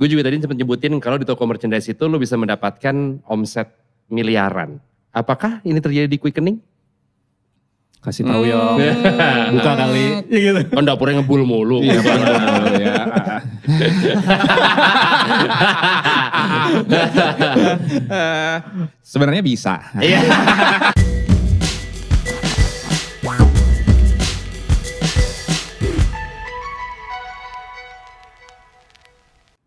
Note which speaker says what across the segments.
Speaker 1: Gue juga tadi sempat nyebutin kalau di toko merchandise itu lo bisa mendapatkan omset miliaran. Apakah ini terjadi di Quickening?
Speaker 2: Kasih tahu ya. Buka kali. Ya gitu.
Speaker 1: Kan dapurnya ngebul mulu.
Speaker 3: Iya, benar, ya. Eh, Sebenarnya bisa.
Speaker 1: Iya.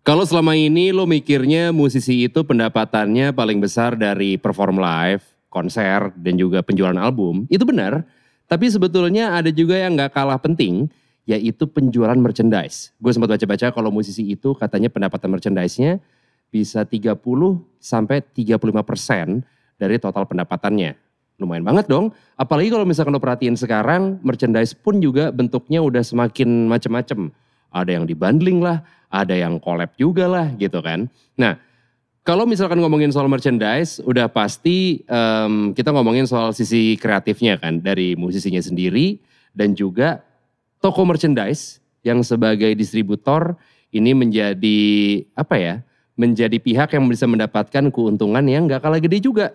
Speaker 1: Kalau selama ini lo mikirnya musisi itu pendapatannya paling besar dari perform live, konser, dan juga penjualan album, itu benar. Tapi sebetulnya ada juga yang nggak kalah penting, yaitu penjualan merchandise. Gue sempat baca-baca kalau musisi itu katanya pendapatan merchandise-nya bisa 30 sampai 35 persen dari total pendapatannya. Lumayan banget dong. Apalagi kalau misalkan lo perhatiin sekarang, merchandise pun juga bentuknya udah semakin macem-macem ada yang dibundling lah, ada yang collab juga lah gitu kan. Nah, kalau misalkan ngomongin soal merchandise, udah pasti em, kita ngomongin soal sisi kreatifnya kan dari musisinya sendiri dan juga toko merchandise yang sebagai distributor ini menjadi apa ya? Menjadi pihak yang bisa mendapatkan keuntungan yang gak kalah gede juga.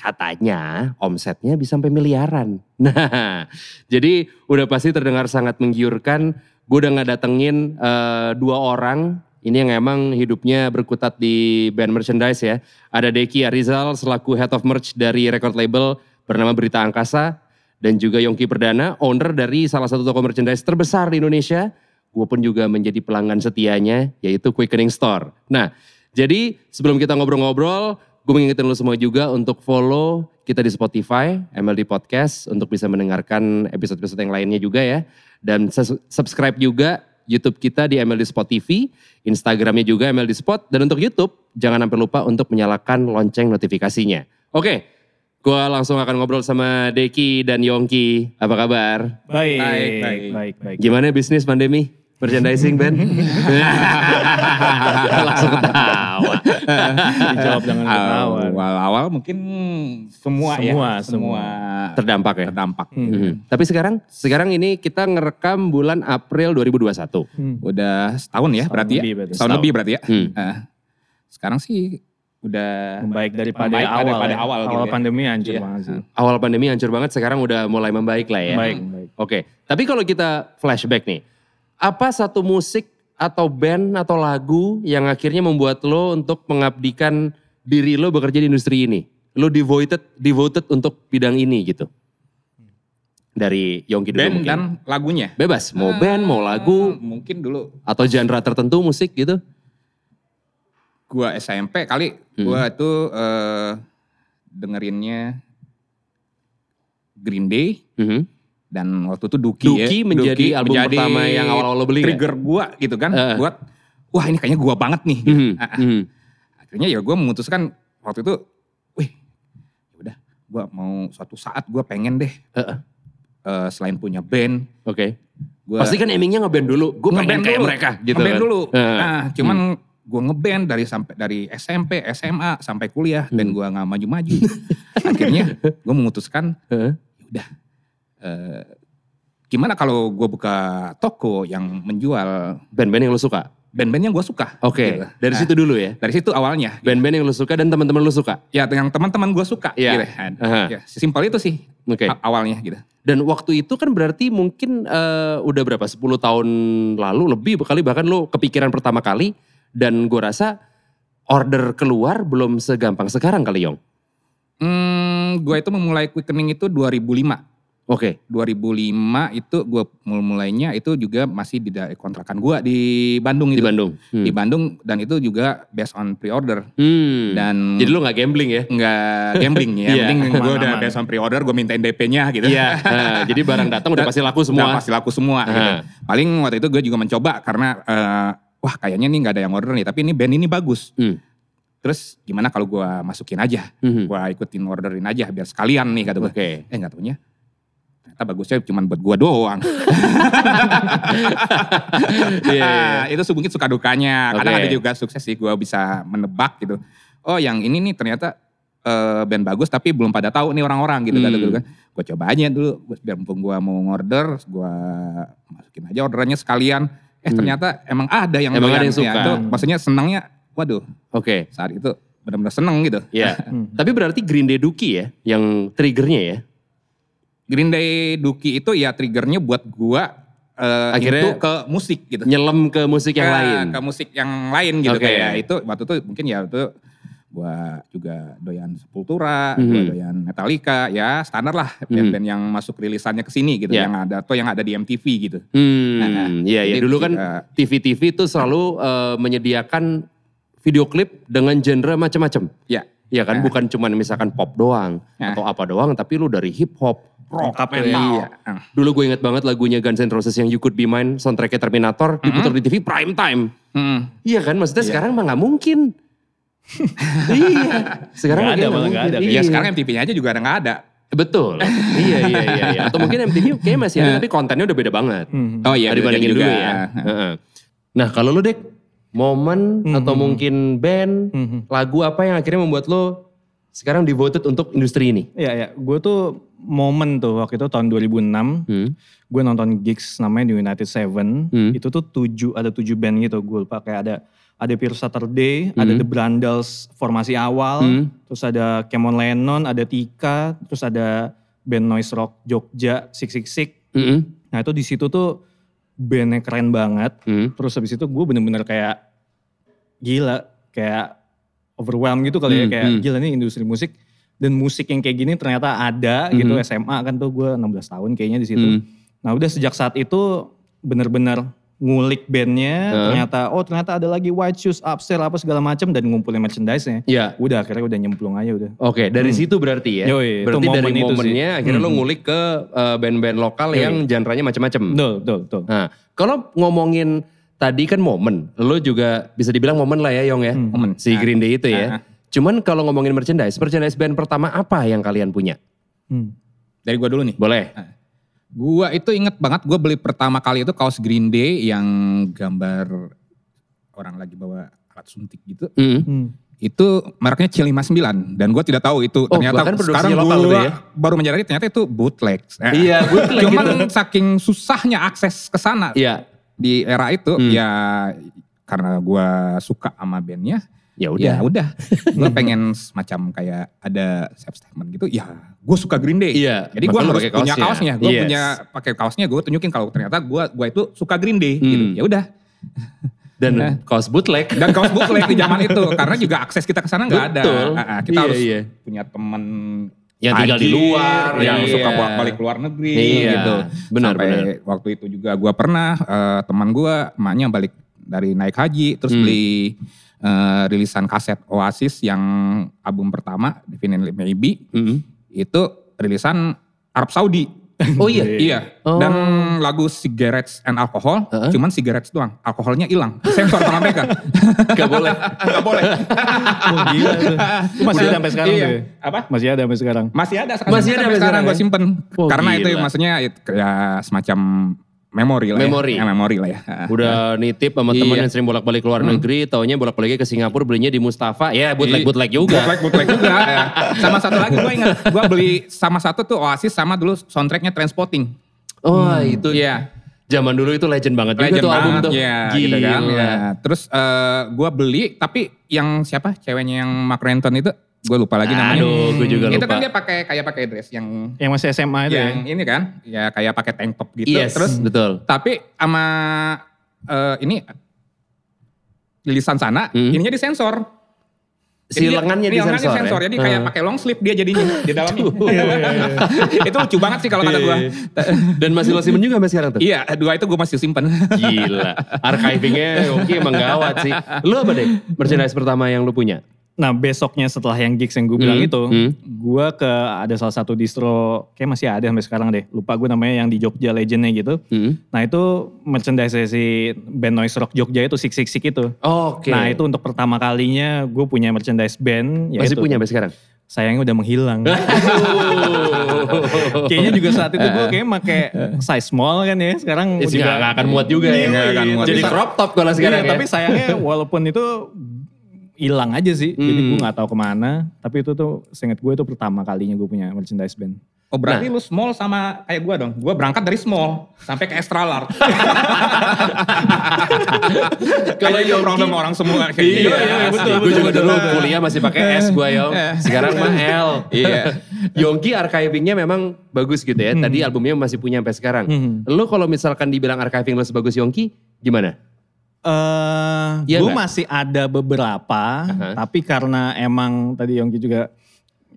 Speaker 1: Katanya omsetnya bisa sampai miliaran. Nah, jadi udah pasti terdengar sangat menggiurkan. Gue udah nggak datengin eh, dua orang. Ini yang emang hidupnya berkutat di band merchandise ya. Ada Deki Arizal selaku head of merch dari record label bernama Berita Angkasa. Dan juga Yongki Perdana, owner dari salah satu toko merchandise terbesar di Indonesia. Gue pun juga menjadi pelanggan setianya, yaitu Quickening Store. Nah, jadi sebelum kita ngobrol-ngobrol, Gue mengingatkan lo semua juga untuk follow kita di Spotify, MLD Podcast untuk bisa mendengarkan episode-episode yang lainnya juga ya. Dan sus- subscribe juga YouTube kita di MLD Spot TV, Instagramnya juga MLD Spot. Dan untuk YouTube, jangan sampai lupa untuk menyalakan lonceng notifikasinya. Oke, gue langsung akan ngobrol sama Deki dan Yongki. Apa kabar?
Speaker 2: Baik.
Speaker 3: Baik,
Speaker 2: Baik,
Speaker 3: baik.
Speaker 2: baik, baik.
Speaker 1: Gimana bisnis pandemi? Merchandising, Ben? langsung ketawa.
Speaker 2: Dijawab dengan ketahuan.
Speaker 3: Awal-awal mungkin semua,
Speaker 2: Semua,
Speaker 3: ya. Semua.
Speaker 1: Terdampak ya?
Speaker 3: Terdampak.
Speaker 1: Mhm. Tapi sekarang, sekarang ini kita ngerekam bulan April 2021.
Speaker 2: Hmm.
Speaker 3: Udah setahun ya
Speaker 2: Setahun
Speaker 3: berarti ya.
Speaker 2: lebih berarti.
Speaker 3: Setahun lebih berarti ya.
Speaker 1: Hmm.
Speaker 3: Eh, sekarang sih udah
Speaker 2: Membaik daripada
Speaker 3: Membaik
Speaker 2: awal.
Speaker 3: daripada
Speaker 2: ya.
Speaker 3: awal gitu ya.
Speaker 2: pandemi anjir
Speaker 3: Iya.
Speaker 2: banget sih.
Speaker 1: Awal pandemi hancur banget, sekarang udah mulai membaik lah ya.
Speaker 2: Baik, baik.
Speaker 1: Oke, tapi kalau kita flashback nih, apa satu musik atau band atau lagu yang akhirnya membuat lo untuk mengabdikan diri lo bekerja di industri ini? Lo devoted, devoted untuk bidang ini gitu? Dari Yongki dulu
Speaker 3: band kan?
Speaker 1: mungkin.
Speaker 3: dan lagunya.
Speaker 1: Bebas, mau band, mau lagu,
Speaker 3: Mungkin dulu
Speaker 1: atau genre tertentu musik gitu?
Speaker 3: gua SMP kali
Speaker 1: Hmm.
Speaker 3: gua tuh eh, dengerinnya Green Day
Speaker 1: Mhm.
Speaker 3: dan waktu itu Duki, ya.
Speaker 1: Duki menjadi album
Speaker 3: menjadi
Speaker 1: pertama yang awal-awal lo beli nggak?
Speaker 3: trigger gua gitu kan
Speaker 1: Eh.
Speaker 3: buat wah ini kayaknya gua banget nih gitu.
Speaker 1: Mhm,
Speaker 3: Ah,
Speaker 1: mhm.
Speaker 3: akhirnya ya gua memutuskan waktu itu wih ya udah gua mau suatu saat gua pengen deh
Speaker 1: Eh, eh.
Speaker 3: eh, selain punya band
Speaker 1: Oke.
Speaker 3: gua
Speaker 1: Pasti kan aimingnya ngeband dulu. Gue pengen
Speaker 3: Ngeband
Speaker 1: kayak
Speaker 3: dulu.
Speaker 1: mereka gitu
Speaker 3: ngeband
Speaker 1: kan.
Speaker 3: dulu.
Speaker 1: Heeh. Hmm.
Speaker 3: Nah, cuman gue ngeband dari sampai dari SMP, SMA sampai kuliah
Speaker 1: Hmm.
Speaker 3: dan gue nggak maju-maju. Akhirnya gue memutuskan "Ya
Speaker 1: Heeh.
Speaker 3: eh, gimana kalau gue buka toko yang menjual
Speaker 1: Band-band yang lo suka.
Speaker 3: band-band yang gue suka.
Speaker 1: Oke.
Speaker 3: Gitu.
Speaker 1: Dari
Speaker 3: Nah,
Speaker 1: situ dulu ya.
Speaker 3: dari situ awalnya. gitu.
Speaker 1: Band-band yang lo suka dan teman-teman lo suka.
Speaker 3: Ya yang teman-teman gue suka.
Speaker 1: Iya.
Speaker 3: Gitu. kan.
Speaker 1: Aha.
Speaker 3: Ya, simpel itu sih
Speaker 1: Oke.
Speaker 3: a- awalnya gitu.
Speaker 1: Dan waktu itu kan berarti mungkin eh, udah berapa? 10 tahun lalu lebih kali bahkan lo kepikiran pertama kali dan gue rasa order keluar belum segampang sekarang kali Yong.
Speaker 3: Hmm, gue itu memulai quickening itu 2005.
Speaker 1: Oke.
Speaker 3: 2005 itu gue mulainya itu juga masih di da- kontrakan gue di Bandung
Speaker 1: Di
Speaker 3: itu.
Speaker 1: Bandung. Hmm.
Speaker 3: di Bandung dan itu juga based on pre-order
Speaker 1: Hmm.
Speaker 3: dan
Speaker 1: Jadi lo gak gambling ya?
Speaker 3: nggak gambling
Speaker 1: Iya,
Speaker 3: ya. Yang penting gue
Speaker 2: aman-aman.
Speaker 3: udah based on pre-order, gue mintain DP-nya gitu.
Speaker 1: Iya. Nah, jadi barang datang udah pasti laku
Speaker 3: Udah
Speaker 1: semua. Nah,
Speaker 3: pasti laku semua.
Speaker 1: Aha.
Speaker 3: gitu. Paling waktu itu gue juga mencoba karena eh, wah kayaknya nih nggak ada yang order nih, tapi ini band ini bagus.
Speaker 1: Hmm.
Speaker 3: Terus gimana kalau gue masukin aja,
Speaker 1: Mhm.
Speaker 3: gue ikutin orderin aja biar sekalian nih kata gue.
Speaker 1: Oke.
Speaker 3: Eh nggak taunya ternyata bagusnya cuma buat gue doang.
Speaker 1: Iya.
Speaker 3: Ah, itu su- mungkin suka dukanya. Kadang
Speaker 1: Oke.
Speaker 3: ada juga sukses sih gue bisa menebak gitu. Oh yang ini nih ternyata eh, band bagus tapi belum pada tahu nih orang-orang gitu
Speaker 1: Hmm.
Speaker 3: kan. Gitu kan. Gue coba aja dulu gua- biar mumpung gue mau ngorder gue masukin aja orderannya sekalian. eh ternyata emang ada yang
Speaker 1: Hmm. Emang
Speaker 3: doyan.
Speaker 1: ada yang
Speaker 3: Ya,
Speaker 1: suka.
Speaker 3: itu maksudnya senangnya, waduh
Speaker 1: Oke.
Speaker 3: saat itu benar-benar seneng gitu.
Speaker 1: Iya.
Speaker 2: Hmm.
Speaker 1: Tapi berarti Green Day Duki ya yang triggernya ya.
Speaker 3: Green Day Duki itu ya triggernya buat gua eh,
Speaker 1: Akhirnya
Speaker 3: itu ke musik gitu.
Speaker 1: Nyelam ke musik yang
Speaker 3: ke,
Speaker 1: lain.
Speaker 3: ke musik yang lain gitu
Speaker 1: Oke.
Speaker 3: kayak itu waktu itu mungkin ya itu gua juga doyan Sepultura, gua
Speaker 1: Mhm.
Speaker 3: doyan Metallica ya standar lah
Speaker 1: Mhm.
Speaker 3: band-band yang masuk rilisannya ke sini gitu
Speaker 1: Ya.
Speaker 3: yang ada atau yang ada di MTV gitu. Nah,
Speaker 1: Hmm, iya ya.
Speaker 3: Jadi
Speaker 1: Dulu kan
Speaker 3: kita-
Speaker 1: TV-TV itu selalu eh, menyediakan video klip dengan genre macam-macam.
Speaker 3: Ya.
Speaker 1: Iya kan,
Speaker 3: Nah.
Speaker 1: bukan cuman misalkan pop doang
Speaker 3: Nah.
Speaker 1: atau apa doang, tapi lu dari hip hop, rock,
Speaker 2: Lengkap ya.
Speaker 1: metal.
Speaker 3: Iya. Nah,
Speaker 1: Dulu gue inget banget lagunya Guns N' Roses yang You Could Be Mine, soundtracknya Terminator, diputar di TV prime time.
Speaker 3: mhm.
Speaker 1: Iya kan, maksudnya
Speaker 3: Iya.
Speaker 1: sekarang mah nggak mungkin. iya, sekarang
Speaker 2: Nggak
Speaker 1: makin
Speaker 2: ada,
Speaker 1: nggak
Speaker 2: malah nggak
Speaker 1: mungkin.
Speaker 2: ada.
Speaker 1: Iya.
Speaker 3: Ya sekarang MTV-nya juga ada nggak ada.
Speaker 1: Betul, iya, iya, iya, iya. Atau mungkin MTV kayaknya masih ada, tapi kontennya udah beda banget.
Speaker 2: Hmm.
Speaker 3: Oh
Speaker 1: Nah,
Speaker 3: iya, bisa jadi
Speaker 1: dibandingin
Speaker 3: juga.
Speaker 1: dulu ya. Heeh. Nah kalau lu Dek, momen
Speaker 2: Hmm.
Speaker 1: atau mungkin band,
Speaker 2: Hmm.
Speaker 1: lagu apa yang akhirnya membuat lo sekarang devoted untuk industri ini?
Speaker 2: Iya, ya. Gue tuh momen tuh waktu itu tahun 2006.
Speaker 1: Hmm.
Speaker 2: Gue nonton gigs namanya di United Seven.
Speaker 1: Hmm.
Speaker 2: Itu tuh tujuh, ada tujuh band gitu. Gue lupa kayak ada ada Pure Saturday, ada
Speaker 1: Hmm.
Speaker 2: The Brandals formasi awal.
Speaker 1: Hmm.
Speaker 2: Terus ada Kemon Lennon, ada Tika. Terus ada band Noise Rock Jogja, Sik Sik Sik.
Speaker 1: Mm-mm.
Speaker 2: Nah itu di situ tuh bandnya keren banget.
Speaker 1: Hmm.
Speaker 2: Terus habis itu gue bener-bener kayak gila, kayak overwhelmed gitu kali ya.
Speaker 1: Hmm,
Speaker 2: Kayak
Speaker 1: hmm.
Speaker 2: gila nih industri musik dan musik yang kayak gini ternyata ada gitu.
Speaker 1: Mhm.
Speaker 2: SMA kan tuh gue 16 tahun kayaknya di situ.
Speaker 1: Hmm.
Speaker 2: Nah udah sejak saat itu bener-bener ngulik bandnya.
Speaker 1: Heeh.
Speaker 2: Ternyata oh ternyata ada lagi White Shoes, Upstairs apa segala macam dan ngumpulin merchandise-nya.
Speaker 1: Ya,
Speaker 2: Udah akhirnya udah nyemplung aja udah.
Speaker 1: oke dari situ berarti ya.
Speaker 2: Hmm. Yoi, itu
Speaker 1: berarti dari
Speaker 2: momen itu sih.
Speaker 1: momennya akhirnya lo
Speaker 2: Hmm.
Speaker 1: ngulik ke eh, band-band lokal
Speaker 2: Yoi.
Speaker 1: yang genre-nya macam-macam.
Speaker 2: Betul, betul, betul.
Speaker 1: Nah, kalau ngomongin tadi kan momen, lo juga bisa dibilang momen lah ya Yong ya,
Speaker 2: Hmm.
Speaker 3: Momen.
Speaker 1: si
Speaker 3: Ah.
Speaker 1: Green Day itu ya.
Speaker 3: Ah, ah.
Speaker 1: Cuman kalau ngomongin merchandise, merchandise band pertama apa yang kalian punya?
Speaker 2: Hmm.
Speaker 3: Dari gua dulu nih.
Speaker 1: Boleh?
Speaker 3: Gua itu inget banget gue beli pertama kali itu kaos Green Day yang gambar orang lagi bawa alat suntik gitu.
Speaker 1: Mm.
Speaker 2: Hmm.
Speaker 3: Itu mereknya C59 dan gue tidak tahu itu.
Speaker 1: Oh,
Speaker 3: ternyata
Speaker 1: bahkan produksinya
Speaker 3: sekarang
Speaker 1: lokal tuh
Speaker 3: gue
Speaker 1: ya?
Speaker 3: baru menyadari ternyata itu bootleg. Eh,
Speaker 1: Iya, bootleg
Speaker 3: Cuman
Speaker 1: gitu.
Speaker 3: saking susahnya akses ke sana
Speaker 1: Iya.
Speaker 3: di era itu
Speaker 1: Hmm.
Speaker 3: ya karena gue suka sama bandnya
Speaker 1: Ya udah.
Speaker 3: ya udah gue pengen semacam kayak ada self statement gitu ya gue suka Green Day
Speaker 1: Iya.
Speaker 3: jadi gue
Speaker 1: Bahkan lu
Speaker 3: harus
Speaker 1: pakai
Speaker 3: punya kaosnya,
Speaker 1: ya.
Speaker 3: gue
Speaker 1: Yes.
Speaker 3: punya pakai kaosnya, gue tunjukin kalau ternyata gue gue itu suka Green Day gitu.
Speaker 1: Hmm.
Speaker 3: Ya udah.
Speaker 1: dan
Speaker 3: Nah.
Speaker 1: kaos bootleg.
Speaker 3: Dan kaos bootleg di zaman itu karena juga akses kita ke sana nggak ada.
Speaker 1: Betul.
Speaker 3: Ah, ah, kita
Speaker 1: Iya,
Speaker 3: harus
Speaker 1: iya.
Speaker 3: punya temen
Speaker 1: Yang tinggal di
Speaker 3: tajir,
Speaker 1: luar,
Speaker 3: yang
Speaker 1: iya.
Speaker 3: suka bolak-balik luar negeri
Speaker 1: Iya,
Speaker 3: gitu.
Speaker 1: benar,
Speaker 3: Sampai
Speaker 1: benar.
Speaker 3: waktu itu juga gue pernah eh, teman gue emaknya balik dari naik haji terus
Speaker 1: Hmm.
Speaker 3: beli eh, rilisan kaset Oasis yang album pertama Definitely Maybe
Speaker 1: Mm.
Speaker 3: itu rilisan Arab Saudi.
Speaker 1: Oh iya.
Speaker 3: Iya.
Speaker 1: Oh.
Speaker 3: Dan lagu Cigarettes and Alcohol,
Speaker 1: Heeh.
Speaker 3: cuman cigarettes doang. Alkoholnya hilang. Sensor sama mereka.
Speaker 1: Gak boleh.
Speaker 3: Gak boleh.
Speaker 2: Oh, gila tuh. Masih ada sampai sekarang
Speaker 3: Iya.
Speaker 2: tuh. ya?
Speaker 3: Apa?
Speaker 2: Masih ada sampai sekarang.
Speaker 3: Masih ada sekarang.
Speaker 1: Masih ada sampai
Speaker 3: Sampai sekarang
Speaker 1: sekarang
Speaker 3: gue
Speaker 1: ya?
Speaker 3: simpen.
Speaker 1: Oh,
Speaker 3: Karena itu
Speaker 1: gila.
Speaker 3: maksudnya it- ya semacam memori lah
Speaker 1: Memori.
Speaker 3: ya. Ya, memori lah ya.
Speaker 1: Udah nitip sama temen
Speaker 3: Iya.
Speaker 1: yang sering bolak-balik luar negeri, taunya bolak-baliknya ke Singapura belinya di Mustafa. Ya
Speaker 3: Iya.
Speaker 1: bootleg-bootleg juga.
Speaker 3: Bootleg, bootleg juga. ya. Sama satu lagi gue ingat. Gue beli sama satu tuh Oasis sama dulu soundtracknya Transporting.
Speaker 1: Oh itu.
Speaker 3: Iya.
Speaker 1: Zaman dulu itu legend banget juga
Speaker 3: Legend
Speaker 1: tuh album
Speaker 3: banget,
Speaker 1: tuh.
Speaker 3: ya,
Speaker 1: Gila.
Speaker 3: gitu kan. ya. Terus eh, gua beli tapi yang siapa ceweknya yang Mark Renton itu gue lupa lagi namanya.
Speaker 1: Aduh, gue juga
Speaker 3: itu
Speaker 1: lupa.
Speaker 3: kan dia pakai kayak pakai dress yang
Speaker 2: Yang masih SMA itu ya.
Speaker 3: yang ini kan, ya kayak pakai tank top gitu.
Speaker 1: Yes,
Speaker 3: Terus
Speaker 1: betul.
Speaker 3: tapi sama eh, ini lilisan sana,
Speaker 1: Hmm.
Speaker 3: ininya disensor.
Speaker 1: Si
Speaker 3: Jadi dia-
Speaker 1: lengannya
Speaker 3: iya,
Speaker 1: disensor ya?
Speaker 3: Jadi kayak
Speaker 1: Ah.
Speaker 3: pakai long sleeve dia jadinya di dalamnya. itu lucu banget sih kalau kata gue.
Speaker 2: Iya.
Speaker 1: Hmm. Dan masih lo simpen juga sampai sekarang tuh.
Speaker 3: Iya, dua itu gue masih simpen.
Speaker 1: Gila. Archivingnya oke emang gawat sih. Lo apa deh merchandise pertama yang lo punya?
Speaker 2: Nah besoknya setelah yang gigs yang gue bilang
Speaker 1: Hmm,
Speaker 2: itu,
Speaker 1: hmm.
Speaker 2: gue ke ada salah satu distro, kayak masih ada sampai sekarang deh. Lupa gue namanya yang di Jogja legendnya gitu.
Speaker 1: Hmm.
Speaker 2: Nah itu merchandise si band Noise Rock Jogja itu Sik Sik Sik itu.
Speaker 1: Oke.
Speaker 2: Nah itu untuk pertama kalinya gue punya merchandise band. ya
Speaker 1: masih
Speaker 2: itu.
Speaker 1: punya sampai sekarang.
Speaker 2: Sayangnya udah menghilang. kayaknya juga saat itu gue kayak pakai size small kan ya. Sekarang
Speaker 1: Itu juga gak akan muat juga ya.
Speaker 2: Iya,
Speaker 1: Nggak akan
Speaker 2: iya,
Speaker 1: muat.
Speaker 2: tapi
Speaker 1: Jadi
Speaker 2: sa-
Speaker 1: crop top kalau sekarang
Speaker 2: Iya,
Speaker 1: ya.
Speaker 2: Tapi sayangnya walaupun itu hilang aja sih. Jadi gue
Speaker 1: Hmm.
Speaker 2: gak tahu kemana. Tapi itu tuh seinget gue itu pertama kalinya gue punya merchandise band.
Speaker 3: Oh berarti lu small sama kayak gua dong. Gua berangkat dari small sampai ke extra large. Kalau
Speaker 1: Iya,
Speaker 3: itu problem orang semua kayak gitu.
Speaker 1: asli.
Speaker 2: iya, betul,
Speaker 1: Gue
Speaker 2: betul,
Speaker 1: juga
Speaker 2: betul. Iya.
Speaker 1: dulu kuliah masih pakai S gue Yong. Sekarang mah L.
Speaker 3: Iya.
Speaker 1: Yongki archivingnya memang bagus gitu ya. Tadi albumnya masih punya sampai sekarang.
Speaker 2: Hmm.
Speaker 1: Lu kalau misalkan dibilang archiving lu sebagus Yongki, gimana?
Speaker 2: eh
Speaker 1: Iya
Speaker 2: gue
Speaker 1: nggak?
Speaker 2: masih ada beberapa,
Speaker 1: Aha.
Speaker 2: tapi karena emang tadi Yongki juga,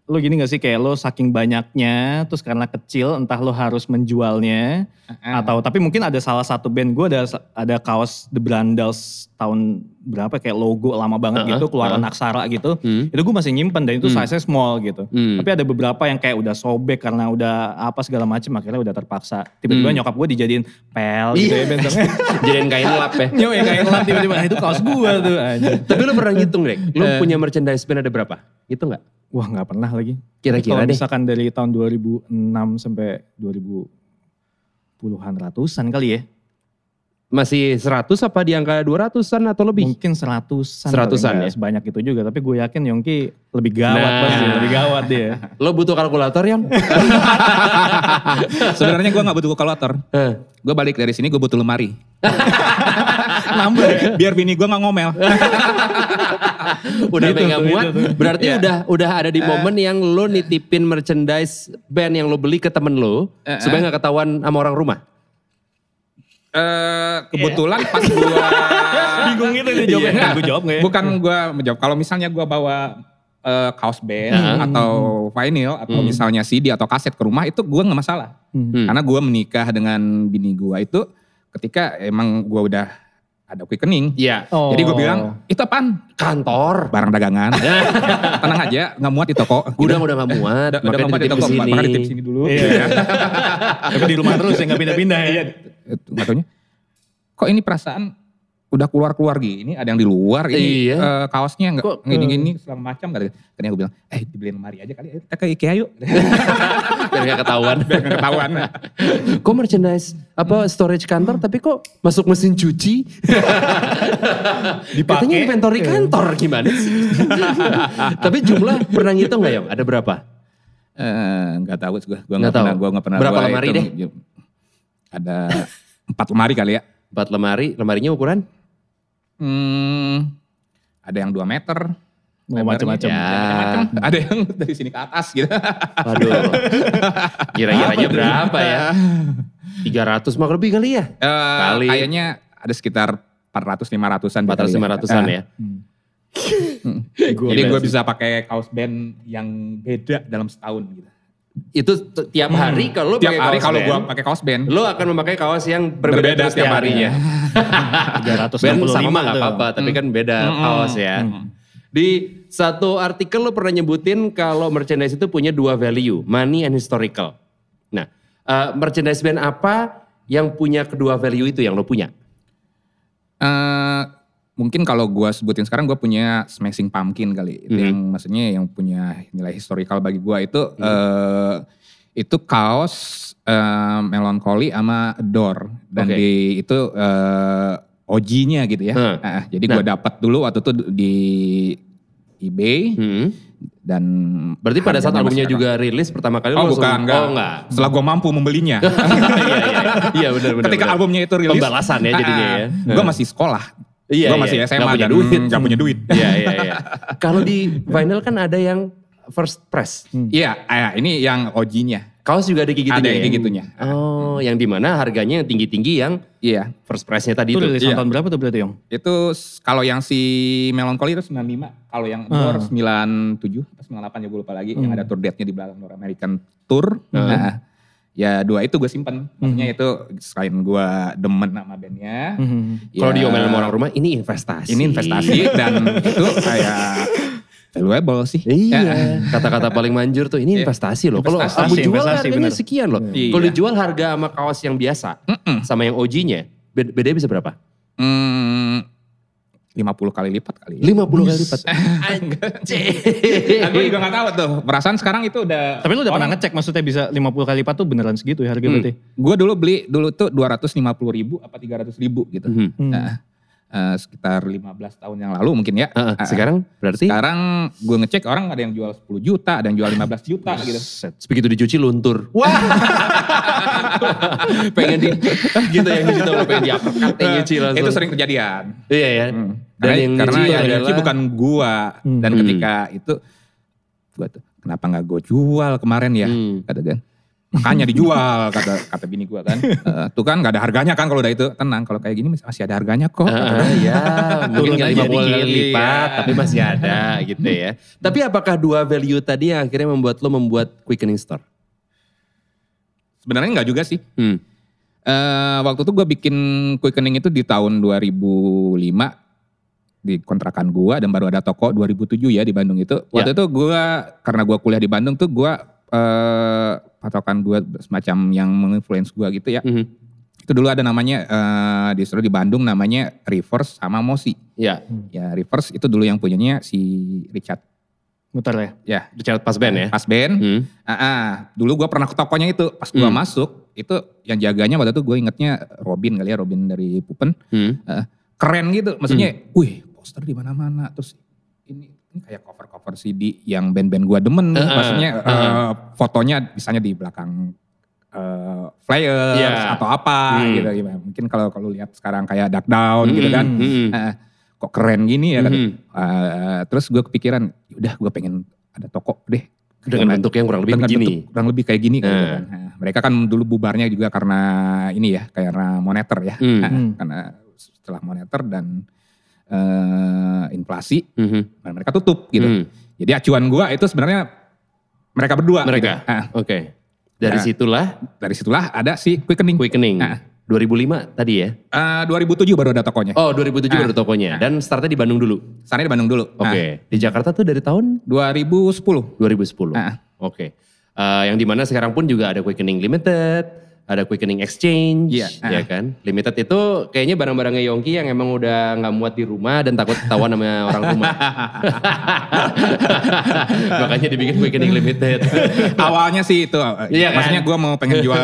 Speaker 2: lo gini gak sih kayak lo saking banyaknya, terus karena kecil entah lo harus menjualnya, atau tapi mungkin ada salah satu band, gue ada ada kaos The Brandals tahun berapa kayak logo lama banget
Speaker 1: Uh-uh,
Speaker 2: gitu, keluaran
Speaker 1: uh-uh.
Speaker 2: aksara gitu,
Speaker 1: Hmm.
Speaker 2: itu gue masih nyimpen dan itu
Speaker 1: Hmm.
Speaker 2: size-nya small gitu.
Speaker 1: Hmm.
Speaker 2: Tapi ada beberapa yang kayak udah sobek karena udah apa segala macem akhirnya udah terpaksa. Tiba-tiba
Speaker 1: Hmm.
Speaker 2: nyokap gue dijadiin pel gitu ya
Speaker 1: Iya.
Speaker 2: bentengnya.
Speaker 1: Jadiin kain lap ya.
Speaker 2: Nyewa yang kain lap tiba-tiba. Nah, itu kaos gua tuh. anjing.
Speaker 1: Tapi lu pernah ngitung Greg? Lu
Speaker 3: Eh.
Speaker 1: punya merchandise band ada berapa? Gitu nggak?
Speaker 2: Wah nggak pernah lagi.
Speaker 1: Kira-kira
Speaker 2: Kalau
Speaker 1: deh.
Speaker 2: misalkan dari tahun 2006 sampai 2000 puluhan ratusan kali ya.
Speaker 1: Masih 100 apa di angka 200-an atau lebih?
Speaker 2: Mungkin seratusan.
Speaker 1: Seratusan
Speaker 2: paling nggak
Speaker 1: ya?
Speaker 2: Sebanyak itu juga. Tapi gue yakin Yongki lebih gawat
Speaker 1: Nah.
Speaker 2: pasti. Lebih gawat dia.
Speaker 1: Lo butuh kalkulator Yon?
Speaker 3: Sebenarnya gua nggak butuh kalkulator.
Speaker 1: Hah.
Speaker 3: Gua balik dari sini gua butuh lemari.
Speaker 2: Nambah.
Speaker 3: Biar bini gua nggak ngomel.
Speaker 1: udah
Speaker 2: Gitu,
Speaker 1: mega
Speaker 2: gitu,
Speaker 1: muat
Speaker 2: gitu.
Speaker 1: berarti udah udah ada di momen yang lo nitipin merchandise band yang lo beli ke temen lo supaya nggak ketahuan sama orang rumah
Speaker 3: Eh, kebetulan pas gua
Speaker 2: Bingung gitu dia jawabnya.
Speaker 3: Iya.
Speaker 2: Gue jawab nggak ya?
Speaker 3: Bukan gua menjawab. Kalau misalnya gua bawa eh, kaos band atau vinyl atau misalnya CD atau kaset ke rumah itu gua nggak masalah.
Speaker 2: Hmm.
Speaker 3: Karena gua menikah dengan bini gua itu ketika emang gua udah ada quickening.
Speaker 1: iya
Speaker 2: Oh.
Speaker 3: Jadi gua bilang, "Itu apaan?"
Speaker 1: kantor
Speaker 3: Barang dagangan. Tenang aja, nggak muat di toko. Gitu.
Speaker 1: gudang udah nggak muat
Speaker 3: Udah, udah
Speaker 1: makanya dititip
Speaker 3: nggak muat di toko.
Speaker 1: ke sini
Speaker 3: Makanya ditip sini dulu.
Speaker 2: Iya. Tapi di rumah terus ya nggak pindah-pindah ya.
Speaker 3: itu Eh, nggak taunya, kok ini perasaan udah keluar-keluar gini, ada yang di luar ini
Speaker 1: Iya.
Speaker 3: eh, kaosnya nggak
Speaker 1: Kok,
Speaker 3: gini-gini segala macam kata dia. Akhirnya gue bilang, eh dibeliin lemari aja kali, ayo kita ke IKEA yuk.
Speaker 1: biar nggak ketahuan
Speaker 3: Biar nggak ketahuan.
Speaker 1: kok merchandise apa storage kantor tapi kok masuk mesin cuci
Speaker 2: Dipakai.
Speaker 1: katanya inventory kantor gimana sih tapi jumlah pernah ngitung nggak ya ada berapa
Speaker 3: Eh, Nggak tahu gue, gue
Speaker 1: Nggak
Speaker 3: nggak pernah,
Speaker 1: tahu.
Speaker 3: gue nggak pernah.
Speaker 1: Berapa
Speaker 3: gua
Speaker 1: lemari
Speaker 3: hitung. Ada empat lemari kali ya.
Speaker 1: empat lemari lemarinya ukuran
Speaker 3: Hmm, ada yang 2 meter.
Speaker 2: Mau macam-macam.
Speaker 1: Ya.
Speaker 3: macam-macam. Ada yang dari sini ke atas gitu.
Speaker 1: Waduh. Kira-kiranya berapa ya? 300 mah lebih kali ya?
Speaker 3: Eh,
Speaker 1: Kali.
Speaker 3: Kayaknya ada sekitar 400-500an.
Speaker 1: 400 500-an ya.
Speaker 3: Eh. Hmm. Jadi
Speaker 1: Gila
Speaker 3: gue
Speaker 1: sih.
Speaker 3: bisa pakai kaos band yang beda dalam setahun gitu.
Speaker 1: Itu t- tiap hari kalau lu
Speaker 3: Tiap
Speaker 1: pakai
Speaker 3: hari
Speaker 1: kaos
Speaker 3: kalau
Speaker 1: band,
Speaker 3: gue pakai kaos band,
Speaker 1: lu akan memakai kaos yang berbeda,
Speaker 3: Berbeda
Speaker 1: terus tiap
Speaker 3: setiap
Speaker 1: harinya.
Speaker 2: 365
Speaker 1: Band sama nggak
Speaker 2: tuh.
Speaker 1: apa-apa,
Speaker 3: Hmm.
Speaker 1: tapi kan beda kaos ya. Di satu artikel lu pernah nyebutin kalau merchandise itu punya dua value, money and historical. Nah, eh, merchandise band apa yang punya kedua value itu yang lo punya?
Speaker 3: Eh, mungkin kalau gue sebutin sekarang gue punya Smashing Pumpkin kali. Itu
Speaker 1: Mhm.
Speaker 3: Yang maksudnya yang punya nilai historical bagi gue itu eh, itu kaos eh, melancholy sama door dan
Speaker 1: Oke.
Speaker 3: di itu eh, OG-nya gitu ya.
Speaker 1: Hmm.
Speaker 3: Ah, jadi gue dapat dulu waktu itu di eBay
Speaker 1: Hmm.
Speaker 3: dan
Speaker 1: Berarti pada saat albumnya
Speaker 3: harganya masih
Speaker 1: juga rilis pertama kali
Speaker 3: Oh
Speaker 1: lo langsung-
Speaker 3: bukan, enggak.
Speaker 1: Oh enggak.
Speaker 3: Setelah gue mampu membelinya.
Speaker 1: Iya iya iya. iya benar benar.
Speaker 3: Ketika
Speaker 1: benar.
Speaker 3: albumnya itu rilis.
Speaker 1: Pembalasan ya jadinya ya.
Speaker 3: Gue masih sekolah.
Speaker 1: Iya,
Speaker 3: gue
Speaker 1: iya.
Speaker 3: masih SMA.
Speaker 1: Nggak punya
Speaker 3: dan
Speaker 1: duit.
Speaker 3: Gak punya duit.
Speaker 1: Iya iya iya. Kalau di vinyl kan ada yang first press.
Speaker 3: Iya, ah, ini yang OG-nya.
Speaker 1: Kaos juga ada gigitnya.
Speaker 3: Ada yang gitu. gigitunya.
Speaker 1: ya? Oh, yang di mana harganya yang tinggi-tinggi yang
Speaker 3: Iya.
Speaker 1: first press-nya tadi
Speaker 2: Itu
Speaker 1: itu.
Speaker 2: rilisan
Speaker 3: Iya.
Speaker 2: tahun berapa tuh berarti Yong?
Speaker 3: Itu s- kalau yang si Melancholy itu 95. Kalau yang
Speaker 1: Hmm.
Speaker 3: Door 97 atau 98 ya gue lupa lagi. Yang ada tour date-nya di belakang North American Tour.
Speaker 1: Hmm.
Speaker 3: Nah, ya dua itu gue simpen. Maksudnya itu selain gue demen sama bandnya.
Speaker 1: Kalau
Speaker 3: ya,
Speaker 1: diomelin sama orang rumah ini investasi.
Speaker 3: Ini investasi dan itu kayak valuable sih.
Speaker 1: Iya,
Speaker 3: Ya.
Speaker 1: kata-kata paling manjur tuh ini investasi loh. Kalau kamu
Speaker 3: Investasi,
Speaker 1: jual
Speaker 2: investasi,
Speaker 1: harganya
Speaker 2: bener.
Speaker 1: sekian loh.
Speaker 3: Iya.
Speaker 1: Kalau dijual harga sama kaos yang biasa sama yang OG-nya, bed- bedanya bisa berapa?
Speaker 3: Hmm, 50 kali lipat kali. ya.
Speaker 1: 50 kali lipat. Anjir.
Speaker 3: Aku juga gak tahu tuh. Perasaan sekarang itu udah.
Speaker 2: Tapi lu udah pernah ngecek maksudnya bisa 50 kali lipat tuh beneran segitu ya harga berarti?
Speaker 1: Hmm.
Speaker 2: Hmm.
Speaker 3: Gue dulu beli dulu tuh 250 ribu apa 300 ribu gitu. Nah, eh, sekitar 15 tahun yang lalu mungkin ya.
Speaker 1: Heeh,
Speaker 3: Ah,
Speaker 1: sekarang berarti
Speaker 3: sekarang gue ngecek orang ada yang jual 10 juta, ada yang jual 15 juta gitu.
Speaker 1: Set, begitu dicuci luntur. Wah. pengen di Iya, gitu yang nyuci tuh pengen diaperkat yang nyuci langsung.
Speaker 3: Itu sering kejadian.
Speaker 1: Iya ya.
Speaker 3: Hmm.
Speaker 1: Dan
Speaker 3: Karena,
Speaker 1: yang
Speaker 3: karena
Speaker 1: nyuci
Speaker 3: yang
Speaker 1: adalah-
Speaker 3: nyuci bukan gua
Speaker 2: Hmm.
Speaker 3: dan
Speaker 1: Hmm.
Speaker 3: ketika itu gua tuh kenapa nggak gua jual kemarin ya
Speaker 1: Hmm.
Speaker 3: kata dia makanya dijual kata kata bini gua kan Eh, tuh kan nggak ada harganya kan kalau udah itu tenang kalau kayak gini masih ada harganya kok kata dia.
Speaker 1: Ah, ya, mungkin
Speaker 2: Turun
Speaker 1: nggak
Speaker 2: aja
Speaker 1: 50 kali
Speaker 3: Iya, dikit.
Speaker 1: lipat,
Speaker 3: Iya.
Speaker 1: tapi masih ada gitu ya. Tapi apakah dua value tadi yang akhirnya membuat lo membuat quickening store?
Speaker 3: sebenarnya nggak juga sih
Speaker 1: Hmm.
Speaker 3: Eh, waktu itu gua bikin quickening itu di tahun 2005 di kontrakan gua dan baru ada toko 2007 ya di Bandung itu. Waktu itu gua karena gua kuliah di Bandung tuh gua eh, patokan gua semacam yang menginfluence gua gitu ya.
Speaker 1: Mhm.
Speaker 3: Itu dulu ada namanya eh, distro di Bandung namanya Reverse sama Mosi.
Speaker 1: Ya,
Speaker 3: Ya Reverse itu dulu yang punyanya si Richard
Speaker 2: Muter ya.
Speaker 3: ya
Speaker 1: Richard Pasben ya.
Speaker 3: Asben.
Speaker 1: Hmm.
Speaker 3: Ah, ah. dulu gua pernah ke tokonya itu pas gua
Speaker 1: Hmm.
Speaker 3: masuk itu yang jaganya waktu itu gue ingetnya Robin kali ya Robin dari Pupen
Speaker 1: Hmm.
Speaker 3: keren gitu maksudnya wih poster di mana-mana terus ini ini kayak cover-cover CD yang band-band gua demen
Speaker 1: Heeh,
Speaker 3: maksudnya
Speaker 1: heeh.
Speaker 3: eh, fotonya misalnya di belakang eh, flyers
Speaker 1: Iya.
Speaker 3: atau apa
Speaker 1: Hmm.
Speaker 3: gitu gimana mungkin kalau kalau lihat sekarang kayak Dark Down gitu kan
Speaker 1: Hmm, hmm, hmm.
Speaker 3: eh, kok keren gini ya kata
Speaker 1: Mhm.
Speaker 3: Eh, terus gue kepikiran, udah gue pengen ada toko deh.
Speaker 1: Dengan bentuk yang kurang lebih
Speaker 3: Dengan
Speaker 1: begini.
Speaker 3: bentuk kurang lebih kayak gini.
Speaker 1: Nah.
Speaker 3: gitu kan. Nah, mereka kan dulu bubarnya juga karena ini ya, karena moneter ya.
Speaker 1: Hmm.
Speaker 3: Nah,
Speaker 2: Hmm.
Speaker 3: karena setelah moneter dan eh, inflasi,
Speaker 1: Mhm.
Speaker 3: nah, mereka tutup gitu.
Speaker 1: Hmm.
Speaker 3: Jadi acuan gue itu sebenarnya mereka berdua.
Speaker 1: Mereka?
Speaker 3: gitu. Nah,
Speaker 1: Oke. Dari
Speaker 3: Nah.
Speaker 1: situlah
Speaker 3: dari situlah ada si Quickening.
Speaker 1: quickening.
Speaker 3: Nah.
Speaker 1: 2005 tadi ya.
Speaker 3: Eh, 2007 baru ada tokonya.
Speaker 1: Oh, 2007 baru tokonya dan startnya di Bandung dulu.
Speaker 3: Sana di Bandung dulu.
Speaker 1: Oke. Di Jakarta tuh dari tahun
Speaker 3: Nah, 2010.
Speaker 1: 2010.
Speaker 3: Ah.
Speaker 1: Oke. Eh, yang dimana sekarang pun juga ada Quickening Limited, ada Quickening Exchange,
Speaker 3: Iya.
Speaker 1: ya kan? Limited itu kayaknya barang-barangnya Yongki yang emang udah nggak muat di rumah dan takut ketahuan sama orang rumah. Makanya dibikin Quickening Limited.
Speaker 3: Awalnya sih itu, eh,
Speaker 1: Iya kan?
Speaker 3: maksudnya gue mau pengen jual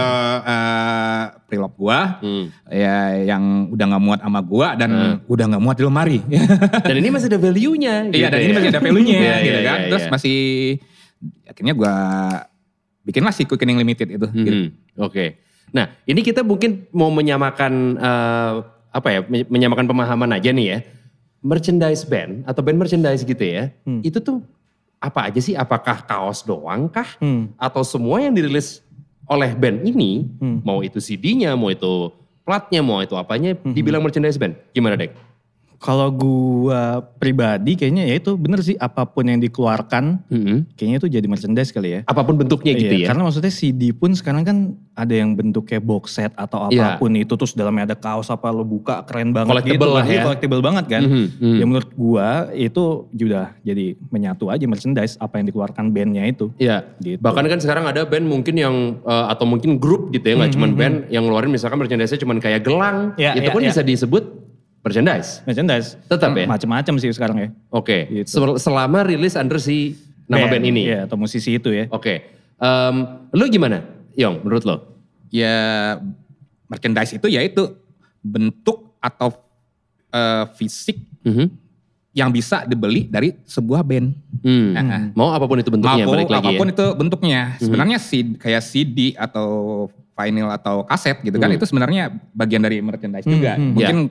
Speaker 3: eh, prelog gue,
Speaker 1: Hmm.
Speaker 3: ya yang udah nggak muat sama gue dan udah nggak muat di lemari.
Speaker 1: Dan ini masih ada value-nya.
Speaker 3: Iya,
Speaker 1: gitu
Speaker 3: dan ini
Speaker 1: ya.
Speaker 3: masih ada value-nya,
Speaker 1: Iya,
Speaker 3: gitu
Speaker 1: iya,
Speaker 3: kan.
Speaker 1: iya,
Speaker 3: Terus
Speaker 1: iya.
Speaker 3: masih akhirnya gue bikinlah si quickening limited itu.
Speaker 1: Mhm.
Speaker 3: gitu.
Speaker 1: Oke. Nah, ini kita mungkin mau menyamakan eh, apa ya? men- Menyamakan pemahaman aja nih ya. Merchandise band atau band merchandise gitu ya.
Speaker 2: Hmm.
Speaker 1: Itu tuh apa aja sih? Apakah kaos doang kah?
Speaker 2: Hmm.
Speaker 1: Atau semua yang dirilis oleh band ini,
Speaker 2: Hmm.
Speaker 1: mau itu CD-nya, mau itu platnya, mau itu apanya,
Speaker 2: Hmm.
Speaker 1: dibilang merchandise band. Gimana, Dek?
Speaker 2: Kalau gua pribadi kayaknya ya itu bener sih apapun yang dikeluarkan
Speaker 1: Mhm.
Speaker 2: kayaknya itu jadi merchandise kali ya.
Speaker 1: Apapun bentuknya gitu
Speaker 2: Hmm. Iya,
Speaker 1: ya.
Speaker 2: Karena maksudnya CD pun sekarang kan ada yang bentuknya box set atau
Speaker 1: Iya.
Speaker 2: apapun itu terus dalamnya ada kaos apa lo buka keren banget
Speaker 1: Collectible
Speaker 2: gitu.
Speaker 1: lah
Speaker 2: kan. Iya,
Speaker 1: ya.
Speaker 2: collectible banget kan.
Speaker 1: Mhm, mhm.
Speaker 2: Ya menurut gua itu sudah jadi menyatu aja merchandise apa yang dikeluarkan bandnya itu.
Speaker 1: Iya,
Speaker 2: Gitu.
Speaker 1: bahkan kan sekarang ada band mungkin yang eh, atau mungkin grup gitu ya, nggak cuman band yang ngeluarin misalkan merchandise-nya cuman kayak gelang,
Speaker 2: Iya,
Speaker 1: itu
Speaker 2: iya,
Speaker 1: pun
Speaker 2: iya.
Speaker 1: bisa disebut merchandise.
Speaker 2: Merchandise
Speaker 1: Tetap ya?
Speaker 2: macam-macam sih sekarang ya.
Speaker 1: Oke,
Speaker 2: Gitu.
Speaker 1: sel- selama rilis under si nama band, ini.
Speaker 2: Iya atau musisi itu ya.
Speaker 1: Oke, Em, lu gimana, Yong? Menurut lo?
Speaker 3: Ya merchandise itu ya itu bentuk atau eh, fisik
Speaker 1: Mhm.
Speaker 3: yang bisa dibeli dari sebuah band.
Speaker 1: Hmm.
Speaker 3: Nah,
Speaker 1: Mau apapun itu bentuknya
Speaker 3: Maupun
Speaker 1: balik lagi
Speaker 3: apapun
Speaker 1: ya.
Speaker 3: itu bentuknya. Sebenarnya si kayak CD atau vinyl atau kaset gitu kan
Speaker 1: Hmm.
Speaker 3: itu sebenarnya bagian dari merchandise
Speaker 2: Hmm,
Speaker 1: Mhm,
Speaker 3: juga.
Speaker 2: hmm.
Speaker 3: Mungkin
Speaker 1: Ya.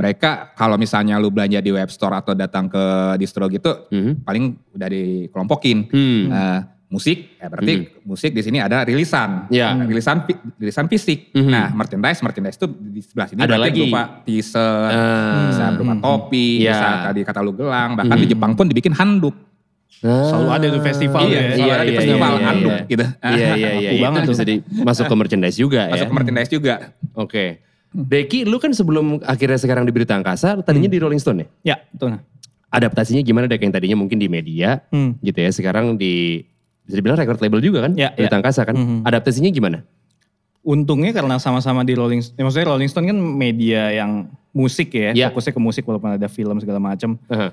Speaker 3: mereka kalau misalnya lu belanja di web store atau datang ke distro gitu
Speaker 1: Mhm.
Speaker 3: paling udah dikelompokin.
Speaker 1: Hmm.
Speaker 3: Eh, musik ya berarti musik di sini ada rilisan.
Speaker 1: Mhm. Ya.
Speaker 3: Nah, Rilisan fi- rilisan fisik.
Speaker 1: Mhm.
Speaker 3: Nah, merchandise merchandise itu di sebelah
Speaker 1: Ada
Speaker 3: sini berarti
Speaker 1: lagi.
Speaker 3: berupa t-shirt,
Speaker 1: Ah.
Speaker 3: bisa berupa
Speaker 2: Hmm.
Speaker 3: topi,
Speaker 1: Ya. Mhm.
Speaker 3: bisa tadi kata lu gelang, bahkan di Jepang pun dibikin handuk
Speaker 2: Selalu ada tuh festival
Speaker 1: iya,
Speaker 3: iya,
Speaker 2: ya.
Speaker 3: selalu ada di
Speaker 1: iya,
Speaker 3: festival
Speaker 1: iya, iya.
Speaker 3: handuk gitu.
Speaker 1: Iya, iya, iya.
Speaker 2: Laku
Speaker 1: Itu
Speaker 2: banget tuh.
Speaker 1: bisa di- masuk ke merchandise juga ya.
Speaker 3: Masuk ke merchandise juga.
Speaker 1: Oke.
Speaker 2: Hmm.
Speaker 1: Deki, lu kan sebelum akhirnya sekarang di Berita Angkasa, tadinya di Rolling Stone ya?
Speaker 2: Ya, itu nah.
Speaker 1: Adaptasinya gimana Dek yang tadinya mungkin di media
Speaker 2: Hmm.
Speaker 1: gitu ya, sekarang di bisa dibilang record label juga kan?
Speaker 2: Ya,
Speaker 1: Berita Angkasa kan?
Speaker 2: Mhm.
Speaker 1: Adaptasinya gimana?
Speaker 2: Untungnya karena sama-sama di Rolling Stone, maksudnya Rolling Stone kan media yang musik ya,
Speaker 1: Iya.
Speaker 2: fokusnya ke musik walaupun ada film segala macam.
Speaker 1: Heeh.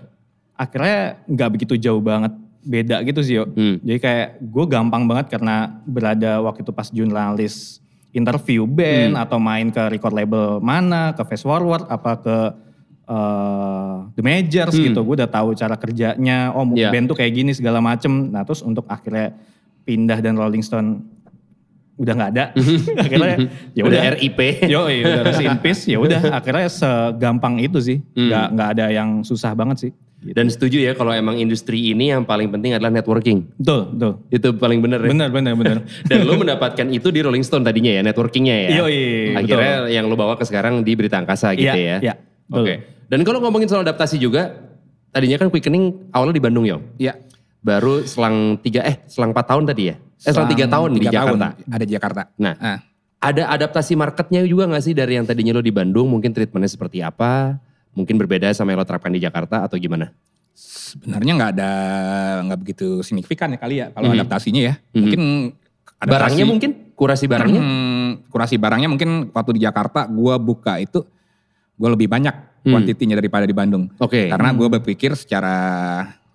Speaker 2: Akhirnya nggak begitu jauh banget beda gitu sih yo.
Speaker 1: Hmm.
Speaker 2: Jadi kayak gue gampang banget karena berada waktu itu pas jurnalis
Speaker 1: Hmm.
Speaker 2: interview band atau main ke record label mana, ke Fast Forward, apa ke eh, The Majors
Speaker 1: Hmm.
Speaker 2: gitu. Gue udah tahu cara kerjanya, oh
Speaker 1: Iya.
Speaker 2: band tuh kayak gini segala macem. Nah terus untuk akhirnya pindah dan Rolling Stone udah nggak ada. akhirnya ya udah.
Speaker 1: Udah RIP.
Speaker 2: Yo, udah rest in peace. Ya udah, akhirnya segampang itu sih.
Speaker 1: Hmm.
Speaker 2: Nggak nggak ada yang susah banget sih. Gitu.
Speaker 1: Dan setuju ya kalau emang industri ini yang paling penting adalah networking.
Speaker 2: Betul, betul.
Speaker 1: Itu paling bener ya.
Speaker 2: Benar, benar, benar.
Speaker 1: Dan lo mendapatkan itu di Rolling Stone tadinya ya, networkingnya ya.
Speaker 2: Yoi, betul.
Speaker 1: Akhirnya yang lo bawa ke sekarang di Berita Angkasa gitu ya.
Speaker 2: Iya,
Speaker 1: Oke.
Speaker 2: betul.
Speaker 1: Dan kalau ngomongin soal adaptasi juga, tadinya kan Quickening awalnya di Bandung ya.
Speaker 3: Iya.
Speaker 1: Baru selang tiga eh selang 4 tahun tadi ya. Eh selang tiga tahun di
Speaker 3: tiga
Speaker 1: Jakarta.
Speaker 3: tahun Ada di Jakarta.
Speaker 1: Nah,
Speaker 3: Ah.
Speaker 1: ada adaptasi marketnya juga nggak sih dari yang tadinya lo di Bandung mungkin treatmentnya seperti apa? Mungkin berbeda sama yang lo terapkan di Jakarta atau gimana?
Speaker 3: sebenarnya nggak ada nggak begitu signifikan ya kali ya kalau
Speaker 1: Mhm.
Speaker 3: adaptasinya ya
Speaker 1: Mhm.
Speaker 3: mungkin adaptasi-
Speaker 1: Barangnya mungkin? Kurasi barangnya?
Speaker 3: Hmm, kurasi barangnya mungkin waktu di Jakarta gua buka itu gua lebih banyak
Speaker 1: Hmm.
Speaker 3: kuantitinya daripada di Bandung
Speaker 1: Oke.
Speaker 3: karena gua berpikir secara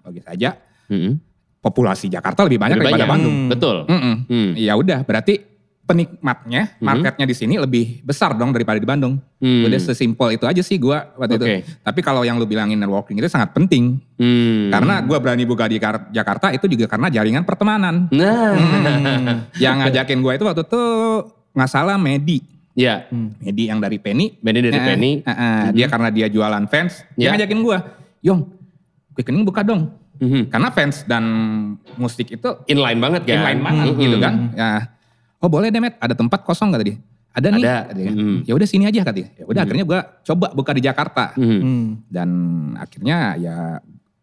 Speaker 3: logis aja
Speaker 1: Mm-mm.
Speaker 3: populasi Jakarta lebih banyak
Speaker 1: Hmm. Lebih
Speaker 3: daripada
Speaker 1: banyak.
Speaker 3: Bandung
Speaker 1: Betul.
Speaker 3: Mm-mm.
Speaker 1: Hmm.
Speaker 3: ya udah berarti penikmatnya marketnya di sini lebih besar dong daripada di Bandung
Speaker 1: Hmm.
Speaker 3: udah sesimpel itu aja sih gua waktu
Speaker 1: Oke.
Speaker 3: itu tapi kalau yang lu bilangin networking itu sangat penting
Speaker 1: Hmm.
Speaker 3: karena gue berani buka di Kar- Jakarta itu juga karena jaringan pertemanan.
Speaker 1: Nah.
Speaker 3: Hmm. yang ngajakin gue itu waktu itu nggak salah Medi.
Speaker 1: Ya.
Speaker 3: Medi yang dari Penny.
Speaker 1: Benny dari
Speaker 3: Eh,
Speaker 1: Penny. Hmm.
Speaker 3: eh, eh, Dia karena dia jualan fans.
Speaker 1: Ya.
Speaker 3: Dia ngajakin gue. Yong, quickening buka dong.
Speaker 1: Mhm.
Speaker 3: Karena fans dan musik itu
Speaker 1: Inline banget kan?
Speaker 3: inline banget
Speaker 1: Mhm.
Speaker 3: gitu kan. Ya. Oh boleh deh Matt, ada tempat kosong gak tadi? Ada nih.
Speaker 1: Ada.
Speaker 3: Katanya.
Speaker 1: Mhm.
Speaker 3: Ya udah sini aja katanya. Ya udah akhirnya gue coba buka di Jakarta.
Speaker 1: Mhm.
Speaker 2: Hmm.
Speaker 3: dan akhirnya ya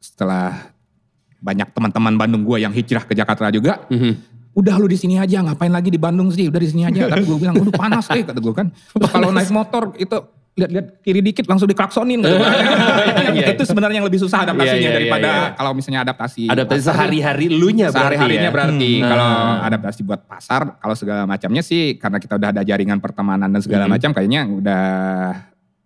Speaker 3: setelah banyak teman-teman Bandung gue yang hijrah ke Jakarta juga
Speaker 1: Mhm.
Speaker 3: udah lu di sini aja ngapain lagi di Bandung sih udah di sini aja tapi gue bilang aduh panas eh kata gue kan Terus kalau naik motor itu lihat-lihat kiri dikit langsung diklaksonin kata gua.
Speaker 1: Iya, iya.
Speaker 3: itu sebenarnya yang lebih susah adaptasinya
Speaker 1: Iya, iya, iya,
Speaker 3: daripada
Speaker 1: iya.
Speaker 3: kalau misalnya adaptasi
Speaker 1: Adaptasi
Speaker 3: pasar,
Speaker 1: sehari-hari lu nya berarti
Speaker 3: sehari-harinya
Speaker 1: ya.
Speaker 3: berarti
Speaker 1: Hmm.
Speaker 3: kalau
Speaker 1: Nah.
Speaker 3: adaptasi buat pasar kalau segala macamnya sih karena kita udah ada jaringan pertemanan dan segala
Speaker 1: Mhm.
Speaker 3: macam kayaknya udah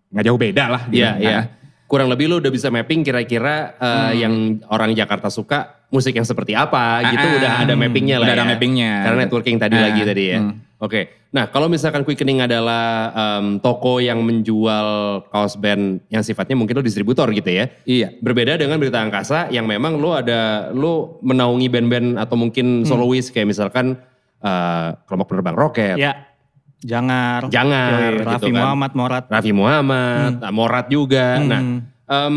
Speaker 3: nggak jauh beda lah gitu.
Speaker 1: Iya, iya.
Speaker 3: Nah,
Speaker 1: Kurang lebih lu udah bisa mapping kira-kira eh,
Speaker 3: Hmm.
Speaker 1: yang orang Jakarta suka musik yang seperti apa gitu
Speaker 3: Ah,
Speaker 1: udah ada mappingnya lah
Speaker 3: udah ada
Speaker 1: ya.
Speaker 3: mappingnya.
Speaker 1: Karena networking tadi
Speaker 3: Ah,
Speaker 1: lagi tadi ya.
Speaker 3: hmm.
Speaker 1: Oke. Nah, kalau misalkan Quickening adalah em, toko yang menjual kaos band yang sifatnya mungkin lo distributor gitu ya.
Speaker 3: Iya.
Speaker 1: Berbeda dengan berita angkasa yang memang lo ada lo menaungi band-band atau
Speaker 3: Hmm.
Speaker 1: mungkin solois kayak misalkan eh, kelompok penerbang roket,
Speaker 3: Iya.
Speaker 2: Ya, Jangar.
Speaker 1: Jangar,
Speaker 2: Yoi,
Speaker 1: gitu
Speaker 2: Raffi
Speaker 1: kan.
Speaker 2: Muhammad, Morat.
Speaker 1: Raffi Muhammad, ah, Morat juga.
Speaker 2: Hmm.
Speaker 1: Nah, em,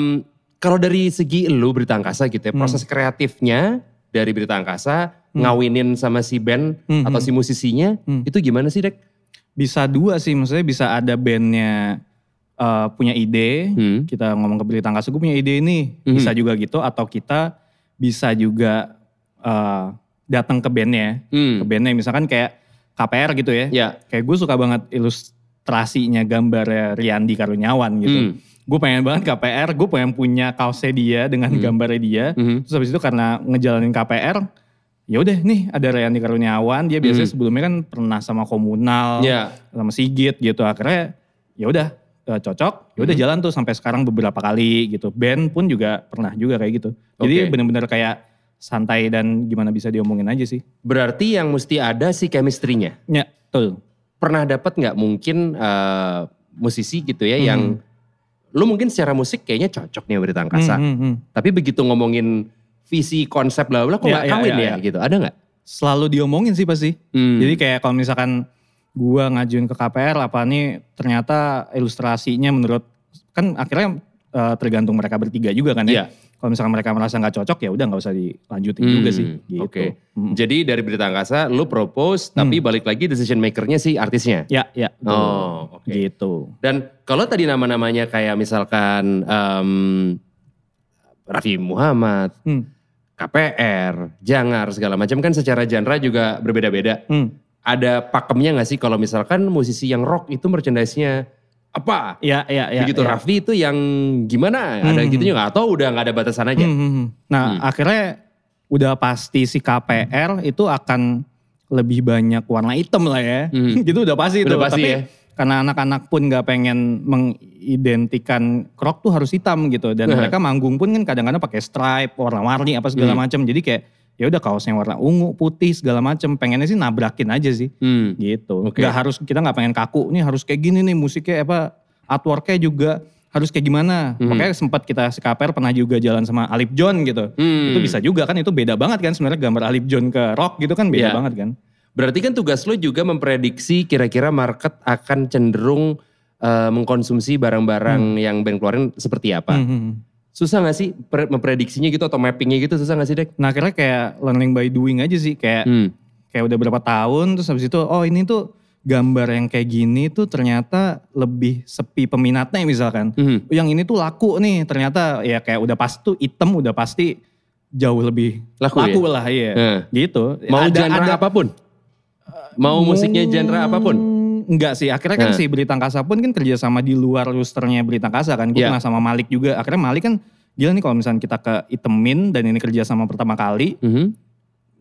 Speaker 1: kalau dari segi lo berita angkasa gitu ya,
Speaker 2: Hmm.
Speaker 1: proses kreatifnya dari berita angkasa ngawinin sama si band
Speaker 2: Hmm,
Speaker 1: atau si musisinya
Speaker 2: Hmm.
Speaker 1: itu gimana sih Dek?
Speaker 2: Bisa dua sih, maksudnya bisa ada bandnya eh, punya ide.
Speaker 1: Hmm.
Speaker 2: Kita ngomong ke Billy Tangkas, gue punya ide ini.
Speaker 1: Mhm.
Speaker 2: Bisa juga gitu, atau kita bisa juga eh, datang ke bandnya.
Speaker 1: Hmm.
Speaker 2: Ke bandnya misalkan kayak KPR gitu ya.
Speaker 1: Ya.
Speaker 2: Kayak gue suka banget ilustrasinya gambarnya Riyandi Karuniawan gitu.
Speaker 1: Hmm.
Speaker 2: Gue pengen banget KPR, gue pengen punya kaosnya dia dengan gambarnya dia.
Speaker 1: Mhm.
Speaker 2: Terus habis itu karena ngejalanin KPR, ya udah nih ada Rayani Karuniawan, dia biasanya
Speaker 1: Hmm.
Speaker 2: sebelumnya kan pernah sama komunal,
Speaker 1: Ya.
Speaker 2: sama Sigit gitu. Akhirnya ya udah eh, cocok, ya udah jalan tuh sampai sekarang beberapa kali gitu. Band pun juga pernah juga kayak gitu.
Speaker 1: Oke.
Speaker 2: Jadi bener-bener kayak santai dan gimana bisa diomongin aja sih.
Speaker 1: Berarti yang mesti ada si chemistry-nya.
Speaker 2: Ya, betul.
Speaker 1: Pernah dapat nggak mungkin eh, musisi gitu ya
Speaker 2: Hmm.
Speaker 1: yang lu mungkin secara musik kayaknya cocok nih berita angkasa.
Speaker 2: Hmm, hmm, hmm.
Speaker 1: Tapi begitu ngomongin visi konsep bla bla kok nggak
Speaker 2: Ya, ya,
Speaker 1: kawin
Speaker 2: ya,
Speaker 1: ya,
Speaker 2: ya.
Speaker 1: gitu. Ada nggak?
Speaker 2: Selalu diomongin sih pasti.
Speaker 1: Hmm.
Speaker 2: Jadi kayak kalau misalkan gua ngajuin ke KPR apa nih ternyata ilustrasinya menurut kan akhirnya eh, tergantung mereka bertiga juga kan
Speaker 1: Iya.
Speaker 2: ya. Kalau misalkan mereka merasa nggak cocok ya udah nggak usah dilanjutin
Speaker 1: Hmm,
Speaker 2: juga sih. Gitu.
Speaker 1: Oke.
Speaker 2: Mm.
Speaker 1: Jadi dari berita angkasa lu propose tapi balik lagi decision makernya si artisnya.
Speaker 2: Ya ya. Hmm. betul.
Speaker 1: Oh, oke.
Speaker 2: Gitu.
Speaker 1: Dan kalau tadi nama-namanya kayak misalkan em, Raffi Muhammad,
Speaker 2: Hmm,
Speaker 1: KPR, Jangar segala macam kan secara genre juga berbeda-beda.
Speaker 2: hmm.
Speaker 1: Ada pakemnya nggak sih kalau misalkan musisi yang rock itu merchandise-nya apa?
Speaker 2: Ya ya ya.
Speaker 1: Begitu
Speaker 2: ya.
Speaker 1: Raffi itu yang gimana? Ada
Speaker 2: Hmm.
Speaker 1: gitunya nggak? Atau udah nggak ada batasan aja?
Speaker 2: Hmm, hmm, hmm. Nah akhirnya udah pasti si
Speaker 1: Hmm.
Speaker 2: KPR itu akan lebih banyak warna hitam lah ya.
Speaker 1: Hmm.
Speaker 2: gitu udah pasti itu.
Speaker 1: Udah pasti
Speaker 2: Tapi
Speaker 1: ya.
Speaker 2: karena anak-anak pun nggak pengen mengidentikan krok tuh harus hitam gitu dan
Speaker 1: Nah.
Speaker 2: mereka manggung pun kan kadang-kadang pakai stripe warna-warni apa segala
Speaker 1: Hmm.
Speaker 2: macam jadi kayak ya udah kaosnya warna ungu putih segala macam pengennya sih nabrakin aja sih
Speaker 1: Hmm.
Speaker 2: gitu
Speaker 1: Oke.
Speaker 2: nggak harus kita nggak pengen kaku nih harus kayak gini nih musiknya apa artworknya juga harus kayak gimana.
Speaker 1: Hmm.
Speaker 2: Makanya sempat kita sekaper pernah juga jalan sama Alip John gitu.
Speaker 1: Hmm.
Speaker 2: Itu bisa juga kan itu beda banget kan sebenarnya gambar Alip John ke rock gitu kan beda
Speaker 1: Iya.
Speaker 2: banget kan.
Speaker 1: Berarti kan tugas lo juga memprediksi kira-kira market akan cenderung eh, mengkonsumsi
Speaker 2: Hmm.
Speaker 1: barang-barang yang band keluarin seperti apa.
Speaker 2: Mhm.
Speaker 1: Susah gak sih pre- memprediksinya gitu atau mappingnya gitu susah gak sih Dek?
Speaker 2: Nah akhirnya kayak learning by doing aja sih kayak
Speaker 1: Hmm.
Speaker 2: kayak udah berapa tahun terus habis itu oh ini tuh gambar yang kayak gini tuh ternyata lebih sepi peminatnya misalkan.
Speaker 1: Mhm.
Speaker 2: Yang ini tuh laku nih ternyata ya kayak udah pasti tuh item udah pasti jauh lebih
Speaker 1: Laku, ya?
Speaker 2: lah iya.
Speaker 1: Eh.
Speaker 2: Gitu.
Speaker 1: Mau
Speaker 2: Ada-
Speaker 1: genre
Speaker 2: ada- Eh, hmm.
Speaker 1: apapun? Mau musiknya genre apapun?
Speaker 2: Enggak sih, akhirnya kan
Speaker 1: Nah.
Speaker 2: si Berita Angkasa pun kan kerja sama di luar roosternya Berita Angkasa kan. Gue
Speaker 1: Iya.
Speaker 2: pernah sama Malik juga, akhirnya Malik kan gila nih kalau misalnya kita ke itemin dan ini kerja sama pertama kali,
Speaker 1: Mhm.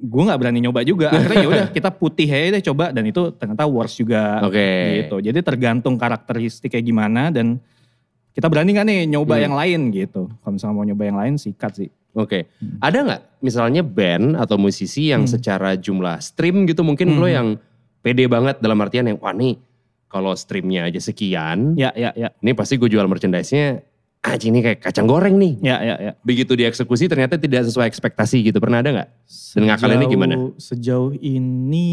Speaker 2: gue nggak berani nyoba juga. Akhirnya ya udah kita putih aja deh coba dan itu ternyata worse juga
Speaker 1: Oke.
Speaker 2: gitu. Jadi tergantung karakteristiknya gimana dan kita berani nggak nih nyoba
Speaker 1: Hmm.
Speaker 2: yang lain gitu. Kalau misalnya mau nyoba yang lain sikat sih.
Speaker 1: Oke, ada nggak misalnya band atau musisi yang
Speaker 2: Hmm.
Speaker 1: secara jumlah stream gitu mungkin
Speaker 2: Hmm.
Speaker 1: lo yang pede banget dalam artian yang wah nih kalau streamnya aja sekian,
Speaker 2: Ya, ya, ya,
Speaker 1: ini pasti gue jual merchandise-nya anjing ini kayak kacang goreng nih.
Speaker 2: ya, ya, ya.
Speaker 1: Begitu dieksekusi ternyata tidak sesuai ekspektasi gitu. Pernah ada nggak? Dan ngakalinnya
Speaker 2: Sejauh-
Speaker 1: gimana?
Speaker 2: Sejauh ini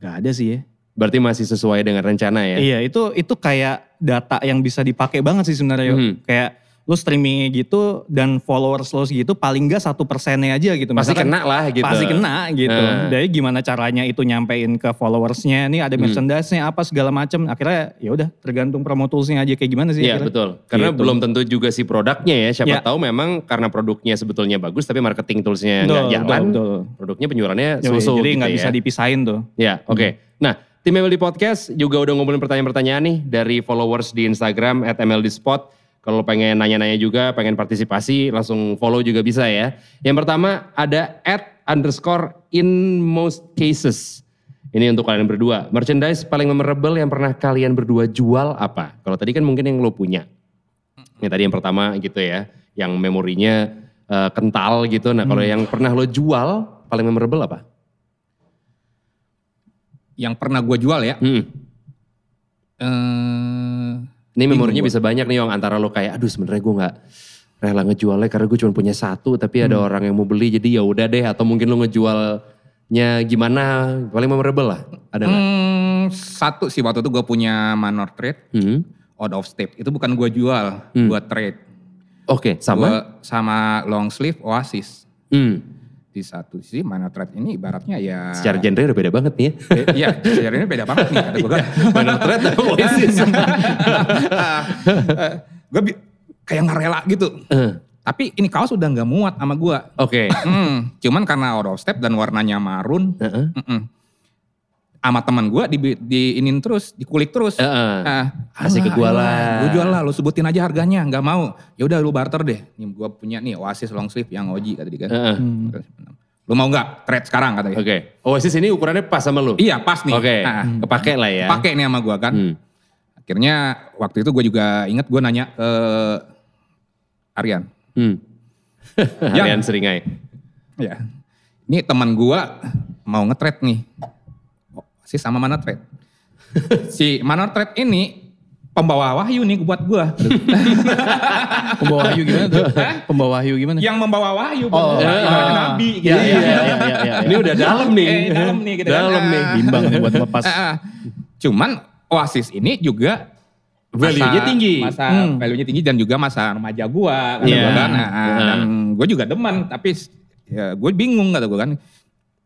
Speaker 2: nggak ada sih ya.
Speaker 1: Berarti masih sesuai dengan rencana ya?
Speaker 2: Iya itu itu kayak data yang bisa dipakai banget sih sebenarnya. Yo.
Speaker 1: Mhm.
Speaker 2: Kayak lu streamingnya gitu dan followers lo segitu paling gak satu persennya aja gitu.
Speaker 1: Pasti
Speaker 2: Misalkan,
Speaker 1: kena lah gitu.
Speaker 2: Pasti kena gitu.
Speaker 1: Eh.
Speaker 2: Jadi gimana caranya itu nyampein ke followersnya. Nih ada
Speaker 1: Hmm.
Speaker 2: merchandise-nya apa segala macem. Akhirnya ya udah tergantung promo tools-nya aja kayak gimana sih.
Speaker 1: Iya
Speaker 2: akhirnya.
Speaker 1: betul. Karena
Speaker 2: Gitu.
Speaker 1: belum tentu juga si produknya ya. Siapa
Speaker 2: Iya.
Speaker 1: tahu memang karena produknya sebetulnya bagus tapi marketing toolsnya
Speaker 2: Betul,
Speaker 1: Iya, nggak jalan.
Speaker 2: betul, betul.
Speaker 1: Produknya penjualannya
Speaker 2: Yo,
Speaker 1: susu
Speaker 2: Jadi
Speaker 1: gitu
Speaker 2: nggak
Speaker 1: ya.
Speaker 2: bisa dipisahin tuh.
Speaker 1: Ya, oke. Nah, tim MLD Podcast juga udah ngumpulin pertanyaan-pertanyaan nih dari followers di Instagram at MLDspot. Kalau pengen nanya-nanya juga, pengen partisipasi, langsung follow juga bisa ya. Yang pertama ada at underscore in most cases. Ini untuk kalian berdua. Merchandise paling memorable yang pernah kalian berdua jual apa? Kalau tadi kan mungkin yang lo punya. Ini tadi yang pertama gitu ya. Yang memorinya eh, kental gitu. Nah kalau yang pernah lo jual paling memorable apa?
Speaker 3: Yang pernah gue jual ya.
Speaker 1: Hmm.
Speaker 3: Eh,
Speaker 1: Ini memorinya
Speaker 3: Bingung
Speaker 1: bisa banyak nih yang antara lo kayak aduh sebenarnya gue nggak rela ngejualnya karena gue cuma punya satu tapi ada
Speaker 3: Hmm.
Speaker 1: orang yang mau beli jadi ya udah deh atau mungkin lo ngejualnya gimana paling memorable lah ada nggak?
Speaker 3: hmm, satu sih waktu itu gue punya manor trade
Speaker 1: Hmm.
Speaker 3: out of state. Itu bukan gue jual,
Speaker 1: Hmm.
Speaker 3: gue trade.
Speaker 1: Oke sama.
Speaker 3: Gua sama long sleeve Oasis.
Speaker 1: Hmm.
Speaker 3: Di satu sisi manor trade ini ibaratnya ya
Speaker 1: Secara genre udah beda banget nih. ya.
Speaker 3: Be- Iya, sejarahnya beda banget nih. Kata Eh, gue kan.
Speaker 1: Iya, Bener ternyata Oasis.
Speaker 3: gue kayak nggak rela gitu.
Speaker 1: Eh,
Speaker 3: Tapi ini kaos udah nggak muat sama gue.
Speaker 1: Oke.
Speaker 3: Hmm, cuman karena out of step dan warnanya marun,
Speaker 1: Heeh.
Speaker 3: mm-mm. sama teman gue di, diinin terus, dikulik terus.
Speaker 1: Heeh.
Speaker 3: Ah,
Speaker 1: Kasih ke gua lah.
Speaker 3: Gue jual lah, lu sebutin aja harganya, nggak mau. Ya udah lu barter deh. Nih gue punya nih Oasis long sleeve yang Oji kata dia kan.
Speaker 1: Heeh.
Speaker 3: Lu mau nggak trade sekarang kata dia.
Speaker 1: Oke. Oasis ini ukurannya pas sama lo.
Speaker 3: Iya pas nih.
Speaker 1: Oke.
Speaker 3: Ah,
Speaker 1: Kepake lah ya.
Speaker 3: Pakai nih sama gue kan.
Speaker 1: Hmm.
Speaker 3: Akhirnya waktu itu gue juga ingat gue nanya ke Aryan.
Speaker 1: Hmm.
Speaker 3: Yang-
Speaker 1: Harian seringai.
Speaker 3: Ya. Ini teman gue mau nge-trade nih. Oh, Si sama mana trade? si mana trade ini pembawa wahyu nih buat gue.
Speaker 2: Pembawa Wahyu gimana tuh? Pembawa Wahyu gimana?
Speaker 1: Iya,
Speaker 3: Yang membawa wahyu. buat
Speaker 2: Oh,
Speaker 3: gua,
Speaker 2: iya.
Speaker 3: ibaratnya nabi. Gitu.
Speaker 2: Iya, iya, iya, iya, iya,
Speaker 1: Ah. Ini udah dalam nih.
Speaker 3: Eh, dalam nih gitu kan.
Speaker 1: Dalam nih.
Speaker 3: Ah.
Speaker 2: Bimbang nih buat lepas.
Speaker 3: Ah, ah. Cuman Oasis ini juga
Speaker 1: Value-nya
Speaker 3: masa-
Speaker 1: tinggi.
Speaker 3: Masa
Speaker 2: Hmm.
Speaker 3: value-nya tinggi dan juga masa remaja gua kata
Speaker 1: Iya.
Speaker 3: gua kan. Nah,
Speaker 1: Iya.
Speaker 3: dan gua juga demen tapi ya, gue bingung kata gua kan.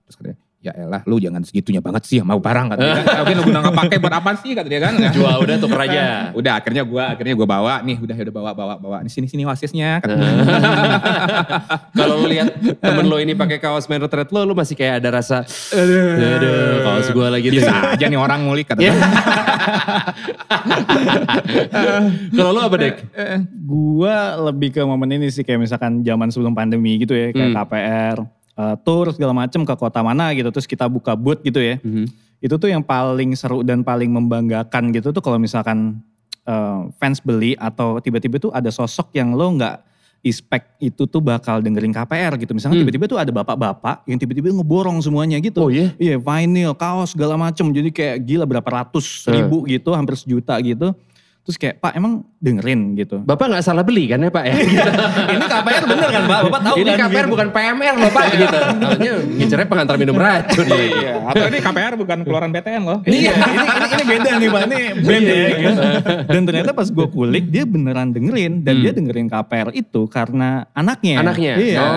Speaker 3: Terus katanya, ya elah lu jangan segitunya banget sih mau barang kata dia kan. Mungkin lu guna pakai buat apa sih kata dia kan.
Speaker 1: Jual udah tuker aja.
Speaker 3: udah akhirnya gua akhirnya gua bawa nih udah udah bawa bawa bawa Ini sini sini wasisnya kata dia.
Speaker 1: Eh. Kalau lu lihat temen lo ini pakai kaos Manor Thread lo, lo masih kayak ada rasa, aduh, kaos gue lagi tuh.
Speaker 3: bisa aja nih orang ngulik kata dia.
Speaker 1: Iya. Kalau lo apa dek?
Speaker 2: Eh, Gua lebih ke momen ini sih kayak misalkan zaman sebelum pandemi gitu ya kayak
Speaker 1: Hmm.
Speaker 2: KPR eh, tour segala macem ke kota mana gitu terus kita buka booth gitu
Speaker 1: Hmm.
Speaker 2: ya. Itu tuh yang paling seru dan paling membanggakan gitu tuh kalau misalkan eh, fans beli atau tiba-tiba tuh ada sosok yang lo nggak expect itu tuh bakal dengerin KPR gitu. Misalkan
Speaker 1: Hmm.
Speaker 2: tiba-tiba tuh ada bapak-bapak yang tiba-tiba ngeborong semuanya gitu.
Speaker 1: Oh iya?
Speaker 2: Iya
Speaker 3: Eh.
Speaker 2: vinyl, kaos segala macem. Jadi kayak gila berapa ratus ribu gitu, hampir sejuta gitu. Terus kayak, Pak emang dengerin gitu.
Speaker 1: Bapak nggak salah beli kan ya Pak ya?
Speaker 3: Ini KPR tuh bener kan Pak? Bapak
Speaker 2: Iya,
Speaker 3: tahu
Speaker 1: Ini
Speaker 3: kan?
Speaker 1: KPR
Speaker 2: gitu.
Speaker 1: bukan PMR loh Pak gitu. Harusnya ngincernya pengantar minum racun.
Speaker 3: Iya, atau ini KPR bukan keluaran BTN loh.
Speaker 2: Iya, ini, ini, ini beda nih Pak, ini
Speaker 1: Iya,
Speaker 2: band ya. gitu. Dan ternyata pas gue kulik, dia beneran dengerin. Dan dia dengerin KPR itu karena anaknya.
Speaker 1: Hmm. Anaknya?
Speaker 2: Iya.
Speaker 1: Oh.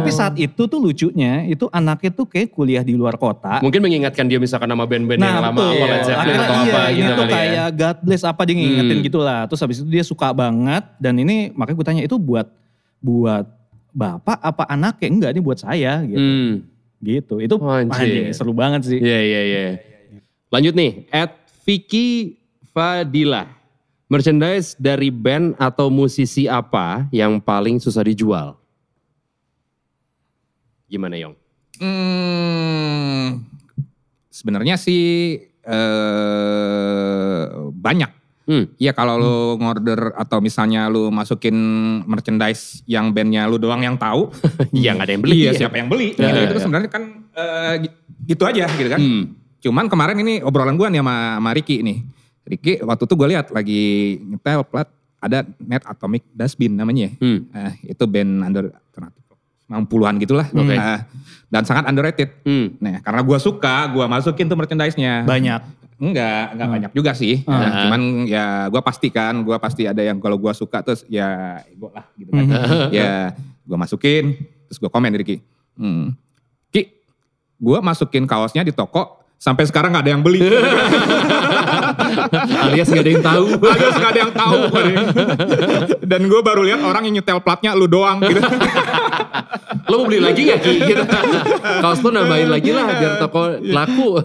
Speaker 2: Tapi saat itu tuh lucunya, itu anaknya tuh kayak kuliah di luar kota.
Speaker 1: Mungkin mengingatkan dia misalkan nama band-band yang lama
Speaker 2: Nah, betul.
Speaker 1: apa Led Zeppelin atau
Speaker 2: Akhirnya iya,
Speaker 1: apa gitu
Speaker 2: ini tuh
Speaker 1: kali
Speaker 2: kayak
Speaker 1: ya.
Speaker 2: God bless apa dia ngingetin
Speaker 1: Hmm.
Speaker 2: gitu lah. Terus habis itu dia suka banget dan ini makanya gue tanya itu buat buat bapak apa anaknya? Enggak, ini buat saya gitu.
Speaker 1: Hmm. Oh,
Speaker 2: Gitu. Itu
Speaker 1: Anjir.
Speaker 2: anjing, seru banget sih.
Speaker 1: Iya, iya, iya. Lanjut nih, at Vicky Fadila. Merchandise dari band atau musisi apa yang paling susah dijual? Gimana Yong?
Speaker 3: Hmm, sebenarnya sih eh banyak.
Speaker 1: Hmm.
Speaker 3: Iya kalau lu ngorder atau misalnya lu masukin merchandise yang bandnya lu doang yang tahu.
Speaker 1: Iya nggak ada yang beli.
Speaker 3: Iya, siapa yang
Speaker 1: Iya,
Speaker 3: beli? gitu.
Speaker 1: iya,
Speaker 3: itu
Speaker 1: iya.
Speaker 3: sebenarnya kan eh, gi- gitu aja gitu kan.
Speaker 1: Hmm.
Speaker 3: Cuman kemarin ini obrolan gue nih sama, sama Ricky nih. Ricky waktu itu gue lihat lagi nyetel plat ada Net Atomic Dustbin namanya. ya.
Speaker 1: Hmm.
Speaker 3: Eh, itu band under alternatif 90-an gitulah.
Speaker 1: Oke.
Speaker 3: Eh, dan sangat underrated.
Speaker 1: Hmm.
Speaker 3: Nah, karena gue suka, gue masukin tuh
Speaker 1: Iya.
Speaker 3: merchandise-nya.
Speaker 2: Banyak.
Speaker 3: Enggak, enggak banyak juga sih.
Speaker 2: Hmm.
Speaker 3: Nah, cuman ya gue pastikan, gue pasti ada yang kalau gue suka terus ya gue lah gitu kan. ya gue masukin, terus gue komen dari Ki. Hmm. Ki, gue masukin kaosnya di toko, sampai sekarang gak ada yang beli.
Speaker 1: Alias nggak ada yang tahu.
Speaker 3: Alias gak ada yang tahu. gua deh. Dan gue baru lihat orang yang nyetel platnya lu doang gitu.
Speaker 1: Lo mau beli lagi nggak Ki? Gitu. Kaos lo nambahin lagi lah biar toko laku.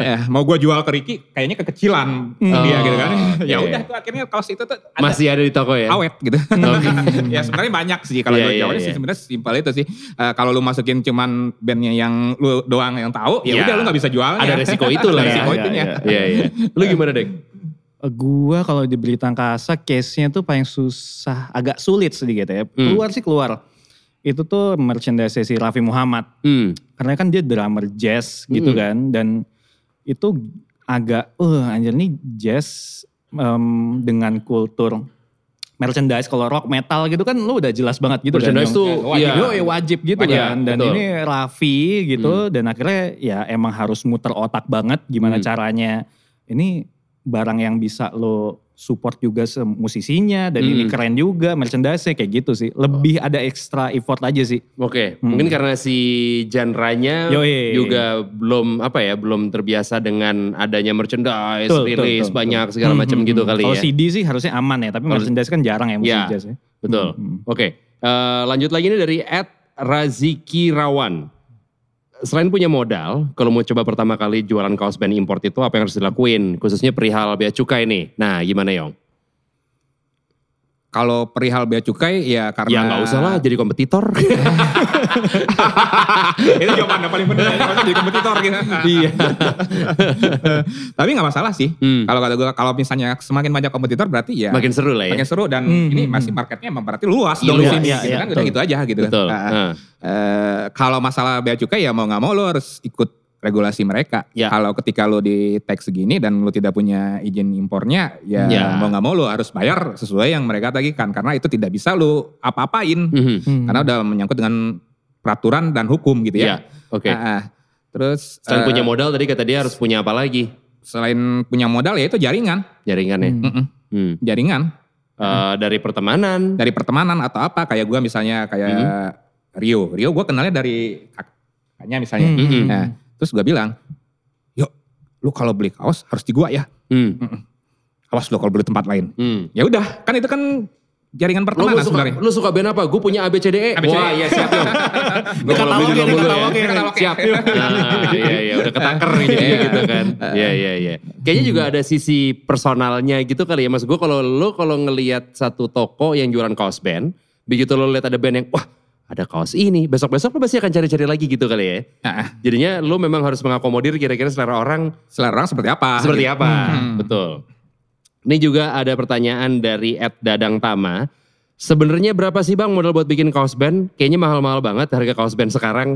Speaker 3: Eh, mau gue jual ke Ricky, kayaknya kekecilan dia gitu kan.
Speaker 1: Oh,
Speaker 3: ya
Speaker 1: oke.
Speaker 3: udah tuh akhirnya kaos itu tuh ada
Speaker 1: Masih ada di toko ya?
Speaker 3: awet gitu. ya sebenarnya banyak sih kalau
Speaker 1: Iya,
Speaker 3: gue
Speaker 1: iya,
Speaker 3: jawabnya
Speaker 1: iya.
Speaker 3: sih sebenarnya simpel itu sih. Eh, kalau lu masukin cuman bandnya yang lu doang yang tahu, ya
Speaker 1: Iya.
Speaker 3: udah lu nggak bisa jual.
Speaker 1: Ada resiko itu lah
Speaker 3: Ada
Speaker 1: ya.
Speaker 3: resiko
Speaker 2: Iya,
Speaker 3: itunya.
Speaker 2: iya.
Speaker 1: Iya, iya. Lo gimana Dek?
Speaker 2: Eh, Gua kalau di berita angkasa case-nya tuh paling susah, agak sulit sedikit ya. Keluar sih keluar. Itu tuh merchandise si Raffi Muhammad.
Speaker 1: Hmm.
Speaker 2: Karena kan dia drummer jazz gitu kan. Dan itu agak, eh anjir nih jazz em, dengan kultur merchandise. Kalau rock metal gitu kan lu udah jelas banget gitu kan.
Speaker 1: Merchandise
Speaker 2: Yang-
Speaker 1: tuh
Speaker 3: Wajib.
Speaker 1: iya.
Speaker 2: Yo, ya wajib gitu
Speaker 1: Wajib,
Speaker 2: kan. Dan
Speaker 1: betul.
Speaker 2: ini Raffi gitu. Dan akhirnya ya emang harus muter otak banget gimana
Speaker 1: Hmm.
Speaker 2: caranya. Ini barang yang bisa lo support juga se- musisinya. Dan ini
Speaker 1: Hmm. Oh.
Speaker 2: keren juga merchandise kayak gitu sih. Lebih ada extra effort aja sih.
Speaker 1: Oke,
Speaker 2: Hmm.
Speaker 1: mungkin karena si genre-nya
Speaker 2: Yoi.
Speaker 1: Eh, juga belum apa ya, belum terbiasa dengan adanya merchandise,
Speaker 2: Betul, betul,
Speaker 1: rilis
Speaker 2: betul,
Speaker 1: banyak segala macam
Speaker 2: Hmm,
Speaker 1: gitu
Speaker 2: hmm,
Speaker 1: kali
Speaker 2: Kalau
Speaker 1: ya.
Speaker 2: CD sih harusnya aman ya. Tapi
Speaker 1: Kalau-
Speaker 2: merchandise kan jarang ya musik
Speaker 1: Ya.
Speaker 2: jazz ya.
Speaker 1: Betul.
Speaker 2: Hmm, hmm.
Speaker 1: Oke, eh, lanjut lagi ini dari Ed Raziki Rawan. Selain punya modal, kalau mau coba pertama kali jualan kaos band import itu apa yang harus dilakuin? Khususnya perihal bea cukai nih. Nah, gimana Yong?
Speaker 3: Kalau perihal bea cukai ya karena
Speaker 1: Ya nggak usah lah jadi kompetitor.
Speaker 3: itu jawaban yang paling benar jadi kompetitor gitu. Iya. Tapi nggak masalah sih.
Speaker 1: Hmm.
Speaker 3: Kalau kata gue kalau misalnya semakin banyak kompetitor berarti ya
Speaker 1: Makin seru lah ya.
Speaker 3: makin seru dan
Speaker 2: Hmm,
Speaker 3: ini
Speaker 2: hmm,
Speaker 3: masih marketnya emang berarti luas
Speaker 1: Iya,
Speaker 3: dong di
Speaker 1: luas,
Speaker 3: sini
Speaker 2: iya,
Speaker 3: gitu
Speaker 2: iya,
Speaker 3: kan udah
Speaker 1: betul.
Speaker 3: gitu aja gitu
Speaker 1: Betul. Ah.
Speaker 3: kan.
Speaker 1: Heeh.
Speaker 3: Eh, kalau masalah bea cukai ya mau nggak mau lo harus ikut regulasi mereka.
Speaker 1: Ya.
Speaker 3: Kalau ketika lo di tag segini dan lo tidak punya izin impornya, ya
Speaker 1: Ya.
Speaker 3: mau nggak mau lo harus bayar sesuai yang mereka tagihkan karena itu tidak bisa lo apa-apain
Speaker 1: Mhm.
Speaker 2: Hmm.
Speaker 3: karena udah menyangkut dengan peraturan dan hukum gitu
Speaker 1: Iya,
Speaker 3: ya.
Speaker 1: oke.
Speaker 3: Ah, ah. Terus
Speaker 1: Selain
Speaker 3: eh,
Speaker 1: punya modal tadi kata dia harus punya apa lagi?
Speaker 3: selain punya modal ya itu jaringan,
Speaker 1: Jaringannya.
Speaker 2: Hmm.
Speaker 3: Mm-mm,
Speaker 1: Hmm.
Speaker 3: jaringan
Speaker 1: Eh, dari pertemanan.
Speaker 3: dari pertemanan atau apa kayak gua misalnya kayak
Speaker 1: Hmm.
Speaker 3: Rio, Rio gua kenalnya dari kak- kakaknya misalnya.
Speaker 2: Hmm, hmm,
Speaker 3: Nah, terus gua bilang, yuk lu kalau beli kaos harus di gua ya,
Speaker 1: Hmm.
Speaker 3: awas lu kalau beli tempat lain.
Speaker 1: Hmm.
Speaker 3: Ya udah, kan itu kan jaringan
Speaker 1: Lo
Speaker 3: pertemanan
Speaker 1: suka,
Speaker 3: sebenarnya.
Speaker 1: lu suka band apa? Gue punya ABCDE.
Speaker 3: ABCDE.
Speaker 1: Wah iya siap dong. Gue kalau beli juga
Speaker 2: Katalognya,
Speaker 1: mulu ya.
Speaker 2: katalognya.
Speaker 1: Siap. Ah, iya iya udah ketaker gitu, gitu kan. Iya iya iya. Kayaknya juga ada sisi personalnya gitu kali ya. Mas gue kalau lu kalau ngelihat satu toko yang jualan kaos band. Begitu lo lihat ada band yang wah ada kaos ini. Besok-besok lo pasti akan cari-cari lagi gitu kali ya.
Speaker 3: Nah,
Speaker 1: Jadinya lo memang harus mengakomodir kira-kira selera orang
Speaker 3: selera orang seperti apa?
Speaker 1: seperti
Speaker 3: gitu.
Speaker 1: apa.
Speaker 3: Hmm.
Speaker 1: Betul. Ini juga ada pertanyaan dari Ed Dadang Tama. Sebenarnya berapa sih bang modal buat bikin kaos band? Kayaknya mahal-mahal banget harga kaos band sekarang.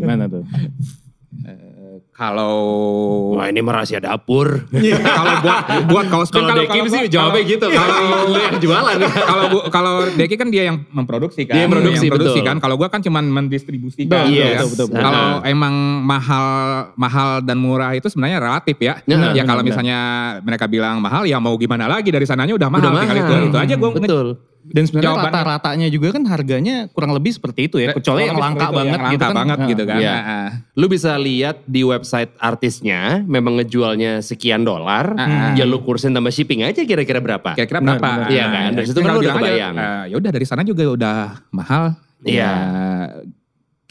Speaker 2: Gimana tuh?
Speaker 3: Kalau
Speaker 1: Wah ini merahasia dapur.
Speaker 3: kalau buat buat kaos band,
Speaker 1: Kan Kalau Deki
Speaker 3: kalau-
Speaker 1: sih
Speaker 3: kalau-
Speaker 1: jawabnya gitu. Kalau lu yang jualan.
Speaker 3: kalau bu- kalau Deki kan dia yang memproduksi kan.
Speaker 1: Dia yang produksi, betul.
Speaker 3: kan. Kalau gua kan cuman mendistribusikan.
Speaker 1: Betul,
Speaker 3: ya.
Speaker 1: betul, betul, betul. Nah.
Speaker 3: Kalau emang mahal mahal dan murah itu sebenarnya relatif ya.
Speaker 1: Nah, Benar,
Speaker 3: ya kalau
Speaker 2: benar.
Speaker 3: misalnya mereka bilang mahal ya mau gimana lagi dari sananya udah mahal.
Speaker 1: Udah
Speaker 3: tinggal
Speaker 1: mahal.
Speaker 3: Itu, itu aja gua nge-
Speaker 1: Betul.
Speaker 2: Dan sebenarnya
Speaker 3: Jawabannya-
Speaker 2: rata-ratanya juga kan harganya kurang lebih seperti itu ya. Kecuali yang langka banget
Speaker 3: yang
Speaker 2: gitu
Speaker 3: langka
Speaker 2: kan.
Speaker 3: banget
Speaker 2: Nah.
Speaker 3: gitu kan.
Speaker 1: Iya.
Speaker 3: Heeh.
Speaker 1: Lu bisa lihat di website artisnya memang ngejualnya sekian dolar.
Speaker 3: Ah.
Speaker 1: Ya lu kursin tambah shipping aja kira-kira berapa.
Speaker 3: Kira-kira
Speaker 2: Benar,
Speaker 3: berapa? Nah,
Speaker 2: benar.
Speaker 1: Iya kan, dari situ
Speaker 3: Tinggal
Speaker 1: kan udah
Speaker 3: bilang aja,
Speaker 1: kebayang.
Speaker 3: "Eh, ya udah dari sana juga udah mahal.
Speaker 1: Iya.
Speaker 3: Ya,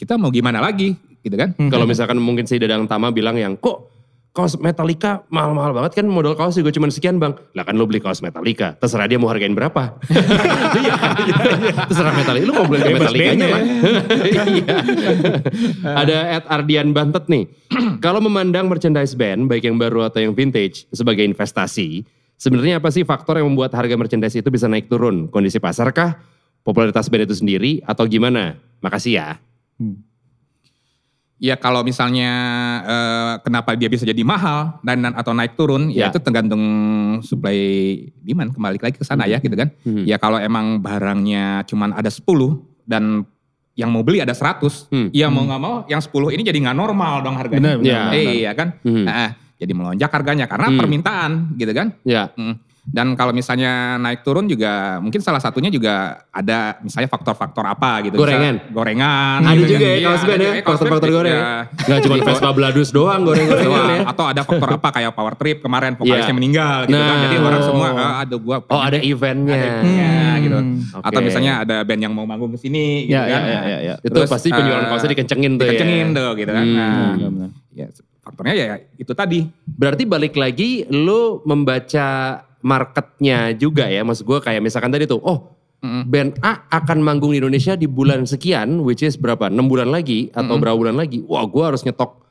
Speaker 3: kita mau gimana lagi gitu kan?
Speaker 1: Kalau misalkan mungkin si Dadang Tama bilang yang kok kaos Metallica mahal-mahal banget kan modal kaos juga cuma sekian bang. Lah kan lu beli kaos Metallica, terserah dia mau hargain berapa. Iya, iya. terserah Metallica, lu komplain ke
Speaker 2: Bebas
Speaker 1: Metallicanya
Speaker 2: band
Speaker 1: Bang. Iya. Ada Ed Ardian Bantet nih. Kalau memandang merchandise band, baik yang baru atau yang vintage, sebagai investasi, sebenarnya apa sih faktor yang membuat harga merchandise itu bisa naik turun? Kondisi pasarkah? Popularitas band itu sendiri? Atau gimana? Makasih ya.
Speaker 3: Ya kalau misalnya eh, kenapa dia bisa jadi mahal dan dan- atau naik turun,
Speaker 1: Ya.
Speaker 3: ya, itu tergantung supply demand kembali lagi ke sana ya gitu kan.
Speaker 1: Hmm.
Speaker 3: Ya kalau emang barangnya cuman ada 10 dan yang mau beli ada 100,
Speaker 1: Hmm.
Speaker 3: ya mau nggak mau yang 10 ini jadi nggak normal dong
Speaker 2: Benar,
Speaker 3: harganya.
Speaker 2: benar.
Speaker 1: Iya.
Speaker 2: benar.
Speaker 3: Iya kan?
Speaker 1: Hmm.
Speaker 3: Nah, jadi melonjak harganya karena
Speaker 1: Hmm.
Speaker 3: permintaan gitu kan.
Speaker 1: Ya.
Speaker 3: Mm. Dan kalau misalnya naik turun juga mungkin salah satunya juga ada misalnya faktor-faktor apa gitu.
Speaker 1: Gorengan.
Speaker 3: Misalnya gorengan.
Speaker 1: Ada
Speaker 3: gitu
Speaker 1: juga
Speaker 3: kan.
Speaker 1: ya
Speaker 3: Iya,
Speaker 1: kaos band ya,
Speaker 3: ada juga kaos
Speaker 1: faktor-faktor
Speaker 3: band
Speaker 1: goreng.
Speaker 3: juga.
Speaker 1: Nggak cuma Vespa Bladus doang goreng-gorengan ya.
Speaker 3: Doang. Atau ada faktor apa kayak power trip kemarin vokalisnya
Speaker 1: Iya.
Speaker 3: meninggal gitu kan.
Speaker 1: Nah.
Speaker 3: Jadi orang semua "Ah, ada gua
Speaker 1: Oh ada eventnya.
Speaker 3: Ada- Ya, gitu.
Speaker 1: Oke.
Speaker 3: atau misalnya ada band yang mau manggung ke
Speaker 1: Iya,
Speaker 3: sini gitu
Speaker 2: Ya, ya,
Speaker 3: kan.
Speaker 2: ya, ya, ya.
Speaker 1: Itu
Speaker 3: Terus,
Speaker 1: pasti penjualan
Speaker 3: eh,
Speaker 1: kaosnya dikencengin tuh
Speaker 3: Dikencengin
Speaker 1: ya.
Speaker 3: tuh gitu kan.
Speaker 1: Hmm.
Speaker 3: Nah,
Speaker 2: Benar-benar.
Speaker 3: ya, faktornya ya itu tadi.
Speaker 1: Berarti balik lagi lu membaca marketnya juga ya. Maksud gue kayak misalkan tadi tuh, oh
Speaker 3: Mm-mm.
Speaker 1: band A akan manggung di Indonesia di bulan sekian, which is berapa? 6 bulan lagi atau
Speaker 3: Hmm.
Speaker 1: berapa bulan lagi? Wah gue harus nyetok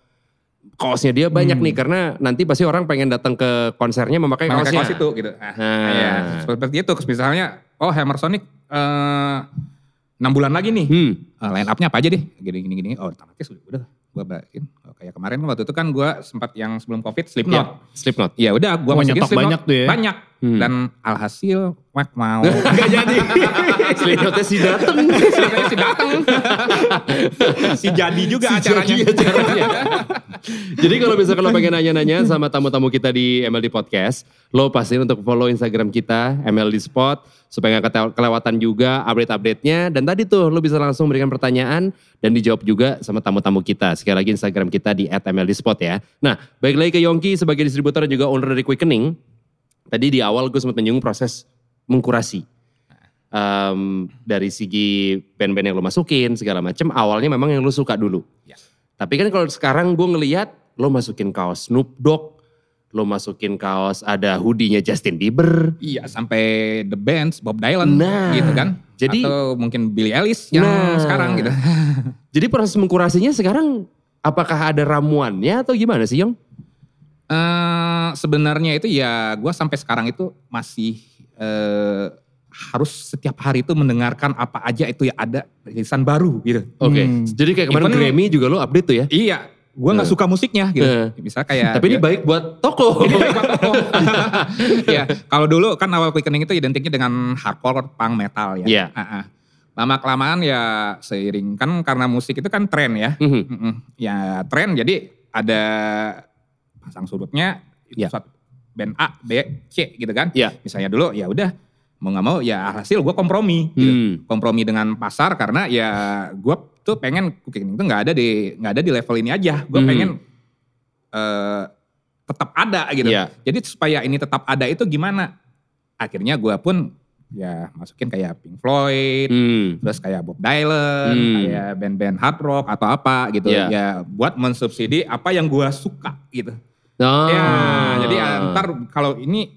Speaker 1: kaosnya dia banyak nih karena nanti pasti orang pengen datang ke konsernya memakai
Speaker 3: Hmm. Memakai
Speaker 1: kaosnya.
Speaker 3: kaos itu gitu. Nah,
Speaker 1: Nah.
Speaker 3: ya, seperti itu. Misalnya, oh Hammer Sonic eh, 6 bulan lagi nih.
Speaker 1: Hmm.
Speaker 3: Eh, line up-nya apa aja deh, gini gini gini. Oh, tamatnya sudah udah gua balikin. Oh, kayak kemarin kan waktu itu kan gua sempat yang sebelum Covid
Speaker 1: Ya,
Speaker 3: Slipknot.
Speaker 1: Slipknot.
Speaker 3: Ya udah gua
Speaker 2: Oh,
Speaker 3: masukin
Speaker 2: nyetok
Speaker 3: Slipknot.
Speaker 2: banyak tuh ya.
Speaker 3: Banyak.
Speaker 1: Hmm.
Speaker 3: Dan alhasil Mac mau.
Speaker 1: Gak jadi. Slipknotnya sih dateng.
Speaker 3: Slipknotnya si datang. si jadi juga
Speaker 1: Si
Speaker 3: acaranya.
Speaker 1: jadi acaranya. Jadi kalau misalkan lo pengen nanya-nanya sama tamu-tamu kita di MLD Podcast, lo pastiin untuk follow Instagram kita, MLD Spot, supaya gak ketel- kelewatan juga update-update-nya. Dan tadi tuh lo bisa langsung berikan pertanyaan dan dijawab juga sama tamu-tamu kita. Sekali lagi Instagram kita di @mldspot ya. Nah, baik lagi ke Yongki sebagai distributor dan juga owner dari Quickening. Tadi di awal gue sempat menyinggung proses mengkurasi. Em, dari segi band-band yang lo masukin segala macem, awalnya memang yang lo suka dulu.
Speaker 3: Yes.
Speaker 1: Tapi kan kalau sekarang gue ngeliat lo masukin kaos Snoop Dogg, lo masukin kaos ada hoodie-nya Justin Bieber.
Speaker 3: Iya, sampai The Bands, Bob Dylan
Speaker 1: Nah,
Speaker 3: gitu kan.
Speaker 1: jadi-
Speaker 3: Atau mungkin Billie Eilish yang
Speaker 1: Nah.
Speaker 3: sekarang gitu.
Speaker 1: Jadi proses mengkurasinya sekarang apakah ada ramuannya atau gimana sih Yong?
Speaker 3: eh sebenarnya itu ya gua sampai sekarang itu masih eh, harus setiap hari itu mendengarkan apa aja itu ya ada rilisan baru gitu.
Speaker 1: Oke,
Speaker 2: Hmm.
Speaker 1: jadi kayak kemarin
Speaker 3: Even-
Speaker 1: Grammy juga lo update tuh ya.
Speaker 3: Iya, gua nggak
Speaker 1: Eh.
Speaker 3: suka musiknya gitu.
Speaker 1: Eh.
Speaker 3: Misalnya kayak Oh,
Speaker 1: Tapi ini baik buat toko.
Speaker 3: Iya. ya, kalau dulu kan awal quickening itu identiknya dengan hardcore punk metal ya.
Speaker 1: Iya.
Speaker 3: Ah, ah. Lama kelamaan ya seiring kan karena musik itu kan tren ya.
Speaker 1: Mhm.
Speaker 3: Mm-mm. Ya tren jadi ada pasang surutnya itu
Speaker 1: Ya.
Speaker 3: satu- band A, B, C gitu kan.
Speaker 1: Ya.
Speaker 3: Misalnya dulu ya udah mau nggak mau ya hasil gue kompromi. gitu.
Speaker 1: Hmm.
Speaker 3: Kompromi dengan pasar karena ya gue tuh pengen cooking itu nggak ada di nggak ada di level ini aja. Gue
Speaker 1: Mhm.
Speaker 3: pengen eh, tetap ada gitu.
Speaker 1: Ya.
Speaker 3: Jadi supaya ini tetap ada itu gimana? Akhirnya gue pun ya masukin kayak Pink Floyd,
Speaker 1: Hmm.
Speaker 3: terus kayak Bob Dylan,
Speaker 1: Hmm.
Speaker 3: kayak band-band hard rock atau apa gitu
Speaker 1: Iya.
Speaker 3: ya buat mensubsidi apa yang gua suka gitu.
Speaker 1: Ah.
Speaker 3: Ya, jadi ya, ntar kalau ini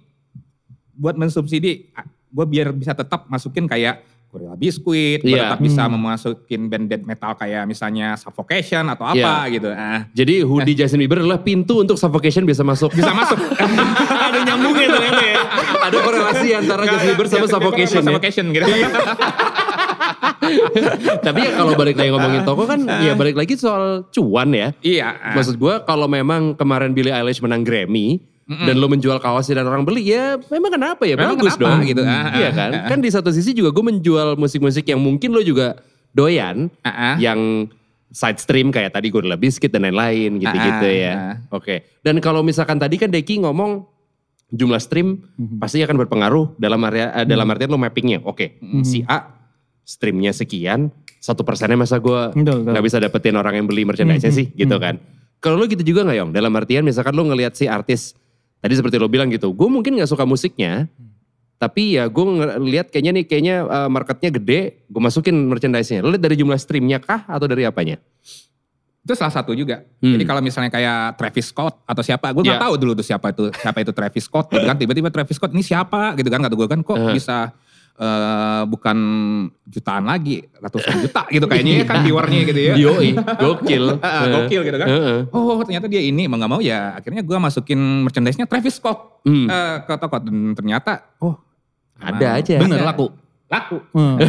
Speaker 3: buat mensubsidi ah, gua biar bisa tetap masukin kayak Gorilla Biscuit, gua
Speaker 1: Iya.
Speaker 3: tetap bisa
Speaker 2: Hmm.
Speaker 3: memasukin band death metal kayak misalnya Suffocation atau apa gitu. Ah,
Speaker 1: Jadi hoodie Justin Bieber adalah pintu untuk suffocation bisa masuk.
Speaker 3: bisa masuk.
Speaker 2: Ada nyambungnya ternyata ya.
Speaker 1: ada korelasi antara Justin Bieber sama
Speaker 3: Justin Bieber
Speaker 1: suffocation
Speaker 3: sama
Speaker 1: ya.
Speaker 3: Suffocation gitu.
Speaker 1: Tapi ya kalau balik lagi ngomongin toko kan ya
Speaker 3: Eh.
Speaker 1: balik lagi soal cuan ya.
Speaker 3: Iya. ah.
Speaker 1: Maksud gue kalau memang kemarin Billie Eilish menang Grammy dan lo menjual kaosnya dan orang beli ya memang kenapa ya
Speaker 3: Memang
Speaker 1: bagus
Speaker 3: kenapa
Speaker 1: dong
Speaker 3: gitu, ah,
Speaker 1: Iya
Speaker 3: ah,
Speaker 1: kan? Kan di satu sisi juga gue menjual musik-musik yang mungkin lo juga doyan
Speaker 3: Ah, ah.
Speaker 1: yang side stream kayak tadi Gorilla Biscuit dan lain-lain gitu-gitu
Speaker 3: Ah, ah,
Speaker 1: ya.
Speaker 3: ah.
Speaker 1: Oke. Dan kalau misalkan tadi kan Deki ngomong jumlah stream
Speaker 3: Mm-hmm.
Speaker 1: pasti akan berpengaruh dalam area eh, dalam artian lo mappingnya. Oke,
Speaker 3: Mm-hmm.
Speaker 1: si A streamnya sekian, satu persennya masa gue
Speaker 2: Betul, betul.
Speaker 1: nggak bisa dapetin orang yang beli merchandise sih gitu kan. Kalau lo gitu juga nggak Yong? Dalam artian misalkan lo ngelihat si artis tadi seperti lo bilang gitu, gue mungkin nggak suka musiknya, tapi ya gue ngelihat kayaknya nih kayaknya eh, marketnya gede, gue masukin merchandise-nya. Lo lihat dari jumlah streamnya kah atau dari apanya?
Speaker 3: Itu salah satu juga.
Speaker 1: Hmm.
Speaker 3: Jadi kalau misalnya kayak Travis Scott atau siapa, gue nggak
Speaker 1: Iya.
Speaker 3: tahu dulu tuh siapa itu siapa itu Travis Scott. Gitu kan tiba-tiba Travis Scott ini siapa gitu kan kata gue kan kok
Speaker 1: Uh-huh.
Speaker 3: bisa eh, bukan jutaan lagi ratusan juta gitu kayaknya ya kan viewernya gitu ya.
Speaker 1: Yoi, gokil.
Speaker 3: Ah, Gokil gitu kan.
Speaker 1: Iya. Heeh.
Speaker 3: Oh ternyata dia ini mau nggak mau ya akhirnya gue masukin merchandise-nya Travis Scott
Speaker 1: Hmm.
Speaker 3: eh, ke toko dan ternyata oh
Speaker 1: Ada
Speaker 3: emang
Speaker 1: aja.
Speaker 2: Bener laku.
Speaker 3: laku.
Speaker 2: Hmm.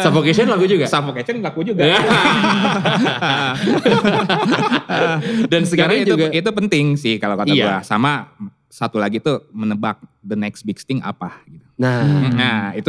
Speaker 1: Suffocation lagu juga.
Speaker 3: Suffocation laku
Speaker 1: Iya.
Speaker 3: juga.
Speaker 1: Dan sekarang
Speaker 3: Sekarang itu
Speaker 1: juga
Speaker 3: itu penting sih kalau kata
Speaker 1: Iya.
Speaker 3: gua. Sama satu lagi tuh menebak the next big thing apa gitu.
Speaker 1: Nah,
Speaker 3: Nah, itu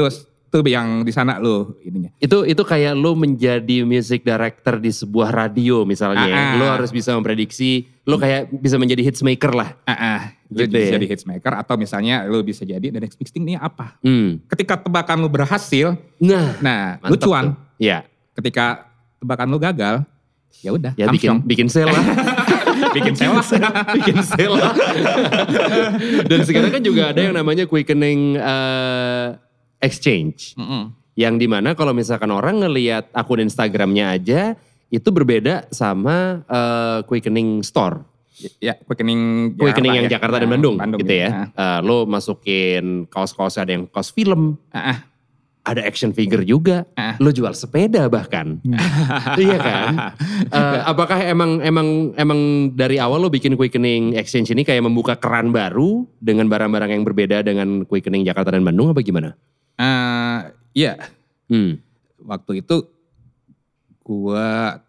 Speaker 3: itu yang di sana lo ininya.
Speaker 1: itu itu kayak lo menjadi music director di sebuah radio misalnya. ya.
Speaker 3: Ah, ah.
Speaker 1: Lo harus bisa memprediksi, lo kayak bisa menjadi hits maker lah.
Speaker 3: Ah, ah, lu
Speaker 1: Gitu ya.
Speaker 3: bisa jadi hits maker atau misalnya lo bisa jadi the next big thing ini apa?
Speaker 1: Hmm.
Speaker 3: Ketika tebakan lo berhasil,
Speaker 1: Nah,
Speaker 3: nah lu
Speaker 1: mantap
Speaker 3: cuan.
Speaker 1: tuh. Ya,
Speaker 3: Ketika tebakan lo gagal, ya udah,
Speaker 1: ya bikin
Speaker 3: amsyong.
Speaker 1: bikin sel lah.
Speaker 3: bikin sewa.
Speaker 1: bikin sel lah. Dan sekarang kan juga ada yang namanya quickening eh, exchange.
Speaker 3: Mm-mm.
Speaker 1: Yang dimana kalau misalkan orang ngelihat akun Instagramnya aja, itu berbeda sama eh, quickening store.
Speaker 3: Ya, quickening
Speaker 1: Kue kening yang
Speaker 3: ya.
Speaker 1: Jakarta dan
Speaker 3: Nah,
Speaker 1: Bandung, gitu ya.
Speaker 3: Nah,
Speaker 1: Eh, lo masukin kaos-kaos ada yang kaos film,
Speaker 3: ah, ah.
Speaker 1: ada action figure juga.
Speaker 3: Ah.
Speaker 1: Lo jual sepeda bahkan.
Speaker 3: Hmm.
Speaker 1: iya kan? Eh, apakah emang emang emang dari awal lo bikin quickening exchange ini kayak membuka keran baru dengan barang-barang yang berbeda dengan quickening Jakarta dan Bandung apa gimana?
Speaker 3: Eh, iya,
Speaker 1: Hmm.
Speaker 3: waktu itu gua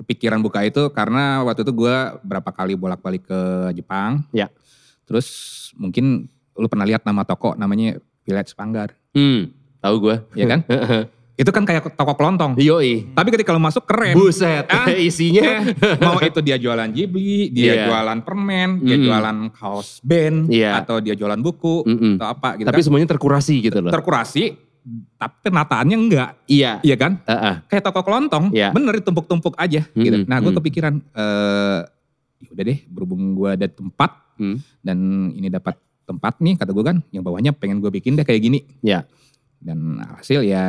Speaker 3: kepikiran buka itu karena waktu itu gua berapa kali bolak-balik ke Jepang.
Speaker 1: Ya.
Speaker 3: Terus mungkin lu pernah lihat nama toko namanya Village Panggar,
Speaker 1: Hmm. Tahu gue.
Speaker 3: ya kan? itu kan kayak toko kelontong.
Speaker 1: Yoi.
Speaker 3: Tapi ketika lu masuk keren.
Speaker 1: Buset.
Speaker 3: Ah.
Speaker 1: Isinya.
Speaker 3: Eh, mau itu dia jualan Ghibli, dia
Speaker 1: Iya.
Speaker 3: jualan permen, dia
Speaker 1: Mm.
Speaker 3: jualan kaos band,
Speaker 1: Iya.
Speaker 3: atau dia jualan buku
Speaker 1: Mm-mm.
Speaker 3: atau apa gitu
Speaker 1: Tapi
Speaker 3: kan.
Speaker 1: semuanya terkurasi gitu loh.
Speaker 3: Terkurasi, tapi penataannya enggak,
Speaker 1: iya.
Speaker 3: iya kan?
Speaker 1: Ah, ah.
Speaker 3: kayak toko kelontong,
Speaker 1: Iya.
Speaker 3: bener ditumpuk-tumpuk aja gitu.
Speaker 1: Mm-mm,
Speaker 3: Nah gue
Speaker 1: mm.
Speaker 3: kepikiran, eh udah deh berhubung gue ada tempat
Speaker 1: Hmm.
Speaker 3: dan ini dapat tempat nih kata gue kan, yang bawahnya pengen gue bikin deh kayak gini.
Speaker 1: Iya.
Speaker 3: Dan hasil ya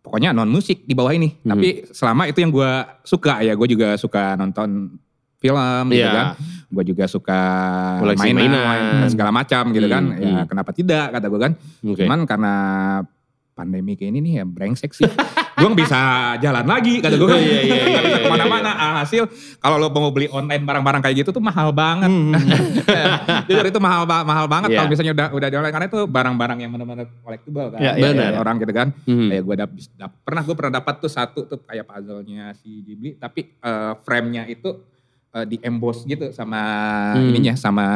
Speaker 3: pokoknya non musik di bawah ini.
Speaker 1: Mhm.
Speaker 3: Tapi selama itu yang gue suka ya, gue juga suka nonton film
Speaker 1: Iya.
Speaker 3: gitu kan. Gue juga suka
Speaker 1: Koleksi
Speaker 3: mainan,
Speaker 1: mainan.
Speaker 3: segala macam gitu kan.
Speaker 1: Mm,
Speaker 3: Ya
Speaker 1: mm.
Speaker 3: kenapa tidak kata gue kan.
Speaker 1: Oke.
Speaker 3: Cuman karena pandemi kayak ini nih ya brengsek sih. gue nggak bisa jalan lagi kata gue.
Speaker 1: Iya, iya, iya,
Speaker 3: Nggak bisa
Speaker 1: iya,
Speaker 3: kemana-mana. Alhasil kalau lo mau beli online barang-barang kayak gitu tuh mahal banget. Jujur itu mahal ba- mahal
Speaker 1: Hmm.
Speaker 3: banget
Speaker 1: Iya.
Speaker 3: kalau misalnya udah udah di online karena itu barang-barang yang benar-benar collectible kan.
Speaker 2: Iya,
Speaker 1: iya,
Speaker 3: Bener.
Speaker 1: iya.
Speaker 3: Orang gitu kan.
Speaker 1: Hmm.
Speaker 3: Kayak gue dapet, dap- pernah gue pernah dapat tuh satu tuh kayak puzzle-nya si Ghibli tapi eh, frame-nya itu eh, di emboss gitu sama
Speaker 1: Hmm.
Speaker 3: ininya sama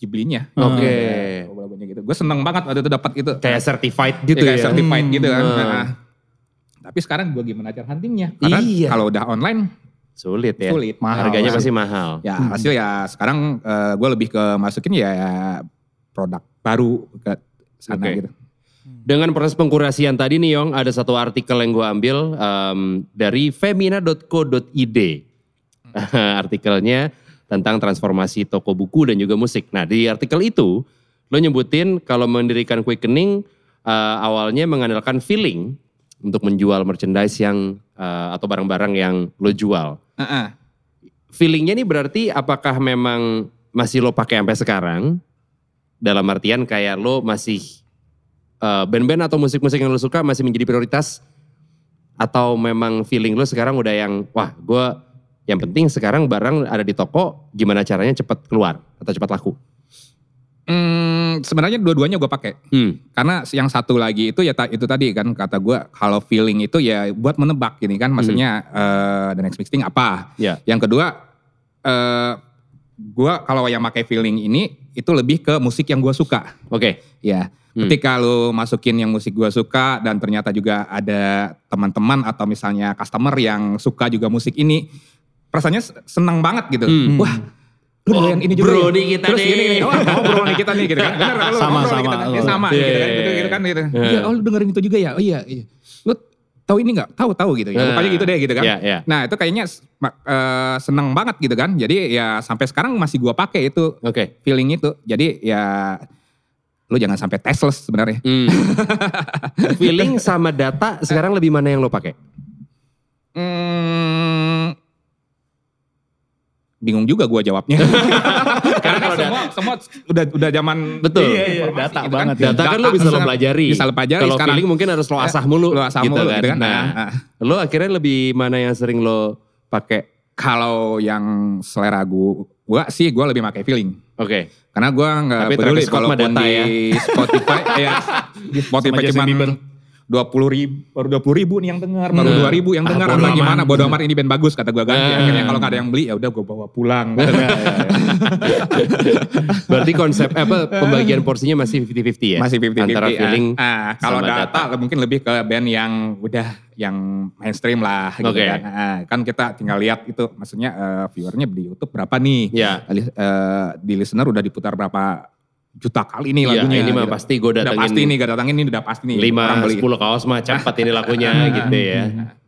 Speaker 3: Ghibli-nya.
Speaker 1: Oke.
Speaker 3: Ada Logo-logonya gitu. Gue seneng banget waktu itu dapat itu.
Speaker 1: Kayak certified
Speaker 3: Iya,
Speaker 1: gitu
Speaker 3: kayak
Speaker 1: ya.
Speaker 3: certified gitu kan.
Speaker 1: Hmm.
Speaker 3: Nah, tapi sekarang gue gimana cara huntingnya? Karena
Speaker 1: Iya.
Speaker 3: kalau udah online
Speaker 1: Sulit ya.
Speaker 3: sulit.
Speaker 2: Mahal.
Speaker 1: Harganya
Speaker 2: Mahal.
Speaker 1: pasti Hmm. mahal.
Speaker 3: Ya hasil ya sekarang gue lebih ke masukin ya produk baru ke sana
Speaker 1: Oke.
Speaker 3: gitu.
Speaker 1: Dengan proses pengkurasian tadi nih Yong, ada satu artikel yang gue ambil em, dari femina.co.id. Artikelnya tentang transformasi toko buku dan juga musik. Nah di artikel itu, lo nyebutin kalau mendirikan quickening eh, awalnya mengandalkan feeling untuk menjual merchandise yang eh, atau barang-barang yang lo jual.
Speaker 3: Heeh.
Speaker 1: feelingnya ini berarti apakah memang masih lo pakai sampai sekarang? Dalam artian kayak lo masih eh, band-band atau musik-musik yang lo suka masih menjadi prioritas? Atau memang feeling lo sekarang udah yang wah gue yang penting sekarang barang ada di toko gimana caranya cepat keluar atau cepat laku?
Speaker 3: Hmm, sebenarnya dua-duanya gue pakai.
Speaker 1: Hmm.
Speaker 3: Karena yang satu lagi itu ya ta- itu tadi kan kata gue kalau feeling itu ya buat menebak gini kan maksudnya eh, the next big thing apa.
Speaker 1: Ya.
Speaker 3: Yang kedua eh gue kalau yang pakai feeling ini itu lebih ke musik yang gue suka.
Speaker 1: Oke.
Speaker 3: Ya.
Speaker 1: Hmm.
Speaker 3: Ketika lu masukin yang musik gue suka dan ternyata juga ada teman-teman atau misalnya customer yang suka juga musik ini, perasaannya se- senang banget gitu.
Speaker 1: Hmm.
Speaker 3: Wah, lu
Speaker 1: Oh,
Speaker 3: doyan ini juga.
Speaker 1: bro
Speaker 3: ya?
Speaker 1: nih kita
Speaker 3: Terus
Speaker 1: nih.
Speaker 3: gini, gini, oh, ngobrol nih kita nih gitu kan. Bener, lu
Speaker 2: Sama,
Speaker 3: ngobrol nih kita
Speaker 2: sama,
Speaker 3: kan. Ya,
Speaker 2: sama.
Speaker 3: sama
Speaker 1: Iya,
Speaker 3: gitu kan.
Speaker 1: iya,
Speaker 3: Gitu,
Speaker 1: iya.
Speaker 3: gitu kan gitu.
Speaker 1: Iya.
Speaker 3: Iya, oh lu dengerin itu juga ya. Oh iya, iya. Lu tahu ini nggak? Tahu, tahu gitu. Ya,
Speaker 1: Nah.
Speaker 3: pokoknya gitu deh gitu kan.
Speaker 1: Iya, iya.
Speaker 3: Nah, itu kayaknya s- ma- eh, seneng banget gitu kan. Jadi ya sampai sekarang masih gua pakai itu
Speaker 1: Oke.
Speaker 3: feeling itu. Jadi ya lu jangan sampai testless sebenarnya.
Speaker 1: Hmm. Feeling sama data sekarang lebih mana yang lo pakai?
Speaker 3: Hmm, bingung juga gua jawabnya. Karena
Speaker 1: kalau
Speaker 3: semua, semua udah udah zaman
Speaker 1: Betul.
Speaker 2: Iya, iya,
Speaker 3: informasi
Speaker 2: data
Speaker 3: gitu
Speaker 2: banget ya.
Speaker 1: Data kan lo bisa lo
Speaker 3: harusnya
Speaker 1: pelajari.
Speaker 3: Bisa lo pelajari
Speaker 1: Kalau
Speaker 3: sekarang.
Speaker 1: feeling mungkin harus lo asah mulu.
Speaker 3: Lo asah
Speaker 1: gitu
Speaker 3: mulu
Speaker 1: kan.
Speaker 3: gitu kan.
Speaker 1: Nah,
Speaker 3: Ah, ah.
Speaker 1: lo akhirnya lebih mana yang sering lo pakai?
Speaker 3: Kalau yang selera gua, gua sih gua lebih pakai feeling.
Speaker 1: Oke.
Speaker 3: Karena gue nggak
Speaker 1: Tapi
Speaker 3: peduli
Speaker 1: Travis Scott mah
Speaker 3: kalaupun
Speaker 1: data
Speaker 3: di
Speaker 1: ya.
Speaker 3: Spotify, ya, di Spotify
Speaker 2: Sama Justin
Speaker 3: cuman
Speaker 2: Bieber.
Speaker 3: dua puluh ribu, baru dua puluh ribu nih yang dengar, baru
Speaker 1: Hmm.
Speaker 3: dua ribu yang
Speaker 2: Ah,
Speaker 3: dengar,
Speaker 2: bodo
Speaker 3: apa
Speaker 2: amat.
Speaker 3: gimana? Bodo amat ini band bagus kata gue kan.
Speaker 1: Hmm.
Speaker 3: Akhirnya kalau nggak ada yang beli, ya udah gue bawa pulang.
Speaker 1: Iya, Berarti konsep apa pembagian porsinya masih 50-50 ya?
Speaker 3: Masih 50-50.
Speaker 1: Antara
Speaker 3: ah.
Speaker 1: feeling
Speaker 3: Ah, kalau
Speaker 1: sama
Speaker 3: data, mungkin lebih ke band yang udah yang mainstream lah gitu
Speaker 1: Oke.
Speaker 3: kan. Ah, kan kita tinggal lihat itu maksudnya eh, viewernya di YouTube berapa nih.
Speaker 1: ya.
Speaker 3: Li- eh, di listener udah diputar berapa juta kali nih
Speaker 1: Iya,
Speaker 3: lagunya.
Speaker 1: ini mah
Speaker 3: gitu.
Speaker 1: pasti gue
Speaker 3: Udah
Speaker 1: datengin
Speaker 3: pasti nih, gak datangin ini udah pasti nih. orang
Speaker 1: lima
Speaker 3: beli.
Speaker 1: sepuluh kaos mah cepat ini lakunya gitu ya.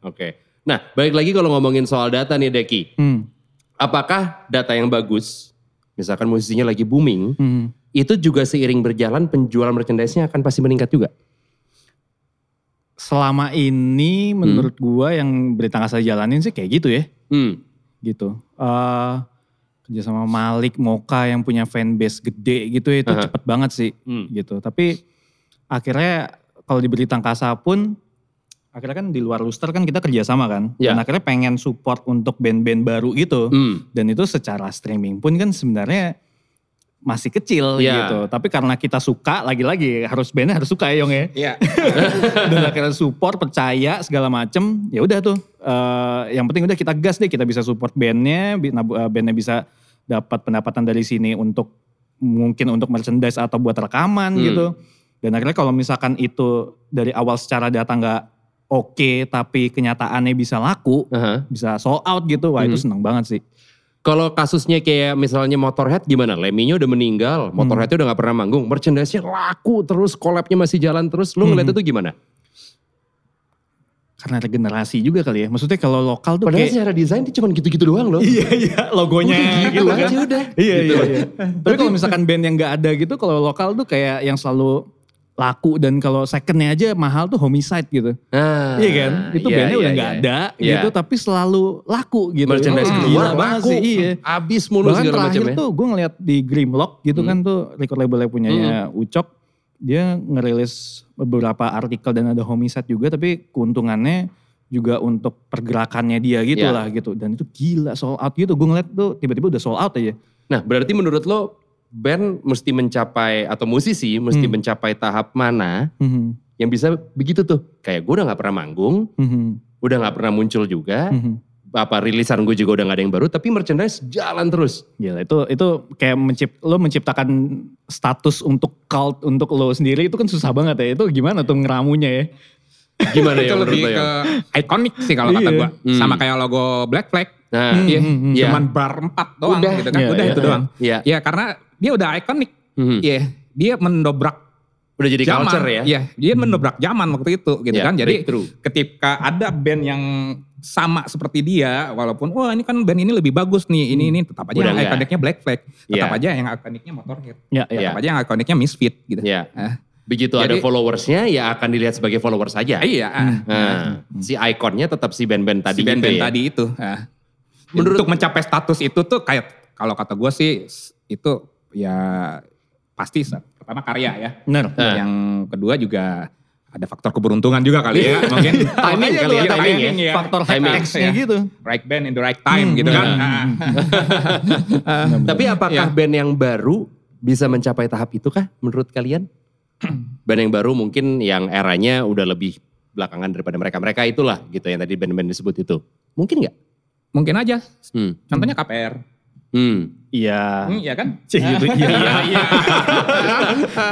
Speaker 1: Oke. Nah, balik lagi kalau ngomongin soal data nih Deki.
Speaker 2: Hmm.
Speaker 1: Apakah data yang bagus, misalkan musisinya lagi booming,
Speaker 2: Hmm.
Speaker 1: itu juga seiring berjalan penjualan merchandise-nya akan pasti meningkat juga?
Speaker 2: Selama ini menurut gua yang berita nggak saya jalanin sih kayak gitu ya.
Speaker 1: Hmm.
Speaker 2: gitu. eh kerja sama Malik, Moka yang punya fanbase gede gitu itu
Speaker 1: Aha.
Speaker 2: cepet banget sih
Speaker 1: Hmm.
Speaker 2: gitu. Tapi akhirnya kalau diberi tangkasa pun akhirnya kan di luar luster kan kita kerjasama kan.
Speaker 1: Ya.
Speaker 2: Dan akhirnya pengen support untuk band-band baru gitu.
Speaker 1: Hmm.
Speaker 2: Dan itu secara streaming pun kan sebenarnya masih kecil
Speaker 1: Ya.
Speaker 2: gitu. Tapi karena kita suka lagi-lagi harus bandnya harus suka ya Yong ya
Speaker 3: Iya.
Speaker 2: dan akhirnya support percaya segala macem ya udah tuh Eh, yang penting udah kita gas deh kita bisa support bandnya bi- nabu- eh, bandnya bisa dapat pendapatan dari sini untuk mungkin untuk merchandise atau buat rekaman
Speaker 1: Hmm.
Speaker 2: gitu dan akhirnya kalau misalkan itu dari awal secara data nggak oke tapi kenyataannya bisa laku
Speaker 1: Aha.
Speaker 2: bisa sold out gitu wah itu seneng banget sih
Speaker 1: Kalau kasusnya kayak misalnya Motorhead gimana? Lemmy-nya udah meninggal, Motorhead-nya udah gak pernah manggung, merchandise-nya laku terus, collab-nya masih jalan terus. Lu ngeliat
Speaker 2: Hmm.
Speaker 1: itu gimana?
Speaker 2: karena regenerasi juga kali ya maksudnya kalau lokal tuh
Speaker 1: Padahal
Speaker 2: kayak
Speaker 1: secara desain itu cuma gitu-gitu doang loh.
Speaker 2: iya iya logonya gitu kan
Speaker 1: aja udah.
Speaker 2: Iya, iya, iya. Tapi kalau misalkan band yang gak ada gitu, kalau lokal tuh kayak yang selalu laku dan kalau secondnya aja mahal tuh homicide gitu.
Speaker 1: Ah,
Speaker 2: iya kan? Itu
Speaker 1: iya,
Speaker 2: bandnya
Speaker 1: iya,
Speaker 2: udah gak
Speaker 1: iya.
Speaker 2: ada
Speaker 1: Iya.
Speaker 2: gitu, tapi selalu laku gitu.
Speaker 1: merchandise
Speaker 2: Hmm,
Speaker 1: keluar
Speaker 2: gila banget
Speaker 1: laku,
Speaker 2: sih, iya.
Speaker 1: Abis mulu
Speaker 2: Bahkan
Speaker 1: segala
Speaker 2: terakhir
Speaker 1: macam ya.
Speaker 2: tuh gue ngeliat di Grimlock gitu
Speaker 1: Hmm.
Speaker 2: kan tuh record labelnya punyanya Ucok. Dia ngerilis beberapa artikel dan ada homicide juga tapi keuntungannya juga untuk pergerakannya dia gitu
Speaker 1: Iya.
Speaker 2: lah gitu. Dan itu gila sold out gitu. Gue ngeliat tuh tiba-tiba udah sold out aja.
Speaker 1: Nah, berarti menurut lo band mesti mencapai atau musisi mesti
Speaker 2: Hmm.
Speaker 1: mencapai tahap mana
Speaker 2: Mhm,
Speaker 1: yang bisa begitu tuh? Kayak gue udah nggak pernah manggung,
Speaker 2: mhm,
Speaker 1: udah nggak pernah muncul juga,
Speaker 2: mhm.
Speaker 1: apa rilisan gue juga udah nggak ada yang baru, tapi merchandise jalan terus.
Speaker 2: Gila itu itu kayak mencip lo menciptakan status untuk cult untuk lo sendiri itu kan susah banget ya. Itu gimana tuh ngeramunya ya?
Speaker 1: Gimana ya
Speaker 3: Itu
Speaker 1: menurut
Speaker 3: lebih
Speaker 1: lo?
Speaker 3: ke
Speaker 1: Yang?
Speaker 3: ikonik sih kalau kata
Speaker 2: Iya.
Speaker 3: gua.
Speaker 1: Hmm.
Speaker 3: Sama kayak logo Black Flag.
Speaker 1: Nah,
Speaker 2: Hmm,
Speaker 1: iya,
Speaker 2: hmm, hmm.
Speaker 1: iya,
Speaker 3: Cuman bar 4 doang
Speaker 1: Udah.
Speaker 3: gitu kan.
Speaker 2: Iya,
Speaker 3: udah
Speaker 2: iya,
Speaker 3: itu
Speaker 2: iya.
Speaker 3: doang.
Speaker 1: iya.
Speaker 3: Ya karena dia udah ikonik.
Speaker 1: Mhm.
Speaker 3: Iya. Dia mendobrak
Speaker 1: Udah jadi
Speaker 3: zaman.
Speaker 1: culture ya.
Speaker 3: Iya, dia mendobrak zaman waktu itu gitu
Speaker 1: Iya,
Speaker 3: kan. Jadi
Speaker 1: breakthrough.
Speaker 3: ketika ada band yang sama seperti dia walaupun wah ini kan band ini lebih bagus nih ini ini tetap aja
Speaker 1: Hmm. Udah
Speaker 3: yang
Speaker 1: enggak.
Speaker 3: ikoniknya Black Flag tetap
Speaker 1: Iya.
Speaker 3: aja yang ikoniknya Motorhead
Speaker 2: Ya,
Speaker 3: tetap
Speaker 2: ya.
Speaker 3: aja yang ikoniknya Misfit gitu
Speaker 1: Iya.
Speaker 3: Ah.
Speaker 1: Begitu ada
Speaker 3: Jadi-
Speaker 1: followersnya ya akan dilihat sebagai followers saja.
Speaker 3: iya ah.
Speaker 1: Nah, si ikonnya tetap si band-band tadi
Speaker 3: tadi si band-band
Speaker 1: gitu ya.
Speaker 3: tadi itu ah. untuk mencapai status itu tuh kayak kalau kata gue sih s- itu ya pasti sa- pertama karya ya
Speaker 2: Bener.
Speaker 1: Ah.
Speaker 3: yang kedua juga ada faktor keberuntungan juga kali ya mungkin
Speaker 1: Timing kali
Speaker 2: Makanya tuh
Speaker 1: ya,
Speaker 2: ada
Speaker 1: timing
Speaker 2: kayak
Speaker 3: ya.
Speaker 2: Faktor
Speaker 1: Timing. Hmm.
Speaker 2: X-nya
Speaker 3: Iya.
Speaker 2: gitu.
Speaker 3: right band in the right time gitu kan
Speaker 1: Nah.
Speaker 3: Ah.
Speaker 1: Tapi apakah band yang baru bisa mencapai tahap itu kah menurut kalian? band yang baru mungkin yang eranya udah lebih belakangan daripada mereka-mereka itulah gitu yang tadi band-band disebut itu. Mungkin nggak?
Speaker 3: Mungkin aja.
Speaker 1: Hmm.
Speaker 3: Contohnya KPR.
Speaker 1: Hmm.
Speaker 2: Iya.
Speaker 3: Hmm, iya kan?
Speaker 2: Cih, gitu, iya.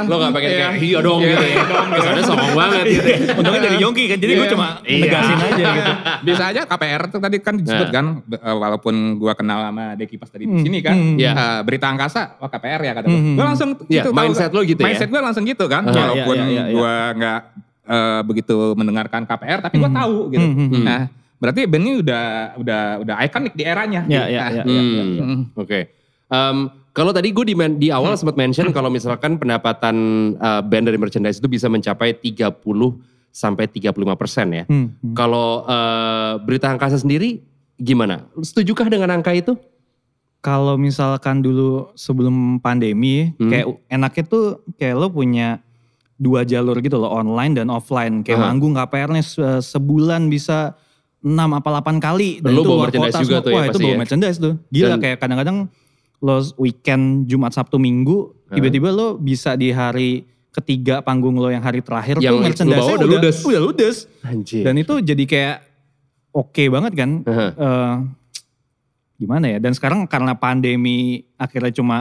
Speaker 1: Lo gak pengen kayak iya dong gitu ya. Kesannya sombong banget gitu ya.
Speaker 2: Untungnya dari Yongki kan, jadi gue
Speaker 3: Iya.
Speaker 2: cuma negasin aja gitu.
Speaker 3: Bisa aja KPR tuh tadi kan disebut
Speaker 1: Nah.
Speaker 3: kan be- eh, walaupun gua kenal sama Deki pas tadi di
Speaker 2: Hmm,
Speaker 3: sini kan.
Speaker 2: hmm.
Speaker 1: Iya.
Speaker 3: Eh, berita angkasa wah KPR ya kata gua.
Speaker 2: Hmm.
Speaker 3: Gua langsung
Speaker 1: Iya,
Speaker 3: itu tahu
Speaker 1: mindset
Speaker 3: kan.
Speaker 1: lo gitu ya?
Speaker 3: Mindset gua langsung gitu kan.
Speaker 1: Ah,
Speaker 2: iya,
Speaker 3: walaupun
Speaker 2: iya, iya, iya.
Speaker 3: gua nggak eh, begitu mendengarkan KPR tapi gua
Speaker 2: Hmm.
Speaker 3: tahu gitu.
Speaker 2: Hmm, hmm, hmm.
Speaker 3: Nah, berarti band ini udah udah udah ikonik di eranya. gitu.
Speaker 2: Iya, iya, iya.
Speaker 1: Hmm.
Speaker 3: Hmm.
Speaker 1: Oke. Em, kalau tadi gue di, men- di awal sempat mention kalau misalkan pendapatan eh, band dari merchandise itu bisa mencapai 30 sampai 35 persen ya.
Speaker 2: Hmm, hmm.
Speaker 1: Kalau eh, berita angkasa sendiri gimana? Setujukah dengan angka itu?
Speaker 2: Kalau misalkan dulu sebelum pandemi,
Speaker 1: Hmm.
Speaker 2: kayak enaknya tuh kayak lo punya dua jalur gitu loh, online dan offline. Kayak
Speaker 1: Aha.
Speaker 2: manggung KPR-nya se- sebulan bisa 6 apa 8 kali.
Speaker 1: Lo bawa
Speaker 2: luar
Speaker 1: merchandise juga
Speaker 2: semua.
Speaker 1: tuh ya
Speaker 2: Wah itu
Speaker 1: pasti
Speaker 2: bawa
Speaker 1: ya.
Speaker 2: merchandise tuh. Gila
Speaker 1: Dan-
Speaker 2: kayak kadang-kadang lo weekend Jumat, Sabtu, Minggu,
Speaker 1: Aha.
Speaker 2: tiba-tiba lo bisa di hari ketiga panggung lo yang hari terakhir
Speaker 1: Yang lo
Speaker 2: tuh merchandise
Speaker 1: bawa udah ludes. Iya.
Speaker 2: udah ludes.
Speaker 1: Anjir.
Speaker 2: Dan itu jadi kayak oke banget kan.
Speaker 1: Aha.
Speaker 2: eh, gimana ya. Dan sekarang karena pandemi akhirnya cuma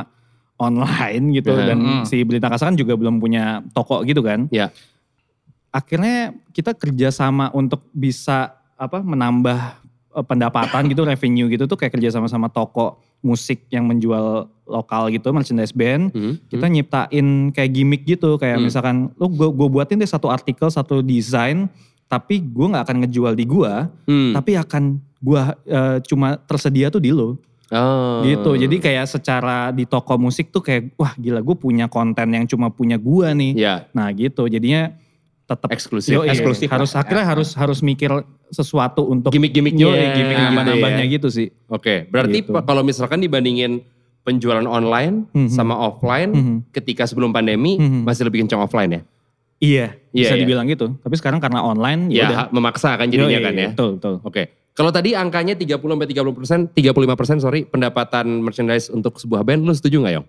Speaker 2: online gitu.
Speaker 1: Aha.
Speaker 2: Dan
Speaker 3: Hmm.
Speaker 2: si Berita Angkasa kan juga belum punya toko gitu kan.
Speaker 1: Ya.
Speaker 2: Akhirnya kita kerjasama untuk bisa apa menambah eh, pendapatan gitu revenue gitu tuh kayak kerjasama sama toko musik yang menjual lokal gitu merchandise band
Speaker 1: Hmm,
Speaker 2: kita nyiptain kayak gimmick gitu kayak
Speaker 1: Hmm.
Speaker 2: misalkan lo gue buatin deh satu artikel satu desain tapi gue nggak akan ngejual di gua
Speaker 1: hmm.
Speaker 2: tapi akan gua eh, cuma tersedia tuh di lo
Speaker 1: Oh.
Speaker 2: gitu jadi kayak secara di toko musik tuh kayak wah gila gue punya konten yang cuma punya gua nih
Speaker 1: ya
Speaker 2: nah gitu jadinya tetap
Speaker 1: eksklusif. Iya.
Speaker 2: Yoi,
Speaker 3: eksklusif
Speaker 2: harus
Speaker 3: lah.
Speaker 2: akhirnya harus harus mikir sesuatu untuk
Speaker 1: Gimik-gimiknya.
Speaker 2: Yoi, eh, gimmick
Speaker 1: gitu
Speaker 2: nambah-nambahnya
Speaker 1: ya.
Speaker 2: gitu sih
Speaker 1: Oke, berarti
Speaker 2: Gitu.
Speaker 1: pa- kalau misalkan dibandingin penjualan online
Speaker 2: Mhm.
Speaker 1: sama offline
Speaker 2: Mhm.
Speaker 1: ketika sebelum pandemi
Speaker 2: Mhm.
Speaker 1: masih lebih kencang offline ya.
Speaker 2: iya
Speaker 1: Iya,
Speaker 2: bisa
Speaker 1: iya.
Speaker 2: dibilang gitu tapi sekarang karena online
Speaker 1: Ya,
Speaker 2: udah.
Speaker 1: ha- memaksa kan jadinya
Speaker 2: Yoi,
Speaker 1: kan ya.
Speaker 2: betul betul
Speaker 1: Oke. Kalau tadi angkanya 30 sampai 30 persen, 35 persen sorry, pendapatan merchandise untuk sebuah band, lu setuju nggak Yong?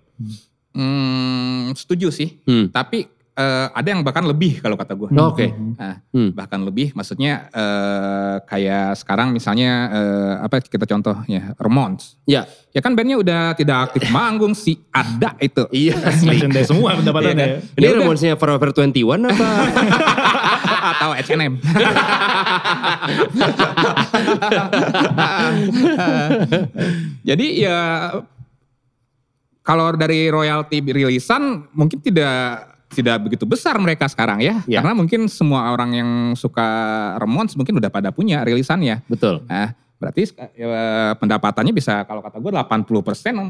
Speaker 3: Hmm, setuju sih.
Speaker 1: Hmm.
Speaker 3: Tapi eh, ada yang bahkan lebih kalau kata gua.
Speaker 1: Oh, Oke.
Speaker 2: Mhm.
Speaker 3: Nah,
Speaker 1: Hmm.
Speaker 3: bahkan lebih maksudnya eh, kayak sekarang misalnya eh, apa kita contohnya Remons
Speaker 1: Ya.
Speaker 3: ya kan bandnya udah tidak aktif manggung si ada itu
Speaker 1: Iya.
Speaker 2: merchandise semua pendapatannya.
Speaker 3: Iya
Speaker 1: ya? Ini remonsnya Forever 21 apa?
Speaker 3: atau H&M jadi ya kalau dari royalti rilisan mungkin tidak tidak begitu besar mereka sekarang ya,
Speaker 1: Ya.
Speaker 3: karena mungkin semua orang yang suka Remons mungkin udah pada punya rilisannya
Speaker 1: Betul.
Speaker 3: Nah, berarti eh, pendapatannya bisa kalau kata gue 80 persen dari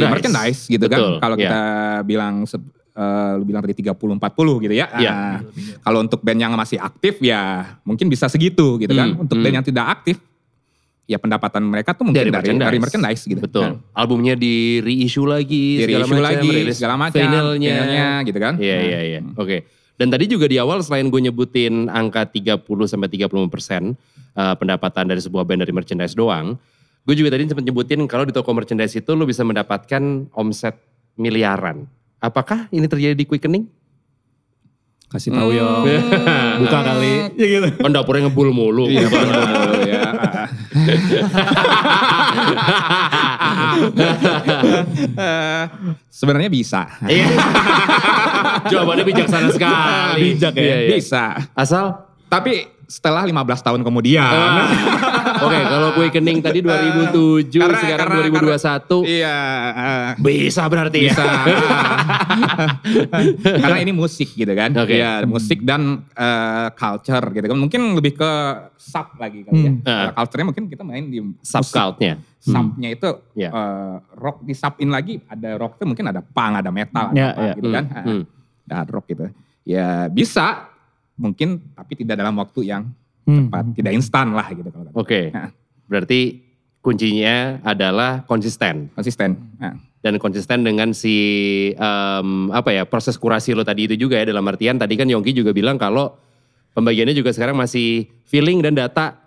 Speaker 1: Merchandise.
Speaker 3: merchandise gitu
Speaker 1: Betul,
Speaker 3: kan. Kalau
Speaker 1: iya.
Speaker 3: kita bilang se- eh, lu bilang tadi 30 40 gitu ya.
Speaker 1: Iya.
Speaker 3: Nah, kalau untuk band yang masih aktif ya mungkin bisa segitu gitu kan.
Speaker 1: Hmm,
Speaker 3: Untuk
Speaker 1: hmm.
Speaker 3: band yang tidak aktif ya pendapatan mereka tuh mungkin dari dari merchandise, gitu.
Speaker 1: Betul.
Speaker 3: Nah,
Speaker 1: Albumnya di reissue lagi,
Speaker 3: dari
Speaker 1: segala
Speaker 3: issue
Speaker 1: macam,
Speaker 3: lagi
Speaker 1: rilis
Speaker 3: segala macam
Speaker 1: Finalnya.
Speaker 3: finalnya gitu kan.
Speaker 1: Iya,
Speaker 3: Nah,
Speaker 1: iya, iya. Oke. Dan tadi juga di awal selain gue nyebutin angka 30 sampai 35 persen eh, pendapatan dari sebuah band dari merchandise doang. Gue juga tadi sempat nyebutin kalau di toko merchandise itu lo bisa mendapatkan omset miliaran. Apakah ini terjadi di quickening?
Speaker 2: Kasih tahu ya.
Speaker 3: Hmm.
Speaker 2: Buka kali. Ya gitu.
Speaker 1: Kan dapurnya ngebul mulu.
Speaker 3: Iya, betul, ya. Eh, Sebenarnya bisa.
Speaker 1: Iya. Jawabannya bijaksana sekali.
Speaker 2: Bijak ya.
Speaker 1: Iya, iya.
Speaker 3: Bisa.
Speaker 1: Asal
Speaker 3: Tapi setelah 15 tahun kemudian.
Speaker 1: Ah. Oke, kalau kue kening tadi 2007,
Speaker 3: Karena-
Speaker 1: sekarang
Speaker 3: karena-
Speaker 1: 2021.
Speaker 3: Iya. eh,
Speaker 1: Bisa berarti ya.
Speaker 3: bisa. Karena ini musik gitu kan.
Speaker 1: Oke.
Speaker 3: Iya, musik dan eh, culture gitu kan. Mungkin lebih ke sub lagi kali ya.
Speaker 2: Hmm.
Speaker 3: Kalau culture-nya mungkin kita main di musik.
Speaker 1: Subcultnya.
Speaker 3: Subnya itu
Speaker 1: Hmm. Iya.
Speaker 3: eh, rock di subin lagi ada rock itu mungkin ada punk, ada metal, ada
Speaker 2: Iya,
Speaker 3: apa
Speaker 2: iya.
Speaker 3: gitu kan.
Speaker 1: Hmm,
Speaker 3: Ah,
Speaker 1: hmm.
Speaker 3: Ada hard rock gitu. Ya bisa mungkin tapi tidak dalam waktu yang
Speaker 2: Hmm.
Speaker 3: cepat,
Speaker 1: Hmm.
Speaker 3: tidak instan lah gitu kalau kata
Speaker 1: Oke.
Speaker 3: Nah.
Speaker 1: Berarti kuncinya adalah konsisten
Speaker 3: konsisten. Nah.
Speaker 1: dan konsisten dengan si em, apa ya proses kurasi lo tadi itu juga ya dalam artian tadi kan Yongki juga bilang kalau pembagiannya juga sekarang masih feeling dan data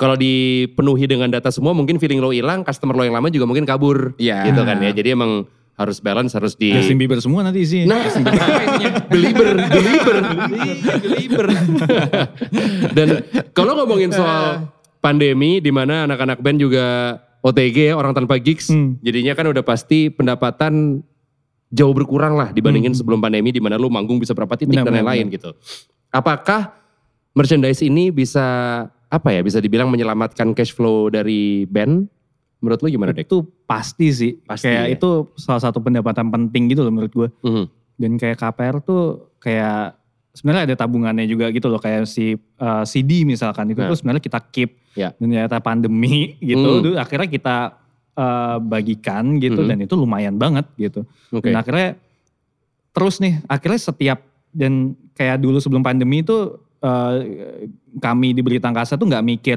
Speaker 1: kalau dipenuhi dengan data semua mungkin feeling lo hilang customer lo yang lama juga mungkin kabur
Speaker 3: Iya.
Speaker 1: gitu kan ya jadi emang harus balance, harus di...
Speaker 2: Justin Bieber semua nanti sih.
Speaker 1: Nah, belieber, belieber. Dan kalau ngomongin soal pandemi di mana anak-anak band juga OTG ya, orang tanpa gigs,
Speaker 2: Hmm.
Speaker 1: jadinya kan udah pasti pendapatan jauh berkurang lah dibandingin sebelum pandemi di mana lu manggung bisa berapa titik
Speaker 2: Hmm. Benar,
Speaker 1: dan
Speaker 2: benar,
Speaker 1: lain-lain gitu. Apakah merchandise ini bisa apa ya bisa dibilang menyelamatkan cash flow dari band? Menurut lu gimana, Dek?
Speaker 2: Itu pasti sih.
Speaker 1: Pasti,
Speaker 2: kayak
Speaker 1: ya.
Speaker 2: itu salah satu pendapatan penting gitu loh menurut gue.
Speaker 1: Mhm.
Speaker 2: Dan kayak KPR tuh kayak sebenarnya ada tabungannya juga gitu loh kayak si uh, CD misalkan itu
Speaker 1: Nah.
Speaker 2: tuh sebenarnya kita keep
Speaker 1: Ya.
Speaker 2: dan ternyata pandemi
Speaker 1: Hmm.
Speaker 2: gitu tuh akhirnya kita uh, bagikan gitu
Speaker 1: Hmm.
Speaker 2: dan itu lumayan banget gitu.
Speaker 1: Oke.
Speaker 2: Dan akhirnya terus nih akhirnya setiap dan kayak dulu sebelum pandemi itu eh, kami di Berita Angkasa tuh nggak mikir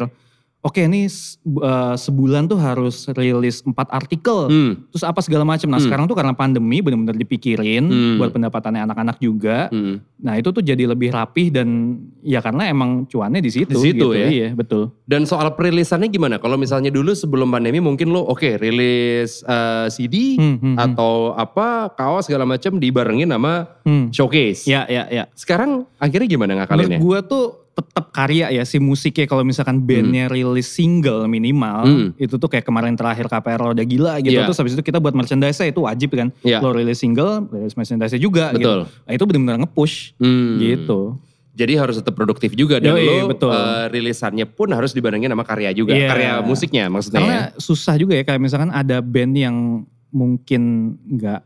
Speaker 2: oke ini se- eh, sebulan tuh harus rilis empat artikel
Speaker 1: Hmm.
Speaker 2: terus apa segala macam. Nah
Speaker 1: Hmm.
Speaker 2: sekarang tuh karena pandemi benar-benar dipikirin
Speaker 1: Hmm.
Speaker 2: buat pendapatannya anak-anak juga.
Speaker 1: Hmm.
Speaker 2: Nah itu tuh jadi lebih rapih dan ya karena emang cuannya di situ.
Speaker 1: Di situ
Speaker 2: gitu.
Speaker 1: ya.
Speaker 2: Iya betul.
Speaker 1: Dan soal perilisannya gimana? Kalau misalnya dulu sebelum pandemi mungkin lo oke rilis eh, CD
Speaker 2: Hmm, hmm, hmm.
Speaker 1: atau apa kaos segala macam dibarengin sama
Speaker 2: Hmm.
Speaker 1: showcase.
Speaker 2: Ya ya ya.
Speaker 1: Sekarang akhirnya gimana ngakalinnya?
Speaker 2: Menurut gue tuh tetap karya ya si musiknya kalau misalkan bandnya rilis single minimal
Speaker 1: Hmm.
Speaker 2: itu tuh kayak kemarin terakhir KPR udah gila gitu
Speaker 1: Iya.
Speaker 2: terus habis itu kita buat merchandise itu wajib kan
Speaker 1: Iya.
Speaker 2: lo rilis single rilis merchandise juga gitu
Speaker 1: Betul.
Speaker 2: nah, itu benar-benar nge-push
Speaker 1: Hmm.
Speaker 2: gitu
Speaker 1: Jadi harus tetap produktif juga dan
Speaker 2: Yoi,
Speaker 1: lo
Speaker 2: betul.
Speaker 1: eh, rilisannya pun harus dibarengin sama karya juga,
Speaker 2: Iya.
Speaker 1: karya musiknya maksudnya.
Speaker 2: karena
Speaker 1: ya.
Speaker 2: susah juga ya kayak misalkan ada band yang mungkin nggak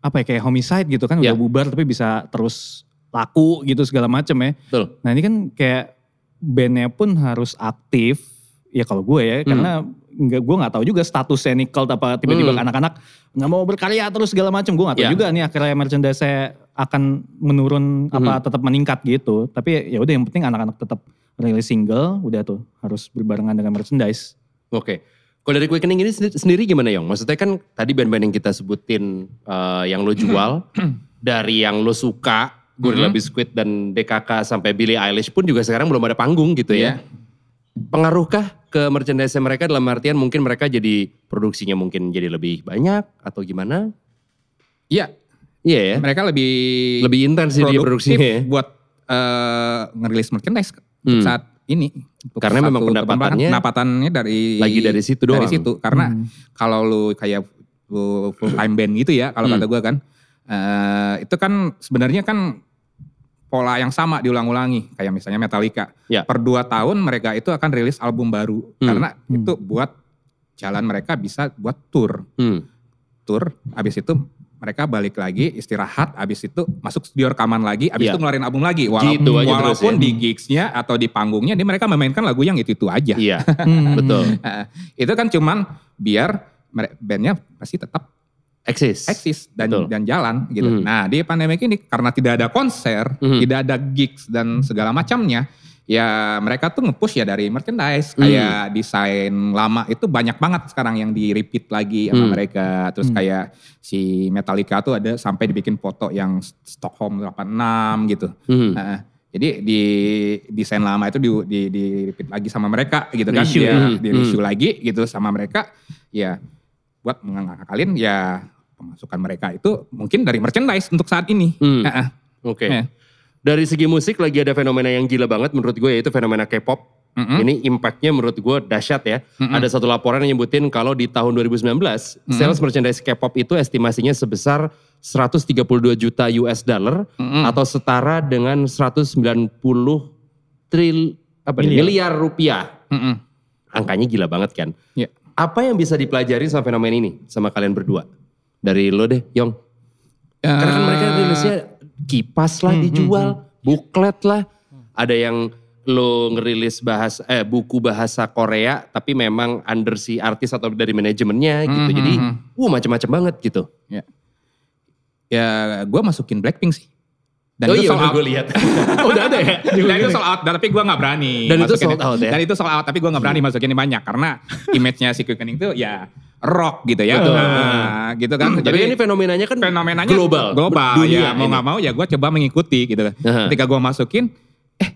Speaker 2: apa ya kayak homicide gitu kan
Speaker 1: Iya.
Speaker 2: udah bubar tapi bisa terus laku gitu segala macem ya
Speaker 1: Betul.
Speaker 2: Nah ini kan kayak bandnya pun harus aktif. Ya kalau gue ya, karena nggak gue nggak tahu juga statusnya ini cult apa tiba-tiba
Speaker 1: Hmm.
Speaker 2: anak-anak nggak mau berkarya terus segala macam. Gue nggak tahu
Speaker 1: Ya.
Speaker 2: juga nih akhirnya merchandise akan menurun
Speaker 1: Hmm.
Speaker 2: apa tetap meningkat gitu. Tapi ya udah yang penting anak-anak tetap rilis single, udah tuh harus berbarengan dengan merchandise.
Speaker 1: Oke. Kalau dari quickening ini sendi- sendiri gimana Yong? Maksudnya kan tadi band-band yang kita sebutin eh, yang lo jual dari yang lo suka Gorilla
Speaker 3: Mhm.
Speaker 1: Biscuit dan DKK sampai Billie Eilish pun juga sekarang belum ada panggung gitu ya.
Speaker 3: Iya.
Speaker 1: Pengaruhkah ke merchandise mereka dalam artian mungkin mereka jadi produksinya mungkin jadi lebih banyak atau gimana?
Speaker 3: Iya,
Speaker 1: Iya ya.
Speaker 3: mereka lebih
Speaker 1: Lebih intens sih dia produksinya ya.
Speaker 3: buat eh, ngerilis merchandise
Speaker 1: Hmm.
Speaker 3: saat ini. Untuk
Speaker 1: Karena memang
Speaker 3: satu
Speaker 1: pendapatannya-
Speaker 3: perkembangan, pendapatannya dari
Speaker 1: Lagi dari situ Hmm.
Speaker 3: dari
Speaker 1: doang.
Speaker 3: situ karena
Speaker 2: Hmm.
Speaker 3: kalau lu kayak lu full time band gitu ya kalau
Speaker 1: Hmm.
Speaker 3: kata gua kan eh, itu kan sebenarnya kan pola yang sama diulang-ulangi kayak misalnya Metallica
Speaker 1: Ya.
Speaker 3: per dua tahun mereka itu akan rilis album baru
Speaker 1: Hmm.
Speaker 3: karena
Speaker 2: Hmm.
Speaker 3: itu buat jalan mereka bisa buat tour
Speaker 1: Hmm.
Speaker 3: tour, abis itu mereka balik lagi istirahat, abis itu masuk studio rekaman lagi, abis
Speaker 1: Iya.
Speaker 3: itu ngeluarin album lagi. Wala-
Speaker 1: Gitu aja terus
Speaker 3: walaupun
Speaker 1: ya.
Speaker 3: di gigsnya atau di panggungnya, ini mereka memainkan lagu yang itu itu aja.
Speaker 1: Iya,
Speaker 2: Hmm.
Speaker 1: betul.
Speaker 3: Itu kan cuman biar mere- bandnya masih tetap
Speaker 1: Eksis.
Speaker 3: eksis dan
Speaker 1: Betul.
Speaker 3: dan jalan gitu.
Speaker 1: Mhm.
Speaker 3: Nah di pandemi ini karena tidak ada konser,
Speaker 1: Mhm.
Speaker 3: tidak ada gigs dan segala macamnya, ya mereka tuh nge-push ya dari merchandise
Speaker 1: Mhm.
Speaker 3: kayak desain lama itu banyak banget sekarang yang di repeat lagi
Speaker 1: Mhm.
Speaker 3: sama mereka. Terus
Speaker 2: Mhm.
Speaker 3: kayak si Metallica tuh ada sampai dibikin foto yang Stockholm 86 gitu.
Speaker 1: Hmm.
Speaker 3: Nah, jadi di desain lama itu di, di, di repeat lagi sama mereka gitu kan.
Speaker 2: Reissue,
Speaker 3: Dia,
Speaker 1: hmm,
Speaker 3: di reissue lagi gitu sama mereka. Ya buat mengakalin ya pemasukan mereka itu mungkin dari merchandise untuk saat ini.
Speaker 1: Hmm.
Speaker 3: Heeh.
Speaker 1: Oke.
Speaker 3: Ya.
Speaker 1: Dari segi musik lagi ada fenomena yang gila banget menurut gue yaitu fenomena K-pop.
Speaker 3: Mm-mm.
Speaker 1: Ini impactnya menurut gue dahsyat ya.
Speaker 3: Mm-mm.
Speaker 1: Ada satu laporan yang nyebutin kalau di tahun 2019 sales merchandise K-pop itu estimasinya sebesar 132 juta US dollar
Speaker 3: Mm-mm.
Speaker 1: atau setara dengan 190 tril apa nih,
Speaker 2: Miliar.
Speaker 1: miliar rupiah.
Speaker 3: Mm-mm.
Speaker 1: Angkanya gila banget kan.
Speaker 3: Iya.
Speaker 1: Apa yang bisa dipelajari sama fenomena ini sama kalian berdua? Dari lo deh, Yong. Karena
Speaker 3: Ah.
Speaker 1: kan
Speaker 3: Eh,
Speaker 1: mereka rilisnya kipas
Speaker 3: Hmm,
Speaker 1: lah dijual, buklet lah. Ada yang lo ngerilis bahas eh buku bahasa Korea tapi memang under si artis atau dari manajemennya gitu.
Speaker 3: Mhm,
Speaker 1: Jadi,
Speaker 3: mhm.
Speaker 1: wah macam-macam banget gitu.
Speaker 3: ya gue masukin Blackpink sih.
Speaker 1: Oh
Speaker 3: Dan itu sold out.
Speaker 1: gue lihat. iya. udah ada ya.
Speaker 3: Dan itu sold out, tapi gue gak berani.
Speaker 1: Dan itu
Speaker 3: masukinnya.
Speaker 1: sold out ya? Hmm.
Speaker 3: Dan itu sold out, tapi gue gak berani masukinnya banyak. Karena image-nya si Quickening tuh ya rock gitu ya.
Speaker 1: Betul. Hmm.
Speaker 3: Nah, gitu kan.
Speaker 1: Tapi ini fenomenanya kan
Speaker 3: fenomenanya
Speaker 1: global.
Speaker 3: global
Speaker 1: dunia
Speaker 3: ya mau
Speaker 1: ini.
Speaker 3: kan. nggak mau ya gue coba mengikuti gitu
Speaker 1: Aha.
Speaker 3: ketika gue masukin eh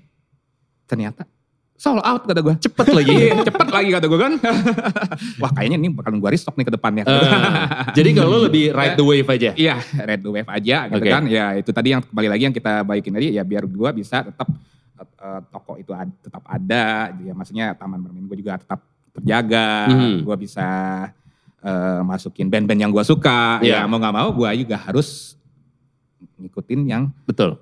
Speaker 3: ternyata sold out kata gue.
Speaker 1: Cepet lagi.
Speaker 3: Iya, cepet lagi kata gue kan. Wah kayaknya ini bakalan gue restock nih ke depannya.
Speaker 1: Eh, jadi kalau lo lebih ride the wave aja.
Speaker 3: Iya, red the wave aja gitu
Speaker 1: Oke.
Speaker 3: kan. Ya itu tadi yang kembali lagi yang kita baikin tadi ya biar gua bisa tetap eh, toko itu ad- tetap ada. Ya maksudnya taman bermain gua juga tetap terjaga.
Speaker 1: Mhm.
Speaker 3: Gua bisa eh, masukin band-band yang gua suka.
Speaker 1: Iya.
Speaker 3: Ya mau nggak mau gua juga harus ngikutin yang
Speaker 1: Betul.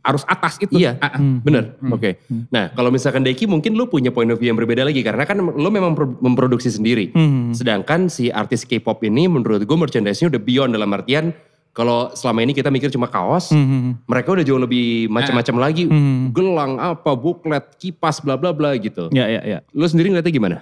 Speaker 3: arus atas itu.
Speaker 1: Iya.
Speaker 3: Ah, ah.
Speaker 2: Hmm.
Speaker 1: Bener.
Speaker 3: Hmm.
Speaker 1: Oke.
Speaker 2: Hmm.
Speaker 1: Nah kalau misalkan Deki mungkin lo punya point of view yang berbeda lagi. Karena kan lo memang pro- memproduksi sendiri.
Speaker 2: Hmm.
Speaker 1: Sedangkan si artis K-pop ini menurut gue merchandise-nya udah beyond dalam artian. Kalau selama ini kita mikir cuma kaos.
Speaker 2: Hmm.
Speaker 1: Mereka udah jauh lebih macam-macam lagi.
Speaker 2: Hmm.
Speaker 1: Gelang apa, buklet, kipas, bla bla bla gitu.
Speaker 2: Ya, ya, ya.
Speaker 1: Lo sendiri ngeliatnya gimana?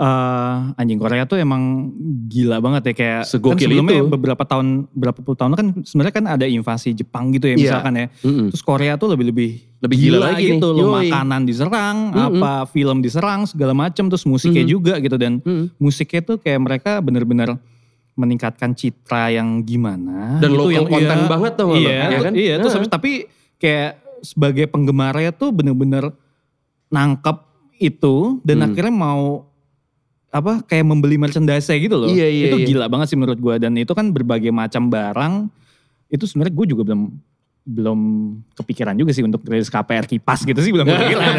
Speaker 2: Eh, anjing Korea tuh emang gila banget ya kayak
Speaker 1: Segokil
Speaker 2: kan sebelumnya
Speaker 1: itu.
Speaker 2: beberapa tahun berapa puluh tahun kan sebenarnya kan ada invasi Jepang gitu ya
Speaker 1: Iya.
Speaker 2: misalkan ya. Terus Korea tuh lebih lebih
Speaker 1: Lebih gila lagi
Speaker 2: gitu
Speaker 1: nih.
Speaker 2: loh
Speaker 1: Yoi.
Speaker 2: makanan diserang,
Speaker 1: Mm-mm.
Speaker 2: apa film diserang segala macem terus musiknya
Speaker 1: Mm-mm.
Speaker 2: juga gitu dan
Speaker 1: Mm-mm.
Speaker 2: musiknya tuh kayak mereka bener-bener meningkatkan citra yang gimana
Speaker 1: Dan
Speaker 2: gitu,
Speaker 1: local
Speaker 2: yang
Speaker 1: content
Speaker 2: iya,
Speaker 1: banget tau gak lo,
Speaker 2: iya,
Speaker 1: ya kan?
Speaker 2: Iya, terus
Speaker 1: Heeh.
Speaker 2: habis- tapi kayak sebagai penggemarnya tuh bener-bener nangkep itu dan
Speaker 1: Hmm.
Speaker 2: akhirnya mau apa kayak membeli merchandise gitu loh.
Speaker 1: Iya, iya,
Speaker 2: itu
Speaker 1: iya.
Speaker 2: gila banget sih menurut gua dan itu kan berbagai macam barang itu sebenarnya gue juga belum belum kepikiran juga sih untuk rilis KPR kipas gitu sih belum kepikiran.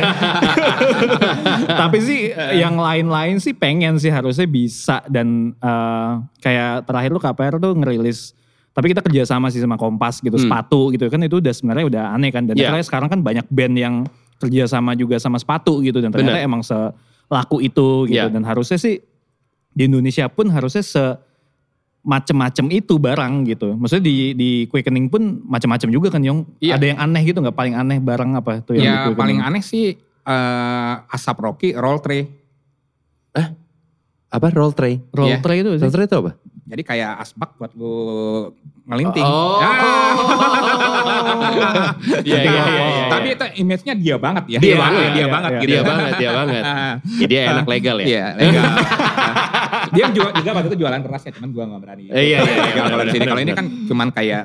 Speaker 2: Tapi sih eh, yang lain-lain sih pengen sih harusnya bisa dan eh, kayak terakhir lu KPR tuh ngerilis tapi kita kerjasama sih sama Kompas gitu
Speaker 1: Hmm.
Speaker 2: sepatu gitu kan itu udah sebenarnya udah aneh kan dan
Speaker 1: Iya.
Speaker 2: akhirnya sekarang kan banyak band yang kerjasama juga sama sepatu gitu dan ternyata
Speaker 1: Bener.
Speaker 2: emang selaku itu gitu
Speaker 1: Iya.
Speaker 2: dan harusnya sih di Indonesia pun harusnya se macem-macem itu barang gitu. Maksudnya di di quickening pun macem-macem juga kan Yong.
Speaker 3: Iya.
Speaker 2: Ada yang aneh gitu nggak paling aneh barang
Speaker 1: Iya,
Speaker 2: apa tuh yang di
Speaker 3: Ya
Speaker 2: Quickening?
Speaker 3: paling aneh sih eh, asap Rocky roll tray.
Speaker 1: Apa? Roll tray?
Speaker 2: roll
Speaker 3: Iya.
Speaker 2: tray itu apa
Speaker 1: Roll
Speaker 2: sih?
Speaker 1: tray itu apa?
Speaker 3: Jadi kayak asbak buat lu ngelinting. Ya.
Speaker 1: Oh. Iya, iya, iya, iya.
Speaker 3: Tapi itu image-nya dia banget ya.
Speaker 1: Dia banget,
Speaker 3: dia
Speaker 2: iya,
Speaker 3: banget
Speaker 2: iya.
Speaker 3: gitu.
Speaker 1: Dia banget, dia banget.
Speaker 3: Ah,
Speaker 1: Ya, dia enak legal ya?
Speaker 3: Iya, legal. dia juga, juga waktu itu jualan kerasnya, cuman gua gak berani.
Speaker 1: Eh, iya, iya, iya,
Speaker 3: Kalau di sini,
Speaker 1: benar,
Speaker 3: kalau ini
Speaker 1: benar.
Speaker 3: kan cuman kayak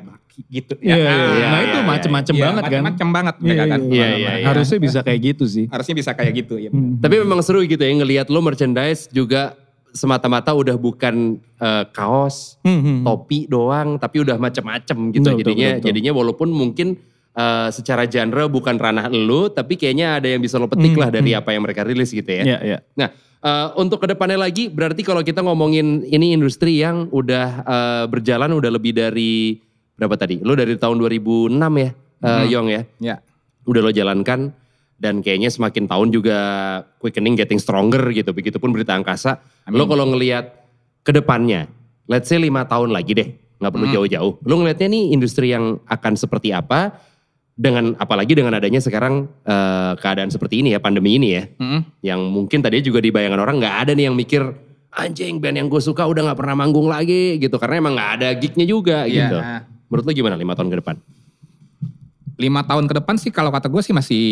Speaker 3: gitu.
Speaker 2: Iya, iya, iya.
Speaker 1: iya,
Speaker 2: nah
Speaker 1: iya,
Speaker 2: itu
Speaker 1: iya,
Speaker 2: macem-macem
Speaker 3: Iya,
Speaker 2: banget kan.
Speaker 3: Macem-macem banget
Speaker 2: Iya,
Speaker 3: mereka kan.
Speaker 1: Iya,
Speaker 2: iya,
Speaker 1: iya, iya.
Speaker 2: Harusnya bisa kayak gitu sih.
Speaker 3: Harusnya bisa kayak gitu. Iya, benar.
Speaker 2: Hmm.
Speaker 1: Tapi memang seru gitu ya ngelihat lo merchandise juga semata-mata udah bukan eh, kaos,
Speaker 2: Hmm, hmm.
Speaker 1: topi doang, tapi udah macem-macem gitu.
Speaker 2: Betul, betul,
Speaker 1: jadinya,
Speaker 2: betul, betul.
Speaker 1: jadinya walaupun mungkin eh, secara genre bukan ranah lo, tapi kayaknya ada yang bisa lo petik
Speaker 2: Hmm,
Speaker 1: lah dari
Speaker 2: hmm.
Speaker 1: apa yang mereka rilis gitu ya.
Speaker 2: Iya, iya.
Speaker 1: Nah, eh, untuk kedepannya lagi, berarti kalau kita ngomongin ini industri yang udah eh, berjalan udah lebih dari berapa tadi? Lo dari tahun 2006 ya, eh, Yong ya?
Speaker 3: Iya.
Speaker 1: udah lo jalankan dan kayaknya semakin tahun juga quickening getting stronger gitu. Begitupun berita angkasa.
Speaker 3: Amin.
Speaker 1: Lo kalau ngelihat ke depannya, let's say lima tahun lagi deh, nggak perlu
Speaker 3: Hmm.
Speaker 1: jauh-jauh. Lo ngelihatnya nih industri yang akan seperti apa dengan apalagi dengan adanya sekarang eh, keadaan seperti ini ya, pandemi ini ya,
Speaker 3: Mm-mm.
Speaker 1: yang mungkin tadi juga di bayangan orang nggak ada nih yang mikir anjing band yang gue suka udah nggak pernah manggung lagi gitu karena emang nggak ada gignya juga
Speaker 3: Iya.
Speaker 1: gitu. Menurut lo gimana lima tahun ke depan?
Speaker 3: Lima tahun ke depan sih kalau kata gue sih masih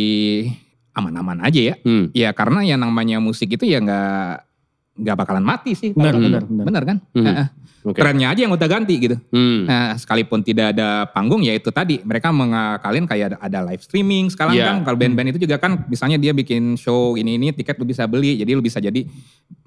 Speaker 3: aman-aman aja ya.
Speaker 1: Hmm.
Speaker 3: Ya karena yang namanya musik itu ya nggak nggak bakalan mati sih. kalau
Speaker 2: Benar,
Speaker 3: kata
Speaker 2: benar,
Speaker 3: gua.
Speaker 2: benar.
Speaker 3: Benar kan?
Speaker 1: Mhm.
Speaker 3: Heeh.
Speaker 1: Oke.
Speaker 3: Trennya aja yang udah ganti gitu.
Speaker 1: Hmm.
Speaker 3: Nah, sekalipun tidak ada panggung ya itu tadi mereka mengakalin kayak ada, ada live streaming sekarang
Speaker 1: Iya.
Speaker 3: kan kalau band-band itu juga kan misalnya dia bikin show ini ini tiket lu bisa beli jadi lu bisa jadi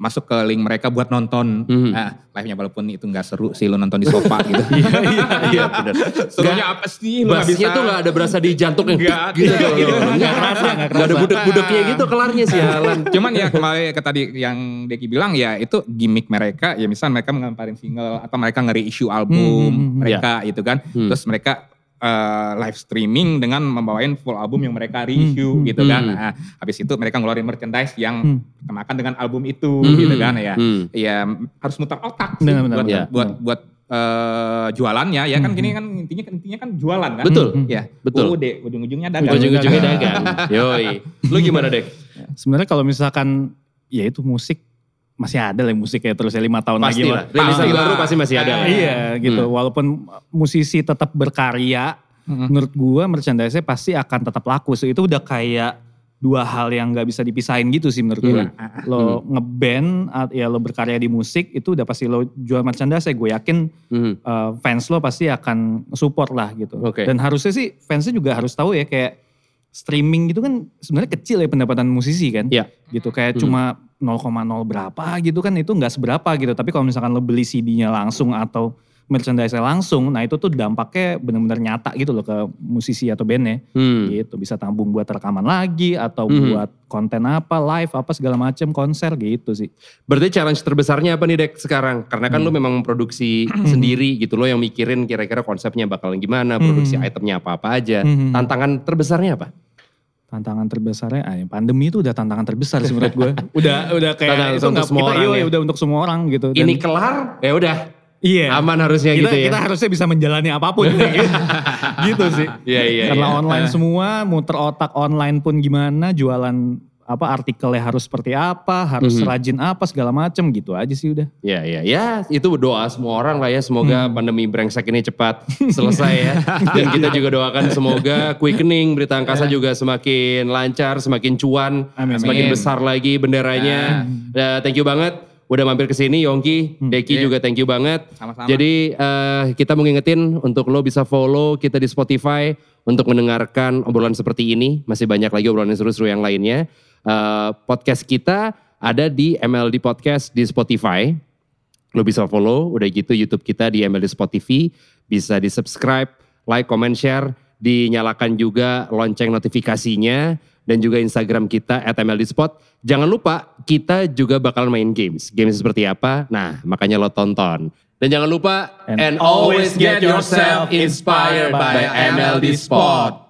Speaker 3: masuk ke link mereka buat nonton
Speaker 1: Mhm.
Speaker 3: nah, live-nya walaupun itu nggak seru sih lu nonton di sofa gitu.
Speaker 1: Iya benar.
Speaker 3: Serunya apa sih lu nggak
Speaker 1: Bassnya
Speaker 3: bisa
Speaker 1: tuh gak ada berasa di jantung yang
Speaker 3: Nggak
Speaker 1: gitu.
Speaker 3: ada,
Speaker 1: gitu.
Speaker 3: gitu.
Speaker 1: Gak
Speaker 3: Nggak
Speaker 1: kerasa,
Speaker 3: kerasa,
Speaker 1: gak
Speaker 3: Nah. nggak
Speaker 1: ada
Speaker 3: kerasa.
Speaker 1: budek-budeknya gitu kelarnya sialan.
Speaker 3: Cuman ya kembali ke tadi yang Deki bilang ya itu gimmick mereka ya misal mereka menggambarin single atau mereka ngeri issue album
Speaker 2: Hmm, hmm, hmm.
Speaker 3: mereka itu kan
Speaker 1: Hmm.
Speaker 3: terus mereka eh, live streaming dengan membawain full album yang mereka reissue
Speaker 2: Hmm, hmm,
Speaker 3: gitu kan
Speaker 1: hmm.
Speaker 3: Nah, habis itu mereka ngeluarin merchandise yang
Speaker 2: Hmm.
Speaker 3: kemakan dengan album itu
Speaker 1: Hmm.
Speaker 3: gitu kan ya
Speaker 1: Hmm.
Speaker 3: ya harus mutar otak sih
Speaker 2: Benar, benar, Hmm.
Speaker 3: buat,
Speaker 1: benar.
Speaker 3: buat buat eh, jualannya ya kan gini kan intinya intinya kan jualan kan
Speaker 1: Betul,
Speaker 3: ya
Speaker 1: betul.
Speaker 3: UUD, ujung-ujungnya dagang
Speaker 1: Ujung-ujungnya dagang. Yoi. Lu gimana Dek?
Speaker 2: Sebenarnya kalau misalkan ya itu musik masih ada lah musik ya terus ya lima tahun
Speaker 1: Pasti
Speaker 2: lagi
Speaker 1: lah.
Speaker 2: lah.
Speaker 1: Rilisan
Speaker 3: Pasti lah.
Speaker 1: baru pasti masih ada lah. Hmm.
Speaker 2: Iya gitu. Walaupun musisi tetap berkarya,
Speaker 3: Mm-mm.
Speaker 2: menurut gua merchandise pasti akan tetap laku. So, itu udah kayak dua hal yang nggak bisa dipisahin gitu sih menurut gua.
Speaker 1: Iya.
Speaker 2: Lo
Speaker 1: Hmm.
Speaker 2: ngeband, at- ya lo berkarya di musik itu udah pasti lo jual merchandise. Gue yakin
Speaker 1: Hmm.
Speaker 2: eh, fans lo pasti akan support lah gitu.
Speaker 1: Oke.
Speaker 2: Dan harusnya sih fansnya juga harus tahu ya kayak streaming gitu kan sebenarnya kecil ya pendapatan musisi kan.
Speaker 1: Iya.
Speaker 2: Gitu kayak
Speaker 1: Hmm.
Speaker 2: cuma 0,0 berapa gitu kan itu nggak seberapa gitu. Tapi kalau misalkan lo beli CD-nya langsung atau merchandise-nya langsung, nah itu tuh dampaknya benar-benar nyata gitu loh ke musisi atau bandnya.
Speaker 1: Hmm.
Speaker 2: Gitu bisa tambung buat rekaman lagi atau
Speaker 1: Mhm.
Speaker 2: buat konten apa, live apa segala macem, konser gitu sih.
Speaker 1: Berarti challenge terbesarnya apa nih Dek sekarang? Karena kan lu
Speaker 2: Hmm.
Speaker 1: memang memproduksi sendiri gitu lo yang mikirin kira-kira konsepnya bakalan gimana, produksi
Speaker 2: Hmm.
Speaker 1: itemnya apa-apa aja.
Speaker 2: Mhm.
Speaker 1: Iya. Tantangan terbesarnya apa?
Speaker 2: tantangan terbesarnya ah, pandemi itu udah tantangan terbesar sih menurut gue udah udah
Speaker 1: Tantangan
Speaker 2: kayak itu
Speaker 1: untuk
Speaker 2: nggak
Speaker 1: semua
Speaker 2: kita
Speaker 1: orang
Speaker 2: iya,
Speaker 1: ya.
Speaker 2: udah untuk semua orang gitu Dan-
Speaker 1: Ini kelar, ya udah
Speaker 2: iya
Speaker 1: aman harusnya
Speaker 2: kita,
Speaker 1: gitu ya.
Speaker 2: kita harusnya bisa menjalani apapun gitu, gitu sih
Speaker 1: Iya, iya,
Speaker 2: karena
Speaker 1: iya.
Speaker 2: online semua muter otak online pun gimana jualan apa artikelnya harus seperti apa harus
Speaker 1: Mhm.
Speaker 2: rajin apa segala macem gitu aja sih udah
Speaker 1: Ya, ya, ya, itu doa semua orang lah ya.
Speaker 2: Hmm.
Speaker 1: Semoga pandemi brengsek ini cepat selesai ya. Dan kita juga doakan semoga quickening berita angkasa juga semakin lancar, semakin cuan,
Speaker 2: Ya. Amin. Ya.
Speaker 1: semakin
Speaker 3: Amin.
Speaker 1: besar lagi benderanya. Nah, thank you banget udah mampir ke sini Yongki,
Speaker 2: Hmm.
Speaker 1: Deki
Speaker 3: Iya.
Speaker 1: juga thank you banget.
Speaker 3: Sama-sama.
Speaker 1: Jadi eh, kita mau ngingetin untuk lo bisa follow kita di Spotify untuk mendengarkan obrolan seperti ini. Masih banyak lagi obrolan seru-seru yang lainnya. Eh, podcast kita ada di MLD Podcast di Spotify. Lo bisa follow, udah gitu YouTube kita di MLD Spot TV, bisa di subscribe, like, comment, share, dinyalakan juga lonceng notifikasinya, dan juga Instagram kita at MLD Spot. Jangan lupa, kita juga bakal main games. Games seperti apa? Nah, makanya lo tonton. Dan jangan lupa,
Speaker 2: And
Speaker 1: and always get yourself inspired by MLD Spot.